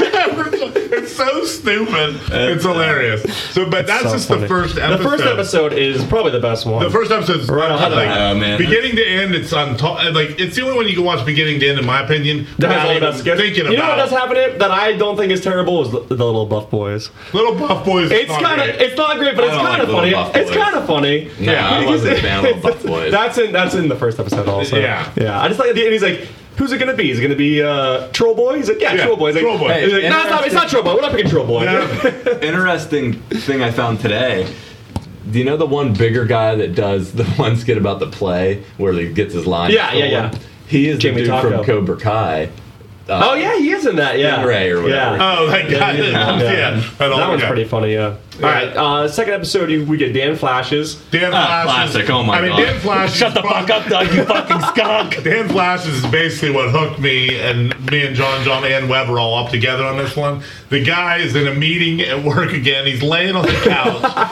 [SPEAKER 1] it's so stupid. It's hilarious. So, but that's
[SPEAKER 2] uh, so
[SPEAKER 1] just
[SPEAKER 2] funny.
[SPEAKER 1] the first
[SPEAKER 2] the
[SPEAKER 1] episode.
[SPEAKER 2] first episode is probably the best one.
[SPEAKER 1] The first episode's
[SPEAKER 2] Right on the
[SPEAKER 1] like,
[SPEAKER 3] bat. Oh, man.
[SPEAKER 1] beginning to end. It's on top. Like it's the only one you can watch beginning to end, in my opinion.
[SPEAKER 2] That
[SPEAKER 1] without
[SPEAKER 2] has all the
[SPEAKER 1] even
[SPEAKER 2] best skits.
[SPEAKER 1] Thinking
[SPEAKER 2] You know what
[SPEAKER 1] about
[SPEAKER 2] does
[SPEAKER 1] it.
[SPEAKER 2] happen to it that I don't think is terrible is the, the Little Buff Boys.
[SPEAKER 1] Little Buff Boys. is
[SPEAKER 2] It's
[SPEAKER 1] not
[SPEAKER 2] kind of
[SPEAKER 1] great.
[SPEAKER 2] it's not great, but
[SPEAKER 3] I
[SPEAKER 2] it's
[SPEAKER 3] don't
[SPEAKER 2] kind
[SPEAKER 3] like
[SPEAKER 2] of
[SPEAKER 3] Little
[SPEAKER 2] funny.
[SPEAKER 3] Buff
[SPEAKER 2] It's
[SPEAKER 3] Boys.
[SPEAKER 2] kind of funny.
[SPEAKER 3] Yeah, I wasn't a fan of Buff Boys.
[SPEAKER 2] That's in that's in the first episode also.
[SPEAKER 1] Yeah.
[SPEAKER 2] yeah. I just like the, and he's like, who's it gonna be? Is it gonna be uh, Troll Boy? He's like, yeah,
[SPEAKER 1] Yeah,
[SPEAKER 2] Troll Boy. He's like,
[SPEAKER 1] Troll Boy.
[SPEAKER 2] He's like, no, it's not, it's not Troll Boy. We're not picking Troll Boy.
[SPEAKER 1] Yeah.
[SPEAKER 3] interesting thing I found today. Do you know the one bigger guy that does the one skit about the play where he gets his line?
[SPEAKER 2] Yeah, yeah, yeah.
[SPEAKER 3] He is
[SPEAKER 2] Jamie
[SPEAKER 3] the dude
[SPEAKER 2] Taco.
[SPEAKER 3] from Cobra Kai.
[SPEAKER 2] oh yeah, he is in that. Yeah,
[SPEAKER 3] Yeah, Ray or whatever.
[SPEAKER 2] Yeah.
[SPEAKER 1] Oh, that guy.
[SPEAKER 2] Yeah,
[SPEAKER 1] Yeah,
[SPEAKER 2] yeah.
[SPEAKER 1] that
[SPEAKER 2] that
[SPEAKER 1] old
[SPEAKER 2] one's
[SPEAKER 1] guy.
[SPEAKER 2] pretty funny. Yeah. All right. Uh, second episode, you, we get Dan Flashes.
[SPEAKER 1] Dan
[SPEAKER 3] Ah,
[SPEAKER 1] Flash. is-
[SPEAKER 3] classic, oh my
[SPEAKER 1] I mean,
[SPEAKER 3] God.
[SPEAKER 1] Dan Flash.
[SPEAKER 3] Shut the fuck up, Doug, you fucking skunk!
[SPEAKER 1] Dan Flash is basically what hooked me and me and John, John, and Webb are all up together on this one. The guy is in a meeting at work again. He's laying on the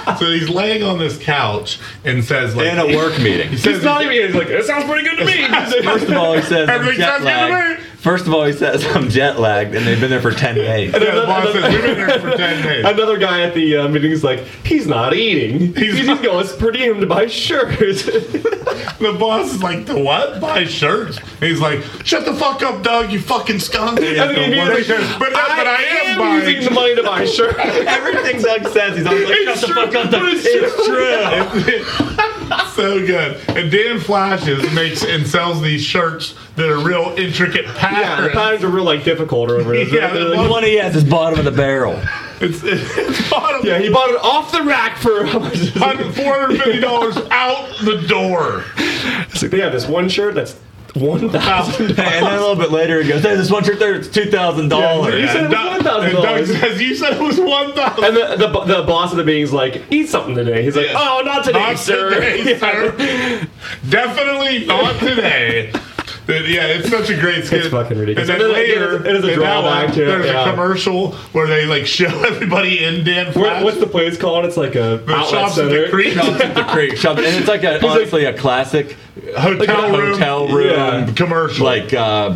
[SPEAKER 1] couch. so he's laying on this couch and says, like,
[SPEAKER 3] In a work meeting.
[SPEAKER 1] says-
[SPEAKER 2] He's not even. He's like, it sounds pretty good to me. He's like-
[SPEAKER 3] First of all, he says I'm
[SPEAKER 1] Everything sounds
[SPEAKER 3] jet
[SPEAKER 1] good to
[SPEAKER 3] lagged.
[SPEAKER 1] me.
[SPEAKER 3] First of all, he says I'm jet lagged, and they've been there for ten days.
[SPEAKER 1] Yeah, the boss says, We've been here for 10 days.
[SPEAKER 2] Another guy at the uh, meeting's like, he's not eating. He's, he's just going, it's pretty him to buy shirts.
[SPEAKER 1] The boss is like, the what? Buy shirts. And he's like, shut the fuck up, Doug, you fucking skunk.
[SPEAKER 2] And then he
[SPEAKER 1] Buy
[SPEAKER 2] immediately-
[SPEAKER 1] shirts. but, I, but I am,
[SPEAKER 2] using
[SPEAKER 1] buying.
[SPEAKER 2] the money to buy shirts.
[SPEAKER 3] Everything Doug says, he's always like,
[SPEAKER 2] It's
[SPEAKER 3] "Shut the
[SPEAKER 2] true,
[SPEAKER 3] fuck up,
[SPEAKER 2] but
[SPEAKER 3] Doug."
[SPEAKER 2] it's
[SPEAKER 3] It's true.
[SPEAKER 1] so good. And Dan flashes makes and sells these shirts that are real intricate
[SPEAKER 2] Yeah, the
[SPEAKER 1] patterns.
[SPEAKER 2] patterns are real like difficult or whatever.
[SPEAKER 1] Yeah,
[SPEAKER 2] They're
[SPEAKER 1] they
[SPEAKER 2] like-
[SPEAKER 1] look-
[SPEAKER 3] One he has is bottom of the barrel.
[SPEAKER 1] it's, it's bottom
[SPEAKER 2] yeah, he bought it off the rack for how much is it?
[SPEAKER 1] hundred four hundred fifty dollars out the door.
[SPEAKER 2] It's like, they have this one shirt that's one thousand.
[SPEAKER 3] And then a little bit later, he goes, "Hey, this one shirt there, it's two thousand
[SPEAKER 2] You
[SPEAKER 3] dollars."
[SPEAKER 2] said it was
[SPEAKER 1] And Doug- and Doug
[SPEAKER 2] $1,000.
[SPEAKER 1] says you said it was one thousand.
[SPEAKER 2] And the, the bo- the boss of the meeting's like, eat something today. He's like,
[SPEAKER 1] Yeah.
[SPEAKER 2] oh, not today,
[SPEAKER 1] Not
[SPEAKER 2] sir.
[SPEAKER 1] today, sir. Definitely not today. But yeah, it's such a great skit.
[SPEAKER 2] It's fucking ridiculous.
[SPEAKER 1] And then
[SPEAKER 2] It is-
[SPEAKER 1] later,
[SPEAKER 2] it is a
[SPEAKER 1] in that one,
[SPEAKER 2] drawback, too,
[SPEAKER 1] There's
[SPEAKER 2] yeah.
[SPEAKER 1] a commercial where they like show everybody in Dan
[SPEAKER 2] What-
[SPEAKER 1] Flash.
[SPEAKER 2] what's the place called? It's like a
[SPEAKER 1] the
[SPEAKER 2] outlet
[SPEAKER 1] shops at the
[SPEAKER 2] center.
[SPEAKER 1] creek
[SPEAKER 3] The creek shop, and it's like a, honestly a classic
[SPEAKER 1] hotel
[SPEAKER 3] like a
[SPEAKER 1] room
[SPEAKER 3] hotel room
[SPEAKER 2] Yeah.
[SPEAKER 1] commercial.
[SPEAKER 3] like uh,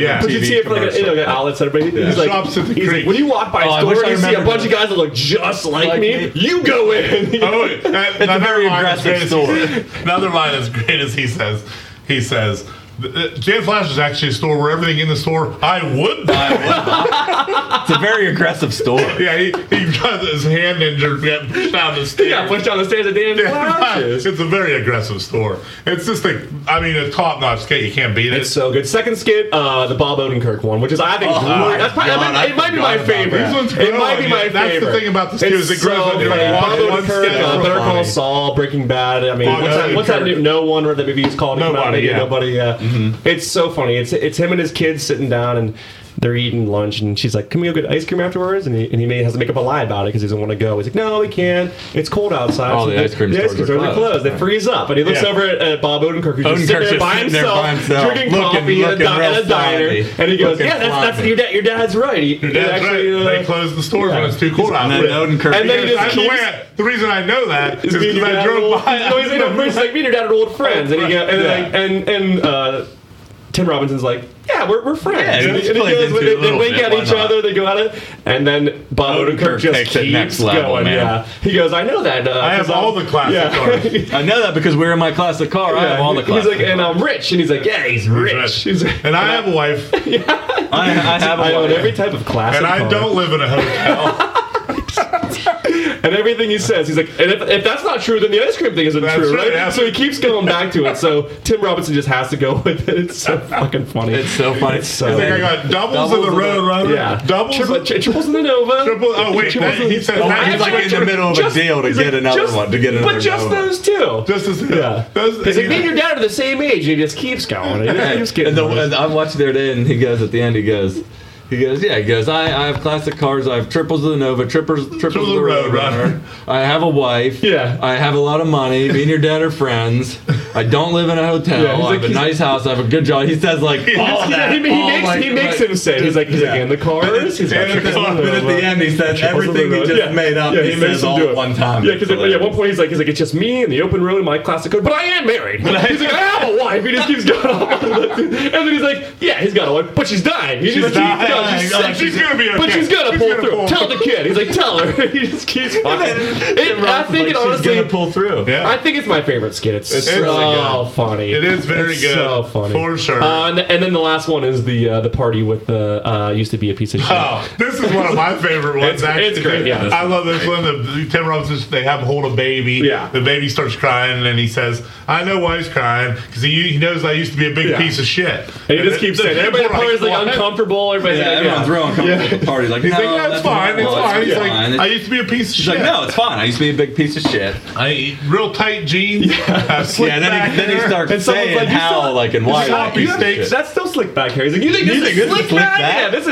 [SPEAKER 1] Yeah.
[SPEAKER 3] yeah.
[SPEAKER 1] But
[SPEAKER 2] You
[SPEAKER 3] TV
[SPEAKER 2] see it for like, a, you know,
[SPEAKER 3] commercial.
[SPEAKER 2] like an outlet center, but he- he's like,
[SPEAKER 1] Shops at the
[SPEAKER 2] he's like,
[SPEAKER 1] creek.
[SPEAKER 2] when you walk by
[SPEAKER 3] Oh,
[SPEAKER 2] a
[SPEAKER 3] I
[SPEAKER 2] store,
[SPEAKER 3] wish I
[SPEAKER 2] you see a
[SPEAKER 3] remembered
[SPEAKER 2] bunch of guys that look just like,
[SPEAKER 3] Like
[SPEAKER 2] me.
[SPEAKER 3] me.
[SPEAKER 2] You go in.
[SPEAKER 1] Oh, wait, that,
[SPEAKER 3] It's a
[SPEAKER 1] another
[SPEAKER 3] very
[SPEAKER 1] line is
[SPEAKER 3] aggressive
[SPEAKER 1] great as- Another line is great as he says. He says, "Dan Flash is actually a store where everything in the store I would buy."
[SPEAKER 3] It's a very aggressive store.
[SPEAKER 1] yeah, he, he got his hand injured, got pushed down the stairs.
[SPEAKER 2] He got pushed down the stairs at Dan Flashes.
[SPEAKER 1] it's a very aggressive store. It's just like I mean, a top notch skate. You can't beat it.
[SPEAKER 2] It's uh, so good. Second skit, uh, the Bob Odenkirk one, which is I think
[SPEAKER 3] Oh,
[SPEAKER 2] great. that's probably,
[SPEAKER 3] God,
[SPEAKER 2] I mean, it
[SPEAKER 3] I
[SPEAKER 2] might be
[SPEAKER 3] forgot
[SPEAKER 2] my
[SPEAKER 3] about
[SPEAKER 2] favorite.
[SPEAKER 1] This one's
[SPEAKER 2] It might
[SPEAKER 1] growing.
[SPEAKER 2] be my
[SPEAKER 1] That's the
[SPEAKER 2] favorite.
[SPEAKER 1] thing about this, too, is it
[SPEAKER 2] It's
[SPEAKER 1] grows on you, like,
[SPEAKER 2] funny.
[SPEAKER 1] one-
[SPEAKER 2] Bob
[SPEAKER 1] one
[SPEAKER 2] Odenkirk,
[SPEAKER 1] skit is
[SPEAKER 2] uh,
[SPEAKER 1] so
[SPEAKER 2] Better Call
[SPEAKER 1] funny.
[SPEAKER 2] Saul, Breaking Bad. I mean,
[SPEAKER 1] Bob
[SPEAKER 2] what's, that, what's that
[SPEAKER 1] Odenkirk.
[SPEAKER 2] new No One or that movie is called? It came out
[SPEAKER 1] Nobody,
[SPEAKER 2] maybe,
[SPEAKER 1] yeah.
[SPEAKER 2] Nobody. Uh, It's so funny. It's it's him and his kids sitting down and. They're eating lunch, and she's like, "Can we go get ice cream afterwards?" And he, and he may, has to make up a lie about it because he doesn't want to go. He's like, "No, we can't. It's cold outside."
[SPEAKER 3] Oh,
[SPEAKER 2] So
[SPEAKER 3] the ice cream
[SPEAKER 2] the ice
[SPEAKER 3] stores
[SPEAKER 2] cream stores
[SPEAKER 3] are
[SPEAKER 2] are
[SPEAKER 3] closed.
[SPEAKER 2] closed. They freeze up, and he looks
[SPEAKER 1] Yeah.
[SPEAKER 2] over at, at Bob Odenkirk, who's just sitting there
[SPEAKER 3] Odenkirk's
[SPEAKER 2] by
[SPEAKER 3] just sitting there
[SPEAKER 2] himself,
[SPEAKER 3] by himself,
[SPEAKER 2] drinking
[SPEAKER 3] looking-
[SPEAKER 2] coffee at a,
[SPEAKER 3] looking
[SPEAKER 2] di-
[SPEAKER 3] real
[SPEAKER 2] at a diner,
[SPEAKER 3] sloppy.
[SPEAKER 2] and he goes,
[SPEAKER 3] Looking
[SPEAKER 2] "Yeah, that's, that's
[SPEAKER 3] sloppy."
[SPEAKER 2] your dad. Your dad's right. He, he
[SPEAKER 1] That's
[SPEAKER 2] actually,
[SPEAKER 1] right.
[SPEAKER 2] uh,
[SPEAKER 1] they close the store
[SPEAKER 2] yeah.
[SPEAKER 1] when it's too cold out.
[SPEAKER 3] And then Odenkirk.
[SPEAKER 2] And then he
[SPEAKER 1] That's
[SPEAKER 2] just
[SPEAKER 1] the,
[SPEAKER 2] keeps.
[SPEAKER 1] way I- the reason I know that is
[SPEAKER 2] me and
[SPEAKER 1] because
[SPEAKER 2] your
[SPEAKER 1] I
[SPEAKER 2] dad
[SPEAKER 1] drove
[SPEAKER 2] old,
[SPEAKER 1] by.
[SPEAKER 2] No, he's like, no, Bruce, like me and your dad are old friends, and he go, and
[SPEAKER 1] Yeah.
[SPEAKER 2] like, and and uh, Tim Robinson's like, yeah, we're, we're friends.
[SPEAKER 3] Yeah,
[SPEAKER 2] and
[SPEAKER 3] it
[SPEAKER 2] he, and he
[SPEAKER 3] plays
[SPEAKER 2] goes,
[SPEAKER 3] into
[SPEAKER 2] they,
[SPEAKER 3] it a
[SPEAKER 2] they
[SPEAKER 3] little
[SPEAKER 2] wink
[SPEAKER 3] bit,
[SPEAKER 2] at
[SPEAKER 3] why
[SPEAKER 2] each
[SPEAKER 3] not?
[SPEAKER 2] other, they go at it, and then Bob Odenkirk,
[SPEAKER 3] Odenkirk
[SPEAKER 2] just
[SPEAKER 3] takes it
[SPEAKER 2] keeps
[SPEAKER 3] next level,
[SPEAKER 2] going.
[SPEAKER 3] man.
[SPEAKER 2] Yeah, he goes, I know that. Uh,
[SPEAKER 1] I have
[SPEAKER 2] 'cause
[SPEAKER 1] all
[SPEAKER 2] I'm-
[SPEAKER 1] the classic cars.
[SPEAKER 3] I know that because we're in my classic car. I have all the
[SPEAKER 2] he's
[SPEAKER 3] classic.
[SPEAKER 2] like, and I'm rich, and he's like, yeah, he's rich. He's like,
[SPEAKER 1] And I have a wife, and
[SPEAKER 3] I, I have a
[SPEAKER 2] I own
[SPEAKER 3] lot.
[SPEAKER 2] every type of classic,
[SPEAKER 1] I
[SPEAKER 2] car.
[SPEAKER 1] don't live in a hotel.
[SPEAKER 2] and everything he says, he's like, and if, if that's not true, then the ice cream thing isn't
[SPEAKER 1] That's
[SPEAKER 2] true,
[SPEAKER 1] right,
[SPEAKER 2] right?
[SPEAKER 1] yeah.
[SPEAKER 2] So he keeps going back to it. So Tim Robinson just has to go with it. It's so fucking funny.
[SPEAKER 3] It's so funny.
[SPEAKER 2] It's so-
[SPEAKER 1] I think I got doubles, in of the
[SPEAKER 3] Doubles of the-
[SPEAKER 1] road runner,
[SPEAKER 2] yeah,
[SPEAKER 1] doubles,
[SPEAKER 2] Triple-
[SPEAKER 1] of-
[SPEAKER 2] tri- triples in the Nova.
[SPEAKER 1] triple. Oh wait, that,
[SPEAKER 2] Triples in
[SPEAKER 1] he
[SPEAKER 2] the-
[SPEAKER 1] said
[SPEAKER 2] Oh,
[SPEAKER 1] that
[SPEAKER 3] he's like in the middle of a deal to
[SPEAKER 2] he's
[SPEAKER 3] get another
[SPEAKER 2] just-
[SPEAKER 3] one, to get another
[SPEAKER 2] But just
[SPEAKER 3] Nova.
[SPEAKER 2] those two.
[SPEAKER 1] just as
[SPEAKER 2] yeah.
[SPEAKER 1] Those,
[SPEAKER 2] He's like, me and your dad are the same age. He just keeps going. He just keeps getting
[SPEAKER 3] and, the,
[SPEAKER 2] worse.
[SPEAKER 3] and I watched the other day, and he goes at the end, he goes, he goes, yeah, he goes, I, I have classic cars, I have triples of the Nova, triples, triples
[SPEAKER 1] the
[SPEAKER 3] of the
[SPEAKER 1] Road Runner.
[SPEAKER 3] Roadrunner, I have a wife,
[SPEAKER 2] Yeah.
[SPEAKER 3] I have a lot of money, me and your dad are friends, I don't live in a hotel,
[SPEAKER 2] Yeah, he's
[SPEAKER 3] I
[SPEAKER 2] like-
[SPEAKER 3] have a
[SPEAKER 2] he's-
[SPEAKER 3] nice house, I have a good job. He says like all
[SPEAKER 2] He-
[SPEAKER 3] Oh, that.
[SPEAKER 2] he, he
[SPEAKER 3] all
[SPEAKER 2] makes,
[SPEAKER 3] like-
[SPEAKER 2] he makes
[SPEAKER 3] like-
[SPEAKER 2] him say it. he's like he's like
[SPEAKER 3] Yeah.
[SPEAKER 2] in the cars. He's
[SPEAKER 1] And
[SPEAKER 2] got
[SPEAKER 1] at the-
[SPEAKER 2] triples in
[SPEAKER 3] But at
[SPEAKER 2] Nova.
[SPEAKER 3] the end, he says everything he just made up. he, says
[SPEAKER 2] him
[SPEAKER 3] all
[SPEAKER 2] do
[SPEAKER 3] at
[SPEAKER 2] it.
[SPEAKER 3] one time.
[SPEAKER 2] Yeah,
[SPEAKER 3] It's
[SPEAKER 2] because at
[SPEAKER 3] hilarious.
[SPEAKER 2] one point he's like, he's like, it's just me in the open road in my classic coat, but I am married. he's like, I have a wife. He just keeps going off. and then he's like, yeah, he's got a wife, but she's dying. He just keeps
[SPEAKER 1] dying.
[SPEAKER 2] going, she's
[SPEAKER 1] Oh,
[SPEAKER 2] sick.
[SPEAKER 1] she's gonna be
[SPEAKER 2] But
[SPEAKER 1] okay.
[SPEAKER 2] she's gonna
[SPEAKER 1] She's
[SPEAKER 2] pull
[SPEAKER 1] gonna
[SPEAKER 2] through.
[SPEAKER 1] pull
[SPEAKER 2] Tell the kid. He's like, tell her. he just keeps fucking. It, I think it
[SPEAKER 3] Like, she's
[SPEAKER 2] honestly.
[SPEAKER 3] gonna pull through.
[SPEAKER 1] Yeah.
[SPEAKER 2] I think it's my favorite skit. It's,
[SPEAKER 1] It's
[SPEAKER 2] so
[SPEAKER 1] really good.
[SPEAKER 2] funny.
[SPEAKER 1] It is very
[SPEAKER 2] It's
[SPEAKER 1] good,
[SPEAKER 2] So funny
[SPEAKER 1] for sure.
[SPEAKER 2] Uh, and, and then the last one is the uh, the party with the uh, used to be a piece of shit.
[SPEAKER 1] Oh, this is one of my favorite ones.
[SPEAKER 2] It's-
[SPEAKER 1] actually.
[SPEAKER 2] it's great, yeah.
[SPEAKER 1] I love this one. The, Tim Robinson, they have hold a baby.
[SPEAKER 2] Yeah.
[SPEAKER 1] The baby starts crying, and then he says, "I know why he's crying because he, he knows I used to be a big
[SPEAKER 2] Yeah.
[SPEAKER 1] piece of shit."
[SPEAKER 2] And he just keeps
[SPEAKER 1] the
[SPEAKER 2] saying,
[SPEAKER 1] people
[SPEAKER 2] everybody at
[SPEAKER 1] are
[SPEAKER 2] the party's like
[SPEAKER 1] "What?"
[SPEAKER 2] uncomfortable. Everybody's
[SPEAKER 3] Yeah,
[SPEAKER 2] like,
[SPEAKER 3] everyone's
[SPEAKER 2] yeah.
[SPEAKER 3] real uncomfortable at the party. Like,
[SPEAKER 1] He's
[SPEAKER 3] no,
[SPEAKER 1] like, "Yeah, it's
[SPEAKER 3] that's
[SPEAKER 1] fine. It's
[SPEAKER 3] normal,
[SPEAKER 1] fine." He's like,
[SPEAKER 3] fine.
[SPEAKER 1] "I used to be a piece of
[SPEAKER 3] She's
[SPEAKER 1] shit."
[SPEAKER 3] like, no, it's fine. I used to be a big piece of shit.
[SPEAKER 1] I eat real tight jeans. Yeah.
[SPEAKER 3] yeah, then he, then he starts
[SPEAKER 2] And someone's
[SPEAKER 3] saying
[SPEAKER 2] like, you
[SPEAKER 3] how,
[SPEAKER 2] still-
[SPEAKER 3] like, and why.
[SPEAKER 1] still
[SPEAKER 3] like,
[SPEAKER 1] happy
[SPEAKER 3] you did
[SPEAKER 1] steaks.
[SPEAKER 3] shit.
[SPEAKER 2] That's still slick back hair. He's like, you think, this, is slick back? Yeah, this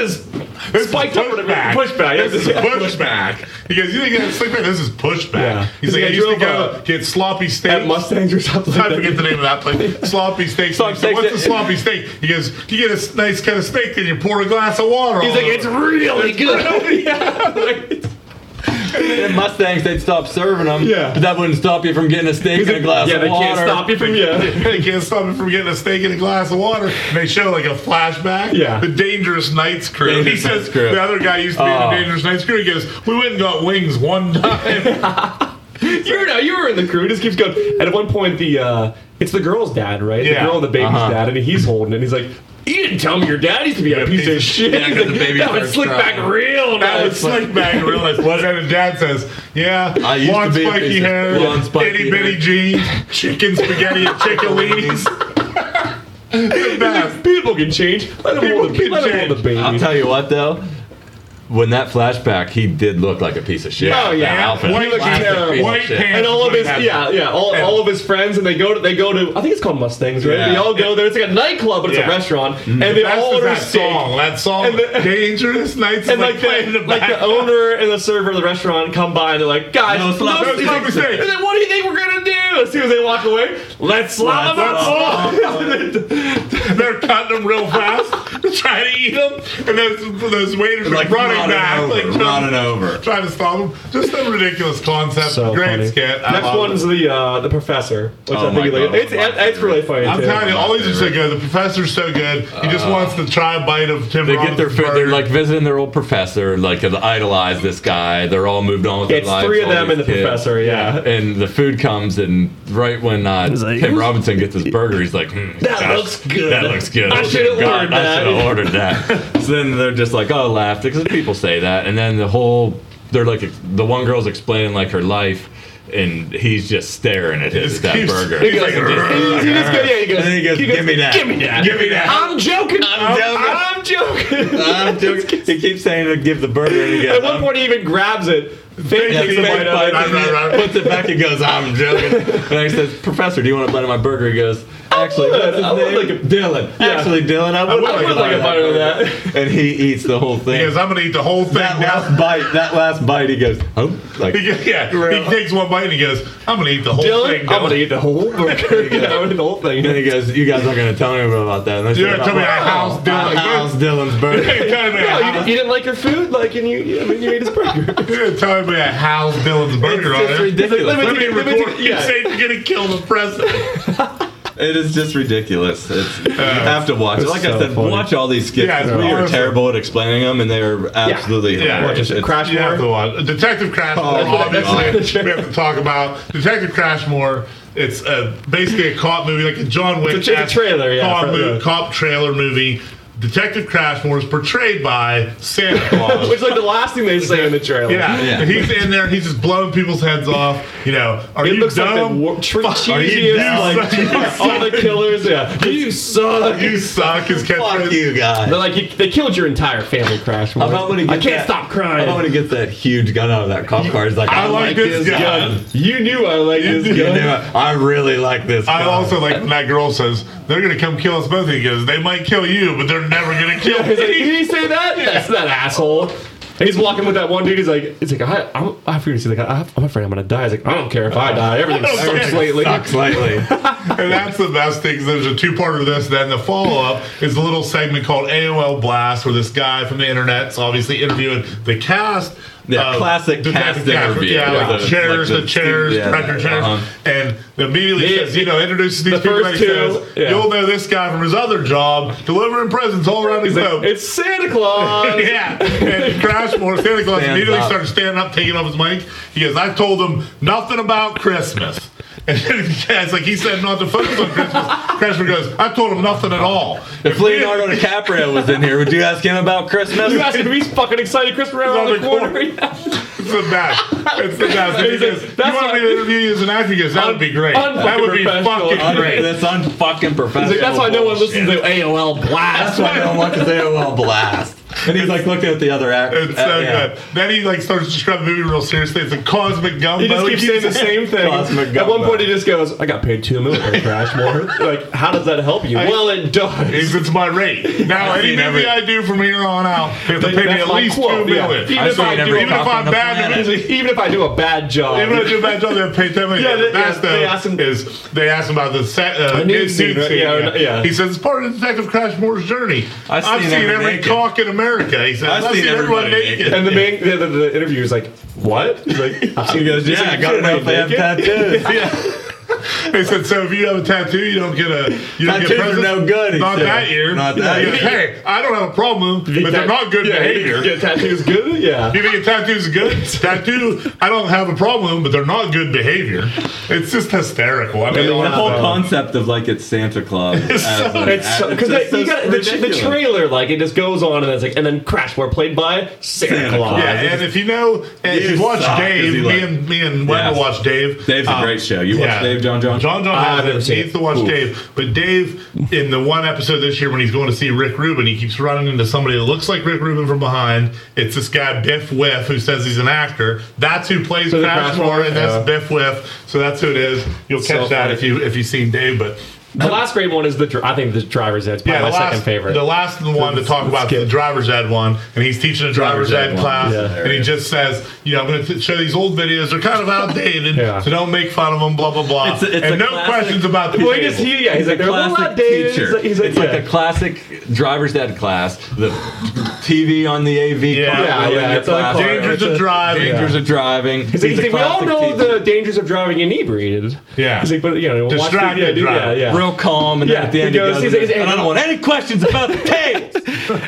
[SPEAKER 2] is spiked up or whatever.
[SPEAKER 1] pushback.
[SPEAKER 2] Pushback. yeah,
[SPEAKER 1] This is
[SPEAKER 2] yeah.
[SPEAKER 1] pushback. He goes, "You think that's slickback? This is pushback."
[SPEAKER 2] Yeah.
[SPEAKER 1] He's like, "I
[SPEAKER 2] He's
[SPEAKER 1] used to
[SPEAKER 2] like, I drove
[SPEAKER 1] go get sloppy
[SPEAKER 2] At
[SPEAKER 1] steaks."
[SPEAKER 2] Mustangs or something
[SPEAKER 1] I
[SPEAKER 2] like
[SPEAKER 1] forget the
[SPEAKER 2] that.
[SPEAKER 1] name of that place. Sloppy steak.
[SPEAKER 3] Sloppy
[SPEAKER 1] So what's a
[SPEAKER 3] steak-
[SPEAKER 1] sloppy steak? He goes, you get a s- nice cut of steak, then you pour a glass of water.
[SPEAKER 2] He's
[SPEAKER 1] on
[SPEAKER 2] like,
[SPEAKER 1] it."
[SPEAKER 2] it's really good. Yeah, like-
[SPEAKER 3] And Mustangs, they'd stop serving them.
[SPEAKER 2] Yeah.
[SPEAKER 3] But that wouldn't stop you from getting a steak and a glass
[SPEAKER 2] yeah,
[SPEAKER 3] of
[SPEAKER 2] they
[SPEAKER 3] water.
[SPEAKER 2] can't stop you from yeah.
[SPEAKER 1] they can't stop me from getting a steak and a glass of water. And they show like a flashback.
[SPEAKER 2] Yeah.
[SPEAKER 1] The Dangerous Knights crew.
[SPEAKER 3] Dangerous
[SPEAKER 1] he says
[SPEAKER 3] Knights crew.
[SPEAKER 1] the other guy used to be in
[SPEAKER 3] Oh.
[SPEAKER 1] the Dangerous Knights crew. He goes, we went and got wings one time.
[SPEAKER 2] you know, you were in the crew. It just keeps going. And at one point, the uh, it's the girl's dad, right?
[SPEAKER 1] Yeah.
[SPEAKER 2] The girl and the baby's
[SPEAKER 3] Uh-huh.
[SPEAKER 2] dad, and he's holding it. And he's like, "You didn't tell me your dad used to be a piece, of shit."
[SPEAKER 3] Yeah, 'cause
[SPEAKER 2] He's
[SPEAKER 3] the
[SPEAKER 2] like,
[SPEAKER 3] baby
[SPEAKER 2] that would
[SPEAKER 3] starts
[SPEAKER 2] slick
[SPEAKER 3] crying.
[SPEAKER 2] back real
[SPEAKER 1] I would
[SPEAKER 2] nice.
[SPEAKER 1] slick back and realize what and his dad says, yeah,
[SPEAKER 3] I used
[SPEAKER 1] long
[SPEAKER 3] to be a piece
[SPEAKER 1] spiky
[SPEAKER 3] of-
[SPEAKER 1] hair,
[SPEAKER 3] long spiky
[SPEAKER 1] itty bitty
[SPEAKER 3] hair."
[SPEAKER 1] jeans, chicken spaghetti and chickalinis. the best.
[SPEAKER 2] People can change. Let him
[SPEAKER 1] People
[SPEAKER 2] hold the,
[SPEAKER 1] can
[SPEAKER 2] let him hold the
[SPEAKER 1] change.
[SPEAKER 2] baby.
[SPEAKER 3] I'll tell you what though, when that flashback, he did look like a piece of shit.
[SPEAKER 2] Oh, yeah.
[SPEAKER 3] The outfit.
[SPEAKER 1] White,
[SPEAKER 2] looks
[SPEAKER 1] pants-
[SPEAKER 2] terrible.
[SPEAKER 1] white
[SPEAKER 3] Shit.
[SPEAKER 1] pants.
[SPEAKER 2] and all of
[SPEAKER 1] would
[SPEAKER 2] his
[SPEAKER 1] have-
[SPEAKER 2] yeah yeah all,
[SPEAKER 1] Yeah.
[SPEAKER 2] all of his friends and they go to they go to I think it's called Mustangs right
[SPEAKER 3] Yeah.
[SPEAKER 2] they all go there it's like a nightclub but it's
[SPEAKER 1] Yeah. Mm.
[SPEAKER 2] a restaurant and they
[SPEAKER 1] That's
[SPEAKER 2] all
[SPEAKER 1] all
[SPEAKER 2] order
[SPEAKER 1] that
[SPEAKER 2] steak
[SPEAKER 1] song. That song,
[SPEAKER 2] And the-
[SPEAKER 1] Dangerous Nights,
[SPEAKER 2] and like,
[SPEAKER 1] playing
[SPEAKER 2] the,
[SPEAKER 1] in
[SPEAKER 2] like the
[SPEAKER 1] back.
[SPEAKER 2] owner and the server of the restaurant come by and they're like guys
[SPEAKER 3] No sloppy
[SPEAKER 1] No sloppy
[SPEAKER 2] steaks."
[SPEAKER 1] steaks.
[SPEAKER 2] and then what do you think we're gonna do as soon as they walk away let's slop them
[SPEAKER 1] Let's
[SPEAKER 2] all
[SPEAKER 1] They're cutting them real fast, trying to eat them, and those those waiters are
[SPEAKER 3] Like
[SPEAKER 1] running
[SPEAKER 3] running
[SPEAKER 1] back,
[SPEAKER 3] over,
[SPEAKER 1] like
[SPEAKER 3] running over.
[SPEAKER 1] trying to stop them. Just a ridiculous concept.
[SPEAKER 2] so
[SPEAKER 1] Great
[SPEAKER 2] funny
[SPEAKER 1] skit. I
[SPEAKER 2] next
[SPEAKER 1] love
[SPEAKER 2] one's
[SPEAKER 1] it.
[SPEAKER 2] the uh, the professor which
[SPEAKER 3] Oh
[SPEAKER 2] I think
[SPEAKER 3] my
[SPEAKER 2] you like-
[SPEAKER 3] God,
[SPEAKER 2] it's
[SPEAKER 3] that's my
[SPEAKER 2] it's really funny
[SPEAKER 1] I'm
[SPEAKER 2] too.
[SPEAKER 1] telling you,
[SPEAKER 3] my
[SPEAKER 1] all these are so
[SPEAKER 3] favorite.
[SPEAKER 1] good. The professor's so good. He just wants to try a bite of Tim.
[SPEAKER 3] Uh, They get their
[SPEAKER 1] Robbins'
[SPEAKER 3] food. They're
[SPEAKER 1] burger.
[SPEAKER 3] like visiting their old professor. Like they idolize this guy. They're all moved on with their
[SPEAKER 2] it's
[SPEAKER 3] lives.
[SPEAKER 2] three of
[SPEAKER 3] all
[SPEAKER 2] them
[SPEAKER 3] these
[SPEAKER 2] and the
[SPEAKER 3] kids.
[SPEAKER 2] professor yeah
[SPEAKER 3] And the food comes, and right when uh,
[SPEAKER 2] like,
[SPEAKER 3] Tim Robinson gets his burger, he's like, hmm,
[SPEAKER 2] That looks good.
[SPEAKER 3] That looks good.
[SPEAKER 2] I
[SPEAKER 3] Oh,
[SPEAKER 2] should've
[SPEAKER 3] God,
[SPEAKER 2] ordered that."
[SPEAKER 3] I should have ordered that." so then they're just like, "Oh, laughed," because people say that, and then the whole they're like, the one girl's explaining like her life, and he's just staring at his
[SPEAKER 1] Just
[SPEAKER 3] that
[SPEAKER 1] keeps-
[SPEAKER 3] burger.
[SPEAKER 1] he
[SPEAKER 2] He goes, he just goes, yeah, he goes,
[SPEAKER 3] And then he goes, "Give me that."
[SPEAKER 2] Give me that.
[SPEAKER 1] Give me that.
[SPEAKER 2] I'm joking. I'm
[SPEAKER 3] joking.
[SPEAKER 2] I'm joking.
[SPEAKER 3] I'm joking. He keeps saying to give the burger, and he goes,
[SPEAKER 2] At one point, he even grabs it. Fake
[SPEAKER 3] Yeah,
[SPEAKER 2] takes a
[SPEAKER 3] fake
[SPEAKER 2] bite
[SPEAKER 3] bite,
[SPEAKER 2] of
[SPEAKER 1] Right,
[SPEAKER 2] it.
[SPEAKER 1] right, right.
[SPEAKER 3] puts it back and goes, I'm joking. And I says, Professor, do you want a bite of my burger? He goes,
[SPEAKER 1] Oh,
[SPEAKER 3] Actually,
[SPEAKER 2] would.
[SPEAKER 3] what's his
[SPEAKER 2] I would
[SPEAKER 3] name?
[SPEAKER 2] like a-
[SPEAKER 3] Dylan. Actually, Dylan, I would,
[SPEAKER 1] would
[SPEAKER 3] like,
[SPEAKER 2] I would like a bite of that.
[SPEAKER 3] burger." And he eats the whole thing.
[SPEAKER 1] He goes, I'm gonna eat the whole thing
[SPEAKER 3] that
[SPEAKER 1] now.
[SPEAKER 3] last bite, that last bite, he goes, Oh, like,
[SPEAKER 1] He goes, yeah,
[SPEAKER 3] Real.
[SPEAKER 1] he takes one bite and he goes, "I'm gonna eat the whole
[SPEAKER 2] Dylan,
[SPEAKER 1] thing."
[SPEAKER 2] I'm
[SPEAKER 1] now."
[SPEAKER 2] gonna eat the whole burger. You know, the whole
[SPEAKER 3] and
[SPEAKER 2] thing.
[SPEAKER 3] he goes, You guys aren't going to tell me about that. And I
[SPEAKER 1] You're
[SPEAKER 3] said,
[SPEAKER 1] gonna tell me I house
[SPEAKER 3] "Oh,
[SPEAKER 1] Dylan."
[SPEAKER 3] I house Dylan's burger.
[SPEAKER 1] You're telling me
[SPEAKER 2] No,
[SPEAKER 1] I
[SPEAKER 2] you,
[SPEAKER 1] house-
[SPEAKER 2] you didn't like your food, like, and you, you, I mean, you ate his burger.
[SPEAKER 1] you're telling me I housed Dylan's burger on
[SPEAKER 3] It's just
[SPEAKER 1] it.
[SPEAKER 3] ridiculous.
[SPEAKER 1] Let me
[SPEAKER 2] Let me
[SPEAKER 1] record.
[SPEAKER 2] do- yeah.
[SPEAKER 1] You say you're gonna kill the president.
[SPEAKER 3] It is just ridiculous. It's, you have to watch it. Like I
[SPEAKER 2] so
[SPEAKER 3] said,
[SPEAKER 2] funny.
[SPEAKER 3] watch all these skits.
[SPEAKER 1] Uh, Yeah, it's
[SPEAKER 3] we are
[SPEAKER 1] awesome.
[SPEAKER 3] terrible at explaining them, and they are absolutely
[SPEAKER 1] Yeah. Watch
[SPEAKER 3] hilarious. It's-
[SPEAKER 2] Crash
[SPEAKER 1] You have to
[SPEAKER 2] more.
[SPEAKER 1] watch Detective Crashmore.
[SPEAKER 3] Oh, that's-
[SPEAKER 1] obviously, we have to talk about Detective Crashmore. It's a, basically a cop movie, like a John Wick.
[SPEAKER 2] It's a- it's a trailer, yeah,
[SPEAKER 1] Cop,
[SPEAKER 2] for the-
[SPEAKER 1] mo- cop trailer movie. Detective Crashmore is portrayed by Santa Claus.
[SPEAKER 2] Which is like the last thing they say in the trailer.
[SPEAKER 1] Yeah,
[SPEAKER 3] Yeah.
[SPEAKER 1] he's in there. He's just blowing people's heads off. You know, are
[SPEAKER 2] It
[SPEAKER 1] you
[SPEAKER 2] looks like the
[SPEAKER 1] dumb?
[SPEAKER 2] wor- tr-
[SPEAKER 1] Are you dumb?
[SPEAKER 2] cheesiest,
[SPEAKER 1] you,
[SPEAKER 2] like,
[SPEAKER 1] suck.
[SPEAKER 2] all the killers. Yeah, you suck.
[SPEAKER 1] you suck. His
[SPEAKER 3] Fuck
[SPEAKER 1] catchphrase.
[SPEAKER 3] you guys.
[SPEAKER 2] They're like, you, they killed your entire family, Crash. Morris.
[SPEAKER 3] about when he
[SPEAKER 2] I
[SPEAKER 3] gets
[SPEAKER 2] can't
[SPEAKER 3] that-
[SPEAKER 2] stop crying.
[SPEAKER 3] I want to get that huge gun out of that cop car. He's like, I, like this gun.
[SPEAKER 2] You knew I liked this
[SPEAKER 1] You
[SPEAKER 3] You
[SPEAKER 2] gun.
[SPEAKER 3] knew it. I really like this.
[SPEAKER 1] I
[SPEAKER 3] gun.
[SPEAKER 1] also like when that girl says they're gonna come kill us both. He goes, they might kill you, but they're never gonna kill
[SPEAKER 2] He's like, did
[SPEAKER 1] me.
[SPEAKER 2] he say that? That's that asshole. And he's walking with that one dude. He's like, he's like, I, I'm, I figured he's like, I, I'm afraid I'm gonna die. He's like, I don't care if I die. Everything
[SPEAKER 1] I don't
[SPEAKER 2] sucks
[SPEAKER 1] care.
[SPEAKER 2] lately.
[SPEAKER 3] sucks lately.
[SPEAKER 1] and that's the best thing. 'cause There's a two-part of this. Then the follow-up is a little segment called AOL Blast, where this guy from the internet's obviously interviewing the cast.
[SPEAKER 3] Yeah,
[SPEAKER 1] of
[SPEAKER 3] classic
[SPEAKER 1] Detective
[SPEAKER 3] cast interview.
[SPEAKER 1] Yeah,
[SPEAKER 3] Yeah,
[SPEAKER 1] like
[SPEAKER 3] the-
[SPEAKER 1] chairs,
[SPEAKER 3] like
[SPEAKER 1] the,
[SPEAKER 3] the-
[SPEAKER 1] chairs,
[SPEAKER 3] yeah,
[SPEAKER 1] record chairs,
[SPEAKER 3] uh-huh.
[SPEAKER 1] and immediately
[SPEAKER 2] The-
[SPEAKER 1] says, you know, introduces these
[SPEAKER 2] the
[SPEAKER 1] people.
[SPEAKER 2] first
[SPEAKER 1] and he
[SPEAKER 2] two,
[SPEAKER 1] says,
[SPEAKER 2] yeah.
[SPEAKER 1] You'll know this guy from his other job, delivering presents all around the
[SPEAKER 2] He's like,
[SPEAKER 1] globe.
[SPEAKER 2] it's Santa Claus.
[SPEAKER 1] Yeah, and Crashmore, Santa Claus
[SPEAKER 3] Stands
[SPEAKER 1] immediately
[SPEAKER 3] up.
[SPEAKER 1] started standing up, taking off his mic. He goes, I told him nothing about Christmas. And it's like he said not to focus on Christmas. Crashmore goes, I told him nothing at all.
[SPEAKER 3] If Leonardo DiCaprio was in here, would you ask him about Christmas?
[SPEAKER 2] You asked him if he's fucking excited. Chris around
[SPEAKER 1] Around
[SPEAKER 2] the
[SPEAKER 1] the
[SPEAKER 2] corner.
[SPEAKER 1] corner.
[SPEAKER 2] Yeah.
[SPEAKER 1] It's the best. It's the best. And he
[SPEAKER 2] He's like,
[SPEAKER 1] goes, you
[SPEAKER 2] "That's
[SPEAKER 1] want me
[SPEAKER 2] why-
[SPEAKER 1] to interview you as an actor? He goes, that would be great.
[SPEAKER 2] Un-
[SPEAKER 1] That would be
[SPEAKER 2] unprofessional.
[SPEAKER 1] fucking
[SPEAKER 3] Un-
[SPEAKER 1] great.
[SPEAKER 3] That's unfucking
[SPEAKER 2] He's
[SPEAKER 3] professional.
[SPEAKER 2] like, that's why no one listens to AOL
[SPEAKER 3] That's
[SPEAKER 2] Blast.
[SPEAKER 3] why no one watches AOL Blast. And he's like looking at the other uh, actors.
[SPEAKER 1] It's so good. Then he like starts describing the movie real seriously. It's a cosmic gumbo.
[SPEAKER 2] He just keeps saying the same thing.
[SPEAKER 3] Cosmic
[SPEAKER 2] At one
[SPEAKER 3] gumbo.
[SPEAKER 2] point, he just goes, "I got paid two million for Crash More." like, how does that help you? well, it does.
[SPEAKER 1] He's- it's my rate. Now,
[SPEAKER 3] I've
[SPEAKER 1] any
[SPEAKER 3] seen
[SPEAKER 1] movie
[SPEAKER 3] every-
[SPEAKER 1] I do from here on out, they have to pay me
[SPEAKER 2] That's
[SPEAKER 1] at
[SPEAKER 2] my
[SPEAKER 1] least
[SPEAKER 2] quote,
[SPEAKER 1] two
[SPEAKER 2] yeah.
[SPEAKER 1] million.
[SPEAKER 2] Even
[SPEAKER 3] I've
[SPEAKER 2] if I
[SPEAKER 3] seen
[SPEAKER 2] do,
[SPEAKER 3] every
[SPEAKER 1] even if
[SPEAKER 3] cop
[SPEAKER 1] I'm
[SPEAKER 3] on the
[SPEAKER 1] bad,
[SPEAKER 3] planet.
[SPEAKER 2] He's like, even if I do a bad job,
[SPEAKER 1] Even if I do a bad job, they have to pay ten million.
[SPEAKER 2] Yeah,
[SPEAKER 1] Yeah,
[SPEAKER 2] they-
[SPEAKER 1] the best
[SPEAKER 2] yeah,
[SPEAKER 1] though
[SPEAKER 2] they asked him-
[SPEAKER 1] is they asked him about the set, uh,
[SPEAKER 2] A nude
[SPEAKER 1] nude
[SPEAKER 2] scene,
[SPEAKER 1] scene.
[SPEAKER 2] right? Yeah,
[SPEAKER 1] yeah.
[SPEAKER 2] or- yeah.
[SPEAKER 1] he said it's part of Detective Crash Moore's journey. I've,
[SPEAKER 3] I've
[SPEAKER 1] seen,
[SPEAKER 3] seen
[SPEAKER 1] every
[SPEAKER 3] everyone naked."
[SPEAKER 1] cock in America. He said I've, seen, everyone
[SPEAKER 3] everybody
[SPEAKER 1] naked.
[SPEAKER 3] naked.
[SPEAKER 2] And the main, the, the, the interviewer is like, "What?" He's like,
[SPEAKER 3] He goes, yeah, I gotta know if they have tattoos.
[SPEAKER 1] They said, so if you have a tattoo, you don't get a you don't get
[SPEAKER 4] Tattoos are
[SPEAKER 1] presents?
[SPEAKER 4] no good, he
[SPEAKER 1] Not
[SPEAKER 4] said.
[SPEAKER 1] that year.
[SPEAKER 4] Not that
[SPEAKER 1] He goes,
[SPEAKER 4] year.
[SPEAKER 1] Hey, I don't have a problem, but they're not good
[SPEAKER 4] yeah,
[SPEAKER 1] behavior.
[SPEAKER 4] Yeah, tattoos good. Yeah.
[SPEAKER 1] You think a tattoo's good? Tattoo, I don't have a problem, but they're not good behavior. It's just hysterical. I mean,
[SPEAKER 3] the
[SPEAKER 1] honestly.
[SPEAKER 3] whole concept of like it's Santa Claus.
[SPEAKER 1] It's
[SPEAKER 3] as
[SPEAKER 1] so-
[SPEAKER 3] an
[SPEAKER 2] It's
[SPEAKER 3] ad-
[SPEAKER 2] because
[SPEAKER 3] just
[SPEAKER 2] you got the, the
[SPEAKER 3] ridiculous.
[SPEAKER 2] trailer, like it just goes on and it's like, and then Crash, we're played by Santa
[SPEAKER 3] Santa
[SPEAKER 2] Claus.
[SPEAKER 3] Claus.
[SPEAKER 1] Yeah, and if you know, and if
[SPEAKER 3] You
[SPEAKER 1] you watch
[SPEAKER 3] suck, is
[SPEAKER 1] Dave,
[SPEAKER 3] he
[SPEAKER 1] me
[SPEAKER 3] like-
[SPEAKER 1] and me and Wendell
[SPEAKER 3] Yes.
[SPEAKER 1] watch Dave. Um,
[SPEAKER 3] Dave's a great show. You watch Dave, John John?
[SPEAKER 1] John John
[SPEAKER 2] Ah,
[SPEAKER 1] has
[SPEAKER 2] I've never
[SPEAKER 1] it.
[SPEAKER 2] seen
[SPEAKER 1] needs
[SPEAKER 2] it.
[SPEAKER 1] to watch
[SPEAKER 3] Ooh.
[SPEAKER 1] Dave. But Dave, in the one episode this year when he's going to see Rick Rubin, he keeps running into somebody that looks like Rick Rubin from behind. It's this guy Biff Whiff who says he's an actor. That's who plays
[SPEAKER 2] the
[SPEAKER 1] Crash
[SPEAKER 2] Crash
[SPEAKER 1] Moore, and that's
[SPEAKER 2] Moore,
[SPEAKER 1] Biff Whiff. So that's who it is. You'll
[SPEAKER 2] So
[SPEAKER 1] catch that
[SPEAKER 2] funny.
[SPEAKER 1] if you if you've seen Dave, but.
[SPEAKER 2] The last grade one is the dr- I think the driver's ed's probably
[SPEAKER 1] Yeah, the
[SPEAKER 2] my
[SPEAKER 1] last,
[SPEAKER 2] second favorite.
[SPEAKER 1] the last one to talk about is the driver's ed one, and he's teaching a driver's,
[SPEAKER 3] Driver's ed
[SPEAKER 1] ed
[SPEAKER 3] one.
[SPEAKER 1] class,
[SPEAKER 2] Yeah.
[SPEAKER 1] and he just says, you know, I'm going to show these old videos. They're kind of outdated,
[SPEAKER 2] Yeah.
[SPEAKER 1] so don't make fun of them. Blah blah blah.
[SPEAKER 3] It's a- it's
[SPEAKER 1] and
[SPEAKER 3] a
[SPEAKER 1] no
[SPEAKER 3] classic-
[SPEAKER 1] questions about the
[SPEAKER 2] well, he
[SPEAKER 1] table.
[SPEAKER 2] just he, yeah, he's like
[SPEAKER 3] a
[SPEAKER 2] they're a little
[SPEAKER 3] classic
[SPEAKER 2] outdated. He's
[SPEAKER 3] teacher.
[SPEAKER 2] like, he's like,
[SPEAKER 3] It's like a classic driver's ed class. The TV on the AV.
[SPEAKER 1] Yeah.
[SPEAKER 3] car
[SPEAKER 1] Yeah,
[SPEAKER 3] wheel
[SPEAKER 2] yeah,
[SPEAKER 3] in your
[SPEAKER 2] it's like
[SPEAKER 3] class.
[SPEAKER 2] car.
[SPEAKER 1] dangers of
[SPEAKER 2] It's a-
[SPEAKER 1] driving.
[SPEAKER 3] Dangers of driving.
[SPEAKER 2] He's like, we all know the dangers of driving inebriated.
[SPEAKER 1] Yeah.
[SPEAKER 2] He's like, but you know, watch the-
[SPEAKER 1] Distracted
[SPEAKER 2] yeah, dude,
[SPEAKER 1] driver.
[SPEAKER 2] Yeah, yeah.
[SPEAKER 3] real calm, and
[SPEAKER 2] Yeah,
[SPEAKER 3] then at the
[SPEAKER 2] he
[SPEAKER 3] end he
[SPEAKER 2] goes-
[SPEAKER 3] goes,
[SPEAKER 2] he's-
[SPEAKER 3] and
[SPEAKER 2] he's-
[SPEAKER 3] I don't want any questions about the tails.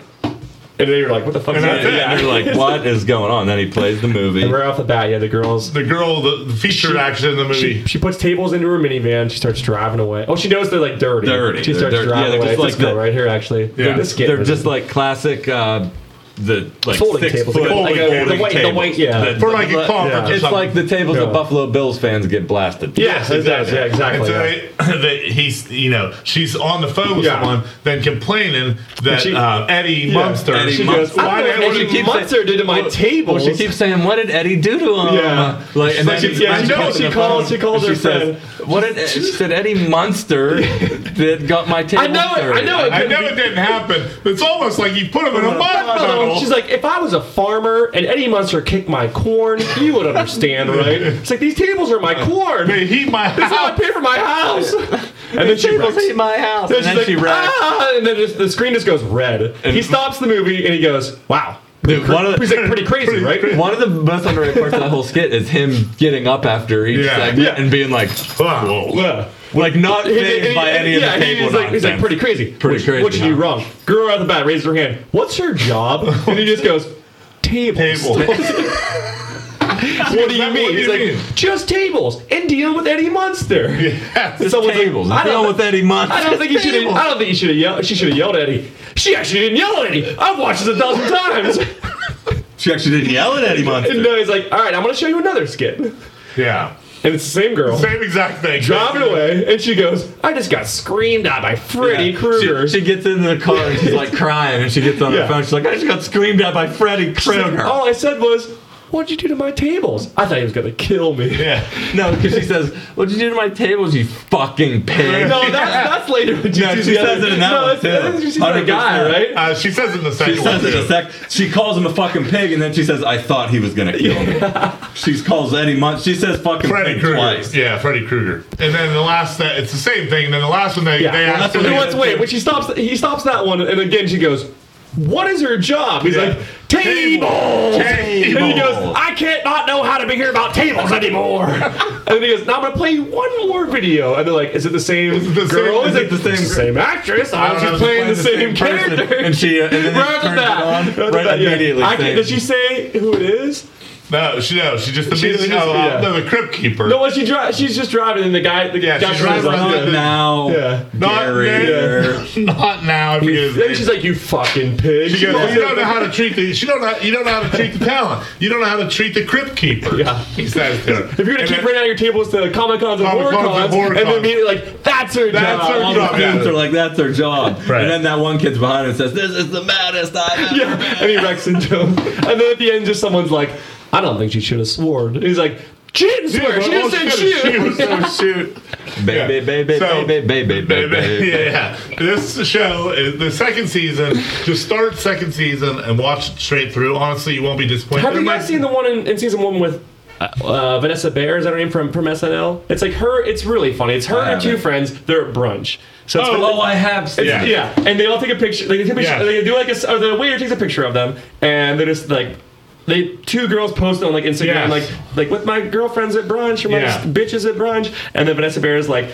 [SPEAKER 2] and then you're like, what the fuck? Is
[SPEAKER 1] And
[SPEAKER 2] that?
[SPEAKER 1] that's it.
[SPEAKER 2] Yeah.
[SPEAKER 3] And you're like, what is going on? Then he plays the movie.
[SPEAKER 2] And right off the bat, yeah, the girls.
[SPEAKER 1] The girl, the, the featured actress in the movie.
[SPEAKER 2] She, she puts tables into her minivan. She starts driving away. Oh, she knows they're like dirty.
[SPEAKER 3] Dirty.
[SPEAKER 2] She
[SPEAKER 3] They're
[SPEAKER 2] starts
[SPEAKER 3] dirty. Yeah,
[SPEAKER 2] driving
[SPEAKER 3] they're
[SPEAKER 2] away.
[SPEAKER 3] just
[SPEAKER 2] This
[SPEAKER 3] like
[SPEAKER 2] girl
[SPEAKER 3] the-
[SPEAKER 2] right here, actually.
[SPEAKER 1] Yeah.
[SPEAKER 2] This kid
[SPEAKER 3] They're
[SPEAKER 2] was-
[SPEAKER 3] just like classic, uh, the like
[SPEAKER 2] Folding
[SPEAKER 3] six
[SPEAKER 2] tables,
[SPEAKER 3] foot,
[SPEAKER 2] like a-
[SPEAKER 1] like a-
[SPEAKER 3] folding
[SPEAKER 1] the
[SPEAKER 2] white- the
[SPEAKER 3] tables.
[SPEAKER 2] white- yeah.
[SPEAKER 3] The-
[SPEAKER 1] For
[SPEAKER 3] the-
[SPEAKER 1] like a
[SPEAKER 3] the-
[SPEAKER 1] conference or
[SPEAKER 3] It's
[SPEAKER 1] something.
[SPEAKER 3] like the tables
[SPEAKER 2] Yeah.
[SPEAKER 3] that Buffalo Bills fans get blasted.
[SPEAKER 2] Yes, it does. Yeah, exactly. yeah.
[SPEAKER 1] And so it- that he's, you know, she's on the phone with
[SPEAKER 2] Yeah.
[SPEAKER 1] someone, then complaining that
[SPEAKER 2] she-
[SPEAKER 1] uh, Eddie Munster.
[SPEAKER 3] Eddie
[SPEAKER 1] she
[SPEAKER 3] Munster.
[SPEAKER 1] goes, why
[SPEAKER 2] I don't know
[SPEAKER 1] did
[SPEAKER 2] what
[SPEAKER 1] you
[SPEAKER 2] Eddie
[SPEAKER 1] keep
[SPEAKER 3] saying-
[SPEAKER 2] Munster did to my
[SPEAKER 3] Well,
[SPEAKER 2] table.
[SPEAKER 3] Well, she keeps saying, "What did Eddie do to him?"
[SPEAKER 2] Yeah.
[SPEAKER 3] like and
[SPEAKER 1] Like,
[SPEAKER 3] then
[SPEAKER 1] she- yeah,
[SPEAKER 3] then
[SPEAKER 1] she knows
[SPEAKER 2] she
[SPEAKER 3] on the
[SPEAKER 2] calls-
[SPEAKER 3] phone
[SPEAKER 2] she calls
[SPEAKER 3] and
[SPEAKER 2] her
[SPEAKER 3] she says, "What did she said Eddie Munster that got my table?"
[SPEAKER 2] I know it. I
[SPEAKER 3] dirty."
[SPEAKER 2] know it.
[SPEAKER 1] I know it didn't happen. It's almost like you put him in a mud
[SPEAKER 2] Oh,
[SPEAKER 1] puddle.
[SPEAKER 2] She's like, if I was a farmer and Eddie Munster kicked my corn, you would understand, right? It's like these tables are my corn.
[SPEAKER 1] They heat my
[SPEAKER 2] It's not
[SPEAKER 1] house.
[SPEAKER 2] paid for my house. And then she
[SPEAKER 3] Tables
[SPEAKER 2] wrecks.
[SPEAKER 3] hate my house.
[SPEAKER 2] Then
[SPEAKER 3] And then
[SPEAKER 2] she's
[SPEAKER 3] she
[SPEAKER 2] like,
[SPEAKER 3] wrecks.
[SPEAKER 2] ah! And then just, the screen just goes red. he stops the movie and he goes, wow.
[SPEAKER 3] Dude, one of the-
[SPEAKER 2] He's like, pretty crazy, right?
[SPEAKER 3] One of the most underrated parts of that whole skit is him getting up after each
[SPEAKER 1] Yeah.
[SPEAKER 3] segment
[SPEAKER 2] Yeah.
[SPEAKER 3] and being like,
[SPEAKER 1] Whoa.
[SPEAKER 2] Yeah.
[SPEAKER 3] like not
[SPEAKER 2] And- and-
[SPEAKER 3] phased by
[SPEAKER 2] and-
[SPEAKER 3] any of
[SPEAKER 2] yeah,
[SPEAKER 3] the table
[SPEAKER 2] he's like, he's like
[SPEAKER 3] nonsense.
[SPEAKER 2] pretty crazy.
[SPEAKER 3] Pretty
[SPEAKER 2] What-
[SPEAKER 3] crazy,
[SPEAKER 2] What you do
[SPEAKER 3] huh?
[SPEAKER 2] wrong? Girl out the bat raises her hand. What's her job? And he just goes, tables.
[SPEAKER 1] Table.
[SPEAKER 2] What do you
[SPEAKER 1] What
[SPEAKER 2] mean?
[SPEAKER 1] do
[SPEAKER 2] He's
[SPEAKER 1] you
[SPEAKER 2] like,
[SPEAKER 1] mean?
[SPEAKER 2] just tables and dealing with Eddie Munster.
[SPEAKER 1] Yes.
[SPEAKER 2] Someone's like,
[SPEAKER 3] tables.
[SPEAKER 2] I
[SPEAKER 3] Like,
[SPEAKER 2] don't-
[SPEAKER 3] dealing with Eddie Munster.
[SPEAKER 2] I don't think he should. have I don't think he should have yelled. She should have yelled at Eddie. She actually didn't yell at Eddie. I've watched this a thousand times.
[SPEAKER 3] She actually didn't yell at Eddie Munster.
[SPEAKER 2] And no, he's like, all right, I'm gonna show you another skit, and
[SPEAKER 1] Yeah.
[SPEAKER 2] it's the same girl
[SPEAKER 1] Same exact thing.
[SPEAKER 2] driving away, and she goes, I just got screamed at by Freddy
[SPEAKER 3] Yeah.
[SPEAKER 2] Krueger.
[SPEAKER 3] She, she gets in the car and she's like crying, and she gets on
[SPEAKER 2] Yeah. Oh.
[SPEAKER 3] the phone. She's like, "I just got screamed at by Freddy Krueger."
[SPEAKER 2] All I said was, "What'd you do to my tables?" I thought he was gonna kill me.
[SPEAKER 1] Yeah.
[SPEAKER 3] No, because she says, "What'd you do to my tables, you fucking pig?"
[SPEAKER 2] No, that's, that's later. when
[SPEAKER 3] No,
[SPEAKER 2] sees
[SPEAKER 3] she
[SPEAKER 2] the other-
[SPEAKER 3] says it in that
[SPEAKER 2] no,
[SPEAKER 3] one,
[SPEAKER 2] it's-
[SPEAKER 3] too.
[SPEAKER 2] She's the guy,
[SPEAKER 3] 100%.
[SPEAKER 2] right?
[SPEAKER 1] Uh, she says it in the second
[SPEAKER 3] She says it in a sec. She calls him a fucking pig, and then she says, "I thought he was gonna kill me." She calls Eddie Munch. She says, "Fucking
[SPEAKER 1] Freddy
[SPEAKER 3] pig
[SPEAKER 1] Krueger.
[SPEAKER 3] twice."
[SPEAKER 1] Yeah, Freddy Krueger. And then the last, that it's the same thing. Then the last one, they,
[SPEAKER 2] Yeah,
[SPEAKER 1] they
[SPEAKER 2] well,
[SPEAKER 1] asked
[SPEAKER 2] that's what
[SPEAKER 1] him-
[SPEAKER 2] he wants. Wait, when she stops, he stops that one, and again she goes, "What is her job?" He's
[SPEAKER 1] Yeah.
[SPEAKER 2] like, "Tables."
[SPEAKER 1] Table.
[SPEAKER 2] And he goes, "I can't not know how to be here about tables anymore." and then he goes, "Now I'm gonna play one more video." And they're like, "Is it the same
[SPEAKER 1] the same-
[SPEAKER 2] girl?
[SPEAKER 1] is
[SPEAKER 2] is
[SPEAKER 1] it
[SPEAKER 2] it the
[SPEAKER 1] the
[SPEAKER 2] same same actress? I was
[SPEAKER 1] don't
[SPEAKER 2] just
[SPEAKER 1] know,
[SPEAKER 2] playing the same,
[SPEAKER 3] person,
[SPEAKER 2] character."
[SPEAKER 3] and she uh, and then
[SPEAKER 2] Right
[SPEAKER 3] turns
[SPEAKER 2] at that.
[SPEAKER 3] it on
[SPEAKER 2] Right
[SPEAKER 3] right
[SPEAKER 2] at that, yeah.
[SPEAKER 3] immediately.
[SPEAKER 2] I can't,
[SPEAKER 3] saying-
[SPEAKER 2] does she say who it is?
[SPEAKER 1] No, she no, she just immediately.
[SPEAKER 2] just-
[SPEAKER 1] oh, uh,
[SPEAKER 2] yeah.
[SPEAKER 1] no, the crypt keeper.
[SPEAKER 2] No, well, she dri- she's just driving, and the guy, the
[SPEAKER 1] Yeah,
[SPEAKER 2] guy
[SPEAKER 1] she's
[SPEAKER 2] drives
[SPEAKER 1] driving
[SPEAKER 2] like,
[SPEAKER 1] around
[SPEAKER 3] Not now,
[SPEAKER 2] Yeah.
[SPEAKER 1] Not
[SPEAKER 3] Gary.
[SPEAKER 1] then. Not now. I forget his
[SPEAKER 2] Then
[SPEAKER 1] name.
[SPEAKER 2] she's like, "You fucking pig."
[SPEAKER 1] She goes, you don't know how to treat the. You don't know. You don't know how to treat the talent. You don't know how to treat the crypt keeper.
[SPEAKER 2] Yeah.
[SPEAKER 1] He says to her.
[SPEAKER 2] If you're gonna keep running out your tables to Comic Cons and Horror
[SPEAKER 1] Comic-Cons and
[SPEAKER 2] Cons,
[SPEAKER 1] horror
[SPEAKER 2] and then
[SPEAKER 1] cons.
[SPEAKER 2] immediately like, that's her
[SPEAKER 1] That's
[SPEAKER 2] job.
[SPEAKER 1] her
[SPEAKER 3] All
[SPEAKER 1] job.
[SPEAKER 3] the students are like, "That's their job."
[SPEAKER 1] Right.
[SPEAKER 3] And then that one kid's behind and says, "This is the maddest I've ever."
[SPEAKER 2] Yeah, and he wrecks into him. And then at the end, just someone's like, I don't think she should have sworn. And he's like, she didn't swear. She just said shoot.
[SPEAKER 1] So shoot.
[SPEAKER 3] Baby, baby,
[SPEAKER 1] So-
[SPEAKER 3] baby, baby, baby, baby.
[SPEAKER 1] Yeah, yeah. This show, is the second season, just start second season and watch it straight through. Honestly, you won't be disappointed.
[SPEAKER 2] Have you
[SPEAKER 1] There might-
[SPEAKER 2] guys seen the one in, in season one with? Uh, Vanessa Bayer is that her name from from SNL? It's like her. It's really funny. It's her
[SPEAKER 3] I
[SPEAKER 2] and two
[SPEAKER 3] haven't.
[SPEAKER 2] friends. They're at brunch. So it's
[SPEAKER 3] Oh, I have seen.
[SPEAKER 1] Yeah.
[SPEAKER 3] it.
[SPEAKER 2] Yeah, and they all take a picture. They take a picture.
[SPEAKER 1] Yeah.
[SPEAKER 2] They do like a. s- Or the waiter takes a picture of them, and they're just like They two girls posted on like Instagram
[SPEAKER 1] Yes.
[SPEAKER 2] like like with my girlfriends at brunch or my
[SPEAKER 1] Yeah.
[SPEAKER 2] bitches at brunch, and then Vanessa Bear is like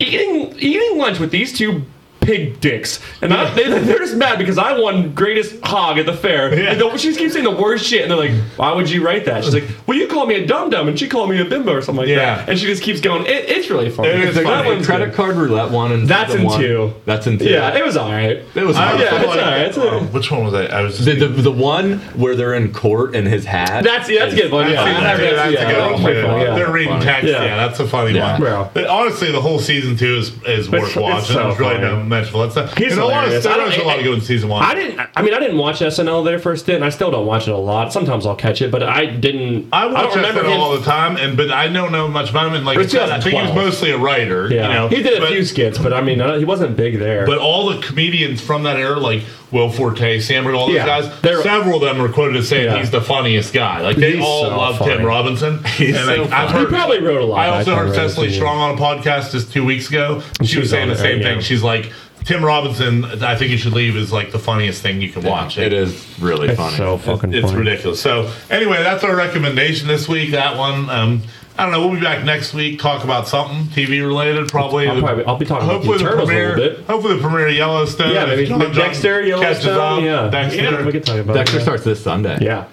[SPEAKER 2] eating eating lunch with these two pig dicks, and I, they, they're just mad because I won greatest hog at the fair.
[SPEAKER 1] Yeah.
[SPEAKER 2] And the- she just keeps saying the worst shit, and they're like, "Why would you write that?" She's like, "Well, you called me a dum dum, and she called me a bimbo or something like
[SPEAKER 1] Yeah.
[SPEAKER 2] that," and she just keeps going. It, it's really funny.
[SPEAKER 1] It is
[SPEAKER 2] That
[SPEAKER 1] funny.
[SPEAKER 2] one's
[SPEAKER 4] credit
[SPEAKER 2] good.
[SPEAKER 4] card roulette one and
[SPEAKER 2] That's
[SPEAKER 4] the
[SPEAKER 2] in
[SPEAKER 4] one-
[SPEAKER 2] two.
[SPEAKER 4] That's in two.
[SPEAKER 2] Yeah, it was all right.
[SPEAKER 4] it was.
[SPEAKER 1] I
[SPEAKER 3] Oh,
[SPEAKER 4] hard.
[SPEAKER 1] was
[SPEAKER 2] Yeah,
[SPEAKER 1] like,
[SPEAKER 2] it's alright, it's alright.
[SPEAKER 1] oh, which one was I? I was just
[SPEAKER 4] The, the, the one where they're in court and his hat.
[SPEAKER 2] That's yeah, that's a good one. Yeah,
[SPEAKER 1] That's,
[SPEAKER 2] that's,
[SPEAKER 1] a good- that's
[SPEAKER 2] yeah,
[SPEAKER 1] a good one.
[SPEAKER 2] pretty funny, yeah.
[SPEAKER 1] They're reading
[SPEAKER 4] Funny.
[SPEAKER 1] text. Yeah.
[SPEAKER 2] Yeah.
[SPEAKER 1] that's a funny
[SPEAKER 4] Yeah.
[SPEAKER 1] one.
[SPEAKER 2] Bro.
[SPEAKER 1] But honestly, the whole season two is, is worth
[SPEAKER 2] it's
[SPEAKER 1] watching.
[SPEAKER 2] so
[SPEAKER 1] There's really
[SPEAKER 2] funny.
[SPEAKER 1] no mention. Let's not.
[SPEAKER 2] He's
[SPEAKER 1] There's a lot of
[SPEAKER 2] hilarious. I don't-
[SPEAKER 1] there's a lot of good in season one.
[SPEAKER 2] I didn't. I mean, I didn't watch SNL their first stint. I still don't watch it a lot. Sometimes I'll catch it, but I didn't.
[SPEAKER 1] I watch
[SPEAKER 2] don't remember
[SPEAKER 1] SNL
[SPEAKER 2] him.
[SPEAKER 1] all the time, and but I don't know much about him. And like I
[SPEAKER 2] It's
[SPEAKER 1] said, I think he was
[SPEAKER 2] 2012.
[SPEAKER 1] mostly a writer.
[SPEAKER 2] yeah,
[SPEAKER 1] you know,
[SPEAKER 2] he did a
[SPEAKER 1] but,
[SPEAKER 2] few skits, but I mean, uh, he wasn't big there.
[SPEAKER 1] But all the comedians from that era, like Will Forte, Sam Riegel, all those
[SPEAKER 2] Yeah,
[SPEAKER 1] guys,
[SPEAKER 2] they're-
[SPEAKER 1] several of them are quoted as saying
[SPEAKER 2] Yeah.
[SPEAKER 1] he's the funniest guy. Like they
[SPEAKER 2] He's
[SPEAKER 1] all
[SPEAKER 2] so
[SPEAKER 1] love Tim
[SPEAKER 2] funny.
[SPEAKER 1] Robinson. and,
[SPEAKER 4] so
[SPEAKER 1] like, I've
[SPEAKER 4] funny.
[SPEAKER 2] he
[SPEAKER 1] heard-
[SPEAKER 2] probably wrote a lot.
[SPEAKER 1] I also
[SPEAKER 2] think,
[SPEAKER 1] heard
[SPEAKER 2] right,
[SPEAKER 1] Cecily
[SPEAKER 2] yeah.
[SPEAKER 1] Strong on a podcast just two weeks ago. She,
[SPEAKER 2] she
[SPEAKER 1] was
[SPEAKER 2] was
[SPEAKER 1] saying
[SPEAKER 2] on
[SPEAKER 1] the
[SPEAKER 2] it,
[SPEAKER 1] same
[SPEAKER 2] yeah.
[SPEAKER 1] thing. She's like, Tim Robinson, I think you should leave is like the funniest thing you can watch.
[SPEAKER 4] It is really funny.
[SPEAKER 2] It's so fucking
[SPEAKER 1] It's
[SPEAKER 2] funny.
[SPEAKER 1] ridiculous. So anyway, that's our recommendation this week. That one. Um, I don't know. We'll be back next week. Talk about something TV related, probably.
[SPEAKER 2] I'll probably- I'll be talking about
[SPEAKER 1] hopefully
[SPEAKER 2] the
[SPEAKER 1] the
[SPEAKER 2] Turtles a
[SPEAKER 1] premiere.
[SPEAKER 2] little bit.
[SPEAKER 1] Hopefully the premiere of Yellowstone.
[SPEAKER 2] Yeah,
[SPEAKER 1] if
[SPEAKER 2] maybe
[SPEAKER 1] John Johnson
[SPEAKER 2] Dexter,
[SPEAKER 1] catches up.
[SPEAKER 2] Yellowstone. Yeah, Yeah, we
[SPEAKER 1] Dexter.
[SPEAKER 2] could talk about
[SPEAKER 4] Dexter
[SPEAKER 2] that.
[SPEAKER 4] starts this Sunday.
[SPEAKER 2] Yeah,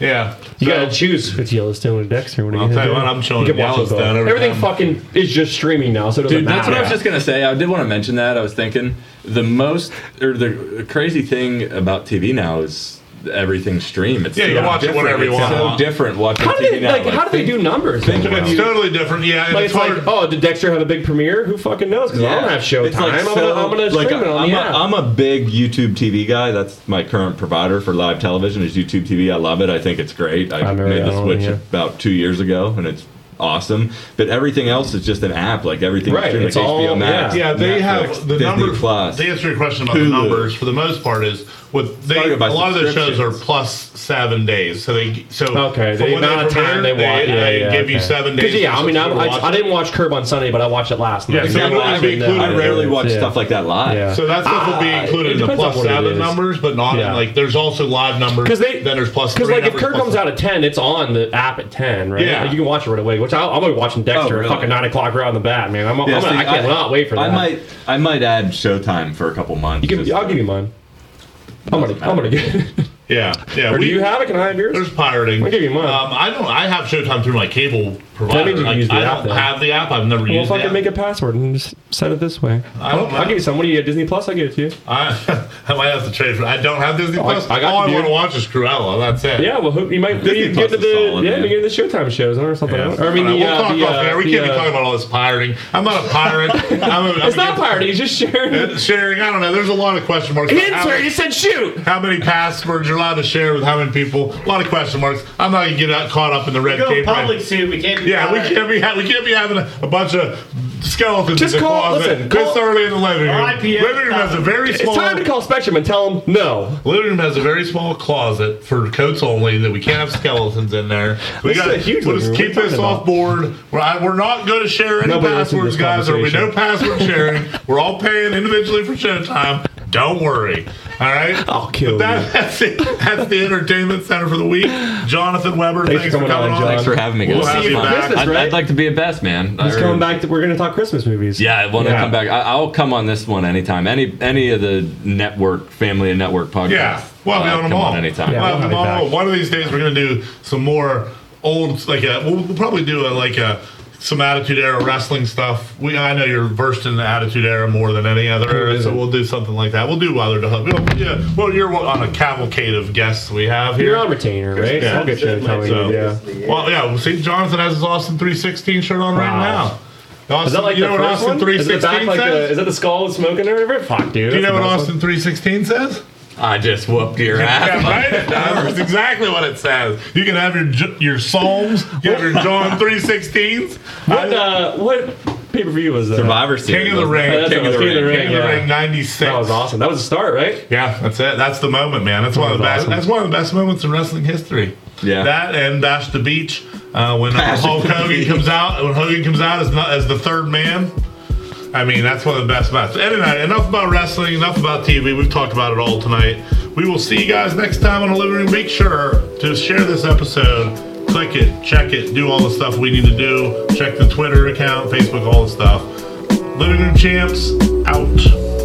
[SPEAKER 1] Yeah,
[SPEAKER 2] you
[SPEAKER 1] So,
[SPEAKER 2] gotta choose. It's Yellowstone or Dexter. What are
[SPEAKER 1] I'll
[SPEAKER 2] you
[SPEAKER 1] tell
[SPEAKER 2] gonna
[SPEAKER 1] you
[SPEAKER 2] do?
[SPEAKER 1] what, I'm showing
[SPEAKER 2] can watch them both.
[SPEAKER 1] Yellowstone every
[SPEAKER 2] Everything
[SPEAKER 1] time.
[SPEAKER 2] fucking is just streaming now, so it doesn't
[SPEAKER 3] Dude,
[SPEAKER 2] matter.
[SPEAKER 3] that's what I was just gonna say. I did want to mention that. I was thinking the most or the crazy thing about TV now is everything stream. It's
[SPEAKER 1] Yeah, you
[SPEAKER 3] so
[SPEAKER 1] can watch it
[SPEAKER 3] different.
[SPEAKER 1] whenever you
[SPEAKER 3] It's
[SPEAKER 1] want.
[SPEAKER 3] So different watching
[SPEAKER 2] How do
[SPEAKER 3] TV
[SPEAKER 2] they
[SPEAKER 3] now.
[SPEAKER 2] like? How do they do numbers? Think
[SPEAKER 1] It's totally different. Yeah, and
[SPEAKER 2] Like
[SPEAKER 1] it's
[SPEAKER 2] it's,
[SPEAKER 1] hard.
[SPEAKER 2] like, oh, did Dexter have a big premiere? Who fucking knows? Because I don't have Showtime.
[SPEAKER 3] It's like
[SPEAKER 2] I'm,
[SPEAKER 3] so-
[SPEAKER 2] gonna, I'm gonna
[SPEAKER 3] like,
[SPEAKER 2] stream it on
[SPEAKER 3] I'm
[SPEAKER 2] the
[SPEAKER 3] a-
[SPEAKER 2] app.
[SPEAKER 3] I'm a big YouTube TV guy. That's my current provider for live television is YouTube TV. I love it. I think it's great. I,
[SPEAKER 2] I'm very
[SPEAKER 3] made the
[SPEAKER 2] on it,
[SPEAKER 3] switch
[SPEAKER 2] yeah.
[SPEAKER 3] about two years ago, and it's awesome. But everything else is just an app. Like everything,
[SPEAKER 2] Right,
[SPEAKER 3] Like
[SPEAKER 2] it's all-
[SPEAKER 3] Max,
[SPEAKER 1] Yeah, they
[SPEAKER 3] Netflix,
[SPEAKER 1] have the
[SPEAKER 3] Disney
[SPEAKER 1] numbers.
[SPEAKER 3] Plus.
[SPEAKER 1] The answer to your question about the
[SPEAKER 3] Hulu.
[SPEAKER 1] numbers, for the most part, is with they
[SPEAKER 3] Started
[SPEAKER 1] a
[SPEAKER 3] by
[SPEAKER 1] lot of their shows are
[SPEAKER 3] subscriptions.
[SPEAKER 1] plus seven days. So they so
[SPEAKER 2] Okay,
[SPEAKER 1] from
[SPEAKER 2] the
[SPEAKER 1] when
[SPEAKER 2] amount of
[SPEAKER 1] premiere,
[SPEAKER 2] time they want. Yeah,
[SPEAKER 1] they
[SPEAKER 2] yeah,
[SPEAKER 1] give you
[SPEAKER 2] okay.
[SPEAKER 1] seven
[SPEAKER 2] 'Cause,
[SPEAKER 1] days.
[SPEAKER 2] yeah, I mean, I,
[SPEAKER 1] to watch
[SPEAKER 2] I, I
[SPEAKER 1] it.
[SPEAKER 2] didn't watch Curb on Sunday, but I watched it last night.
[SPEAKER 1] Yeah, so
[SPEAKER 2] And
[SPEAKER 1] it
[SPEAKER 2] I
[SPEAKER 1] won't
[SPEAKER 2] watched
[SPEAKER 1] be
[SPEAKER 2] it
[SPEAKER 1] included.
[SPEAKER 3] I
[SPEAKER 2] now.
[SPEAKER 3] rarely watch
[SPEAKER 2] Yeah.
[SPEAKER 3] stuff like that live.
[SPEAKER 2] Yeah.
[SPEAKER 1] So that stuff will be included in the
[SPEAKER 2] depends on
[SPEAKER 1] plus
[SPEAKER 2] what Ah, it
[SPEAKER 1] seven
[SPEAKER 2] is.
[SPEAKER 1] numbers, but not in,
[SPEAKER 2] Yeah.
[SPEAKER 1] like there's also live numbers.
[SPEAKER 2] Because they
[SPEAKER 1] then there's plus
[SPEAKER 2] Because
[SPEAKER 1] three
[SPEAKER 2] like if
[SPEAKER 1] numbers,
[SPEAKER 2] Kirk
[SPEAKER 1] plus
[SPEAKER 2] comes out at ten, it's on the app at ten, right?
[SPEAKER 1] Yeah.
[SPEAKER 2] Like, you can watch it right away. Which I'll, I'll be watching Dexter
[SPEAKER 3] Oh,
[SPEAKER 2] at
[SPEAKER 3] really?
[SPEAKER 2] fucking nine o'clock right on the bat, man. I'm,
[SPEAKER 3] Yeah,
[SPEAKER 2] I'm gonna,
[SPEAKER 3] see,
[SPEAKER 2] I cannot wait for that.
[SPEAKER 3] I might, I might add Showtime for a couple months.
[SPEAKER 2] You give,
[SPEAKER 3] Just-
[SPEAKER 2] I'll give you mine. I'm gonna. I'm gonna get.
[SPEAKER 1] Yeah, yeah.
[SPEAKER 2] Or do
[SPEAKER 1] we-
[SPEAKER 2] you have it? Can I have yours?
[SPEAKER 1] There's pirating.
[SPEAKER 2] I'll give you mine.
[SPEAKER 1] Um, I don't. I have Showtime through my cable provider.
[SPEAKER 2] means you can
[SPEAKER 1] Like,
[SPEAKER 2] use the
[SPEAKER 1] I
[SPEAKER 2] app
[SPEAKER 1] don't
[SPEAKER 2] then.
[SPEAKER 1] have the app. I've never
[SPEAKER 2] Well,
[SPEAKER 1] used.
[SPEAKER 2] fucking
[SPEAKER 1] the app.
[SPEAKER 2] make a password and just send it this way.
[SPEAKER 1] I don't know.
[SPEAKER 2] I'll give you some. What do you get? Disney Plus? I'll give it to you.
[SPEAKER 1] I, I might have to trade for. I don't have Disney
[SPEAKER 2] Oh, I-
[SPEAKER 1] Plus.
[SPEAKER 2] I got
[SPEAKER 1] All
[SPEAKER 2] you,
[SPEAKER 1] I want to
[SPEAKER 2] dude.
[SPEAKER 1] watch is Cruella. That's it.
[SPEAKER 2] Yeah, well, hope you might
[SPEAKER 3] Disney
[SPEAKER 2] you can
[SPEAKER 3] Plus
[SPEAKER 2] get to
[SPEAKER 3] is
[SPEAKER 2] the
[SPEAKER 3] solid,
[SPEAKER 2] yeah,
[SPEAKER 3] man.
[SPEAKER 2] you get to the Showtime shows or something.
[SPEAKER 1] Yeah.
[SPEAKER 2] Or, I mean,
[SPEAKER 1] All right,
[SPEAKER 2] the,
[SPEAKER 1] we'll
[SPEAKER 2] uh,
[SPEAKER 1] talk
[SPEAKER 2] the,
[SPEAKER 1] off
[SPEAKER 2] uh,
[SPEAKER 1] air. We
[SPEAKER 2] the,
[SPEAKER 1] can't be
[SPEAKER 2] uh,
[SPEAKER 1] talking about all this pirating. I'm not a pirate. I'm a,
[SPEAKER 2] It's not pirating. It's just sharing.
[SPEAKER 1] Sharing, I don't know. There's a lot of question marks. about how, many-
[SPEAKER 2] said shoot.
[SPEAKER 1] how many passwords you're allowed to share with how many people? A lot of question marks. I'm not gonna get out, caught up in the red
[SPEAKER 5] Go
[SPEAKER 1] tape.
[SPEAKER 5] public soon. We can't. Be
[SPEAKER 1] Yeah, we
[SPEAKER 5] bothered.
[SPEAKER 1] can't be ha- we can't be having a, a bunch of skeletons
[SPEAKER 2] Just
[SPEAKER 1] in the
[SPEAKER 2] call-
[SPEAKER 1] closet
[SPEAKER 2] listen,
[SPEAKER 1] this
[SPEAKER 2] call-
[SPEAKER 1] early in the living room.
[SPEAKER 5] RIPS.
[SPEAKER 1] Living room has a very
[SPEAKER 2] It's
[SPEAKER 1] small.
[SPEAKER 2] time to call Spectrum and tell them no.
[SPEAKER 1] Living room has a very small closet for coats only that we can't have skeletons in there. We
[SPEAKER 2] This is
[SPEAKER 1] got
[SPEAKER 2] a huge
[SPEAKER 1] we'll
[SPEAKER 2] living
[SPEAKER 1] just
[SPEAKER 2] room.
[SPEAKER 1] keep
[SPEAKER 2] What are you
[SPEAKER 1] this
[SPEAKER 2] talking
[SPEAKER 1] off board. We're, I, we're not going to share any
[SPEAKER 2] Nobody listened
[SPEAKER 1] passwords,
[SPEAKER 2] to this
[SPEAKER 1] guys. There will be no
[SPEAKER 2] conversation.
[SPEAKER 1] password sharing. we're all paying individually for Showtime. Don't worry. All right.
[SPEAKER 2] I'll kill
[SPEAKER 1] But that-
[SPEAKER 2] you.
[SPEAKER 1] That's it. That's the entertainment center for the week. Jonathan Weber,
[SPEAKER 2] Thanks
[SPEAKER 1] thanks,
[SPEAKER 2] for
[SPEAKER 1] for coming
[SPEAKER 2] coming on,
[SPEAKER 1] on.
[SPEAKER 2] John.
[SPEAKER 4] Thanks for having me,
[SPEAKER 1] We'll
[SPEAKER 4] guys.
[SPEAKER 1] have
[SPEAKER 4] This is
[SPEAKER 1] you
[SPEAKER 4] fun.
[SPEAKER 1] back.
[SPEAKER 4] I'd,
[SPEAKER 2] Christmas, right?
[SPEAKER 4] I'd like to be a best man.
[SPEAKER 2] He's coming back. To, we're gonna talk Christmas movies.
[SPEAKER 4] Yeah, I want to
[SPEAKER 2] Yeah.
[SPEAKER 4] come back. I, I'll come on this one anytime. Any any of the network family and network podcasts.
[SPEAKER 1] Yeah, we'll have
[SPEAKER 4] uh,
[SPEAKER 1] you on them
[SPEAKER 4] come
[SPEAKER 1] all.
[SPEAKER 4] on anytime.
[SPEAKER 1] We'll
[SPEAKER 2] Yeah.
[SPEAKER 1] have
[SPEAKER 2] we'll
[SPEAKER 1] them
[SPEAKER 2] have you
[SPEAKER 1] all.
[SPEAKER 2] back.
[SPEAKER 1] One of these days, we're gonna do some more old, like a, we'll, we'll probably do a, like a some Attitude Era wrestling stuff. We, I know you're versed in the Attitude Era more than any other era, so
[SPEAKER 2] isn't?
[SPEAKER 1] we'll do something like that. We'll do Wilder to Hook. We'll, yeah, well, you're on a cavalcade of guests we have here.
[SPEAKER 2] You're on retainer, right?
[SPEAKER 1] Yeah.
[SPEAKER 2] I'll get you to tell me.
[SPEAKER 1] So-
[SPEAKER 2] Yeah.
[SPEAKER 1] Well, yeah. Well, see, Jonathan has his Austin 316 shirt on right
[SPEAKER 2] Wow.
[SPEAKER 1] now. Austin,
[SPEAKER 2] Is that like
[SPEAKER 1] you
[SPEAKER 2] the
[SPEAKER 1] know what
[SPEAKER 2] first
[SPEAKER 1] Austin
[SPEAKER 2] one? Is it
[SPEAKER 1] 316
[SPEAKER 2] back like the,
[SPEAKER 1] says?
[SPEAKER 2] is that the skull and smoking or whatever? Fuck, dude.
[SPEAKER 1] do you
[SPEAKER 2] that's
[SPEAKER 1] know what
[SPEAKER 2] the best
[SPEAKER 1] Austin 316 says?
[SPEAKER 4] I just whooped your
[SPEAKER 1] Yeah,
[SPEAKER 4] ass.
[SPEAKER 1] right? That's exactly what it says. You can have your J- your Psalms, you have your John 316s.
[SPEAKER 2] one. What uh, what pay per view was that?
[SPEAKER 3] Survivor
[SPEAKER 1] King
[SPEAKER 3] Series.
[SPEAKER 1] of the Ring.
[SPEAKER 2] That's
[SPEAKER 1] King of
[SPEAKER 2] what it
[SPEAKER 1] the
[SPEAKER 2] was, King of the
[SPEAKER 1] Ring.
[SPEAKER 2] Ring,
[SPEAKER 1] King of the
[SPEAKER 2] yeah.
[SPEAKER 1] Ring 96.
[SPEAKER 2] That was awesome. That was the start, right?
[SPEAKER 1] Yeah, that's it. That's the moment, man. That's one of the
[SPEAKER 2] was
[SPEAKER 1] best.
[SPEAKER 2] awesome.
[SPEAKER 1] That's one of the best moments in wrestling history.
[SPEAKER 3] Yeah.
[SPEAKER 1] That and Bash the Beach uh, when uh,
[SPEAKER 3] Bash
[SPEAKER 1] Hulk
[SPEAKER 3] the
[SPEAKER 1] Hogan
[SPEAKER 3] Beach.
[SPEAKER 1] comes out. When Hogan comes out as not, as the third man. I mean, that's one of the best matches. Anyway, enough about wrestling. Enough about TV. We've talked about it all tonight. We will see you guys next time on the living room. Make sure to share this episode, click it, check it, do all the stuff we need to do. Check the Twitter account, Facebook, all the stuff. Living room champs out.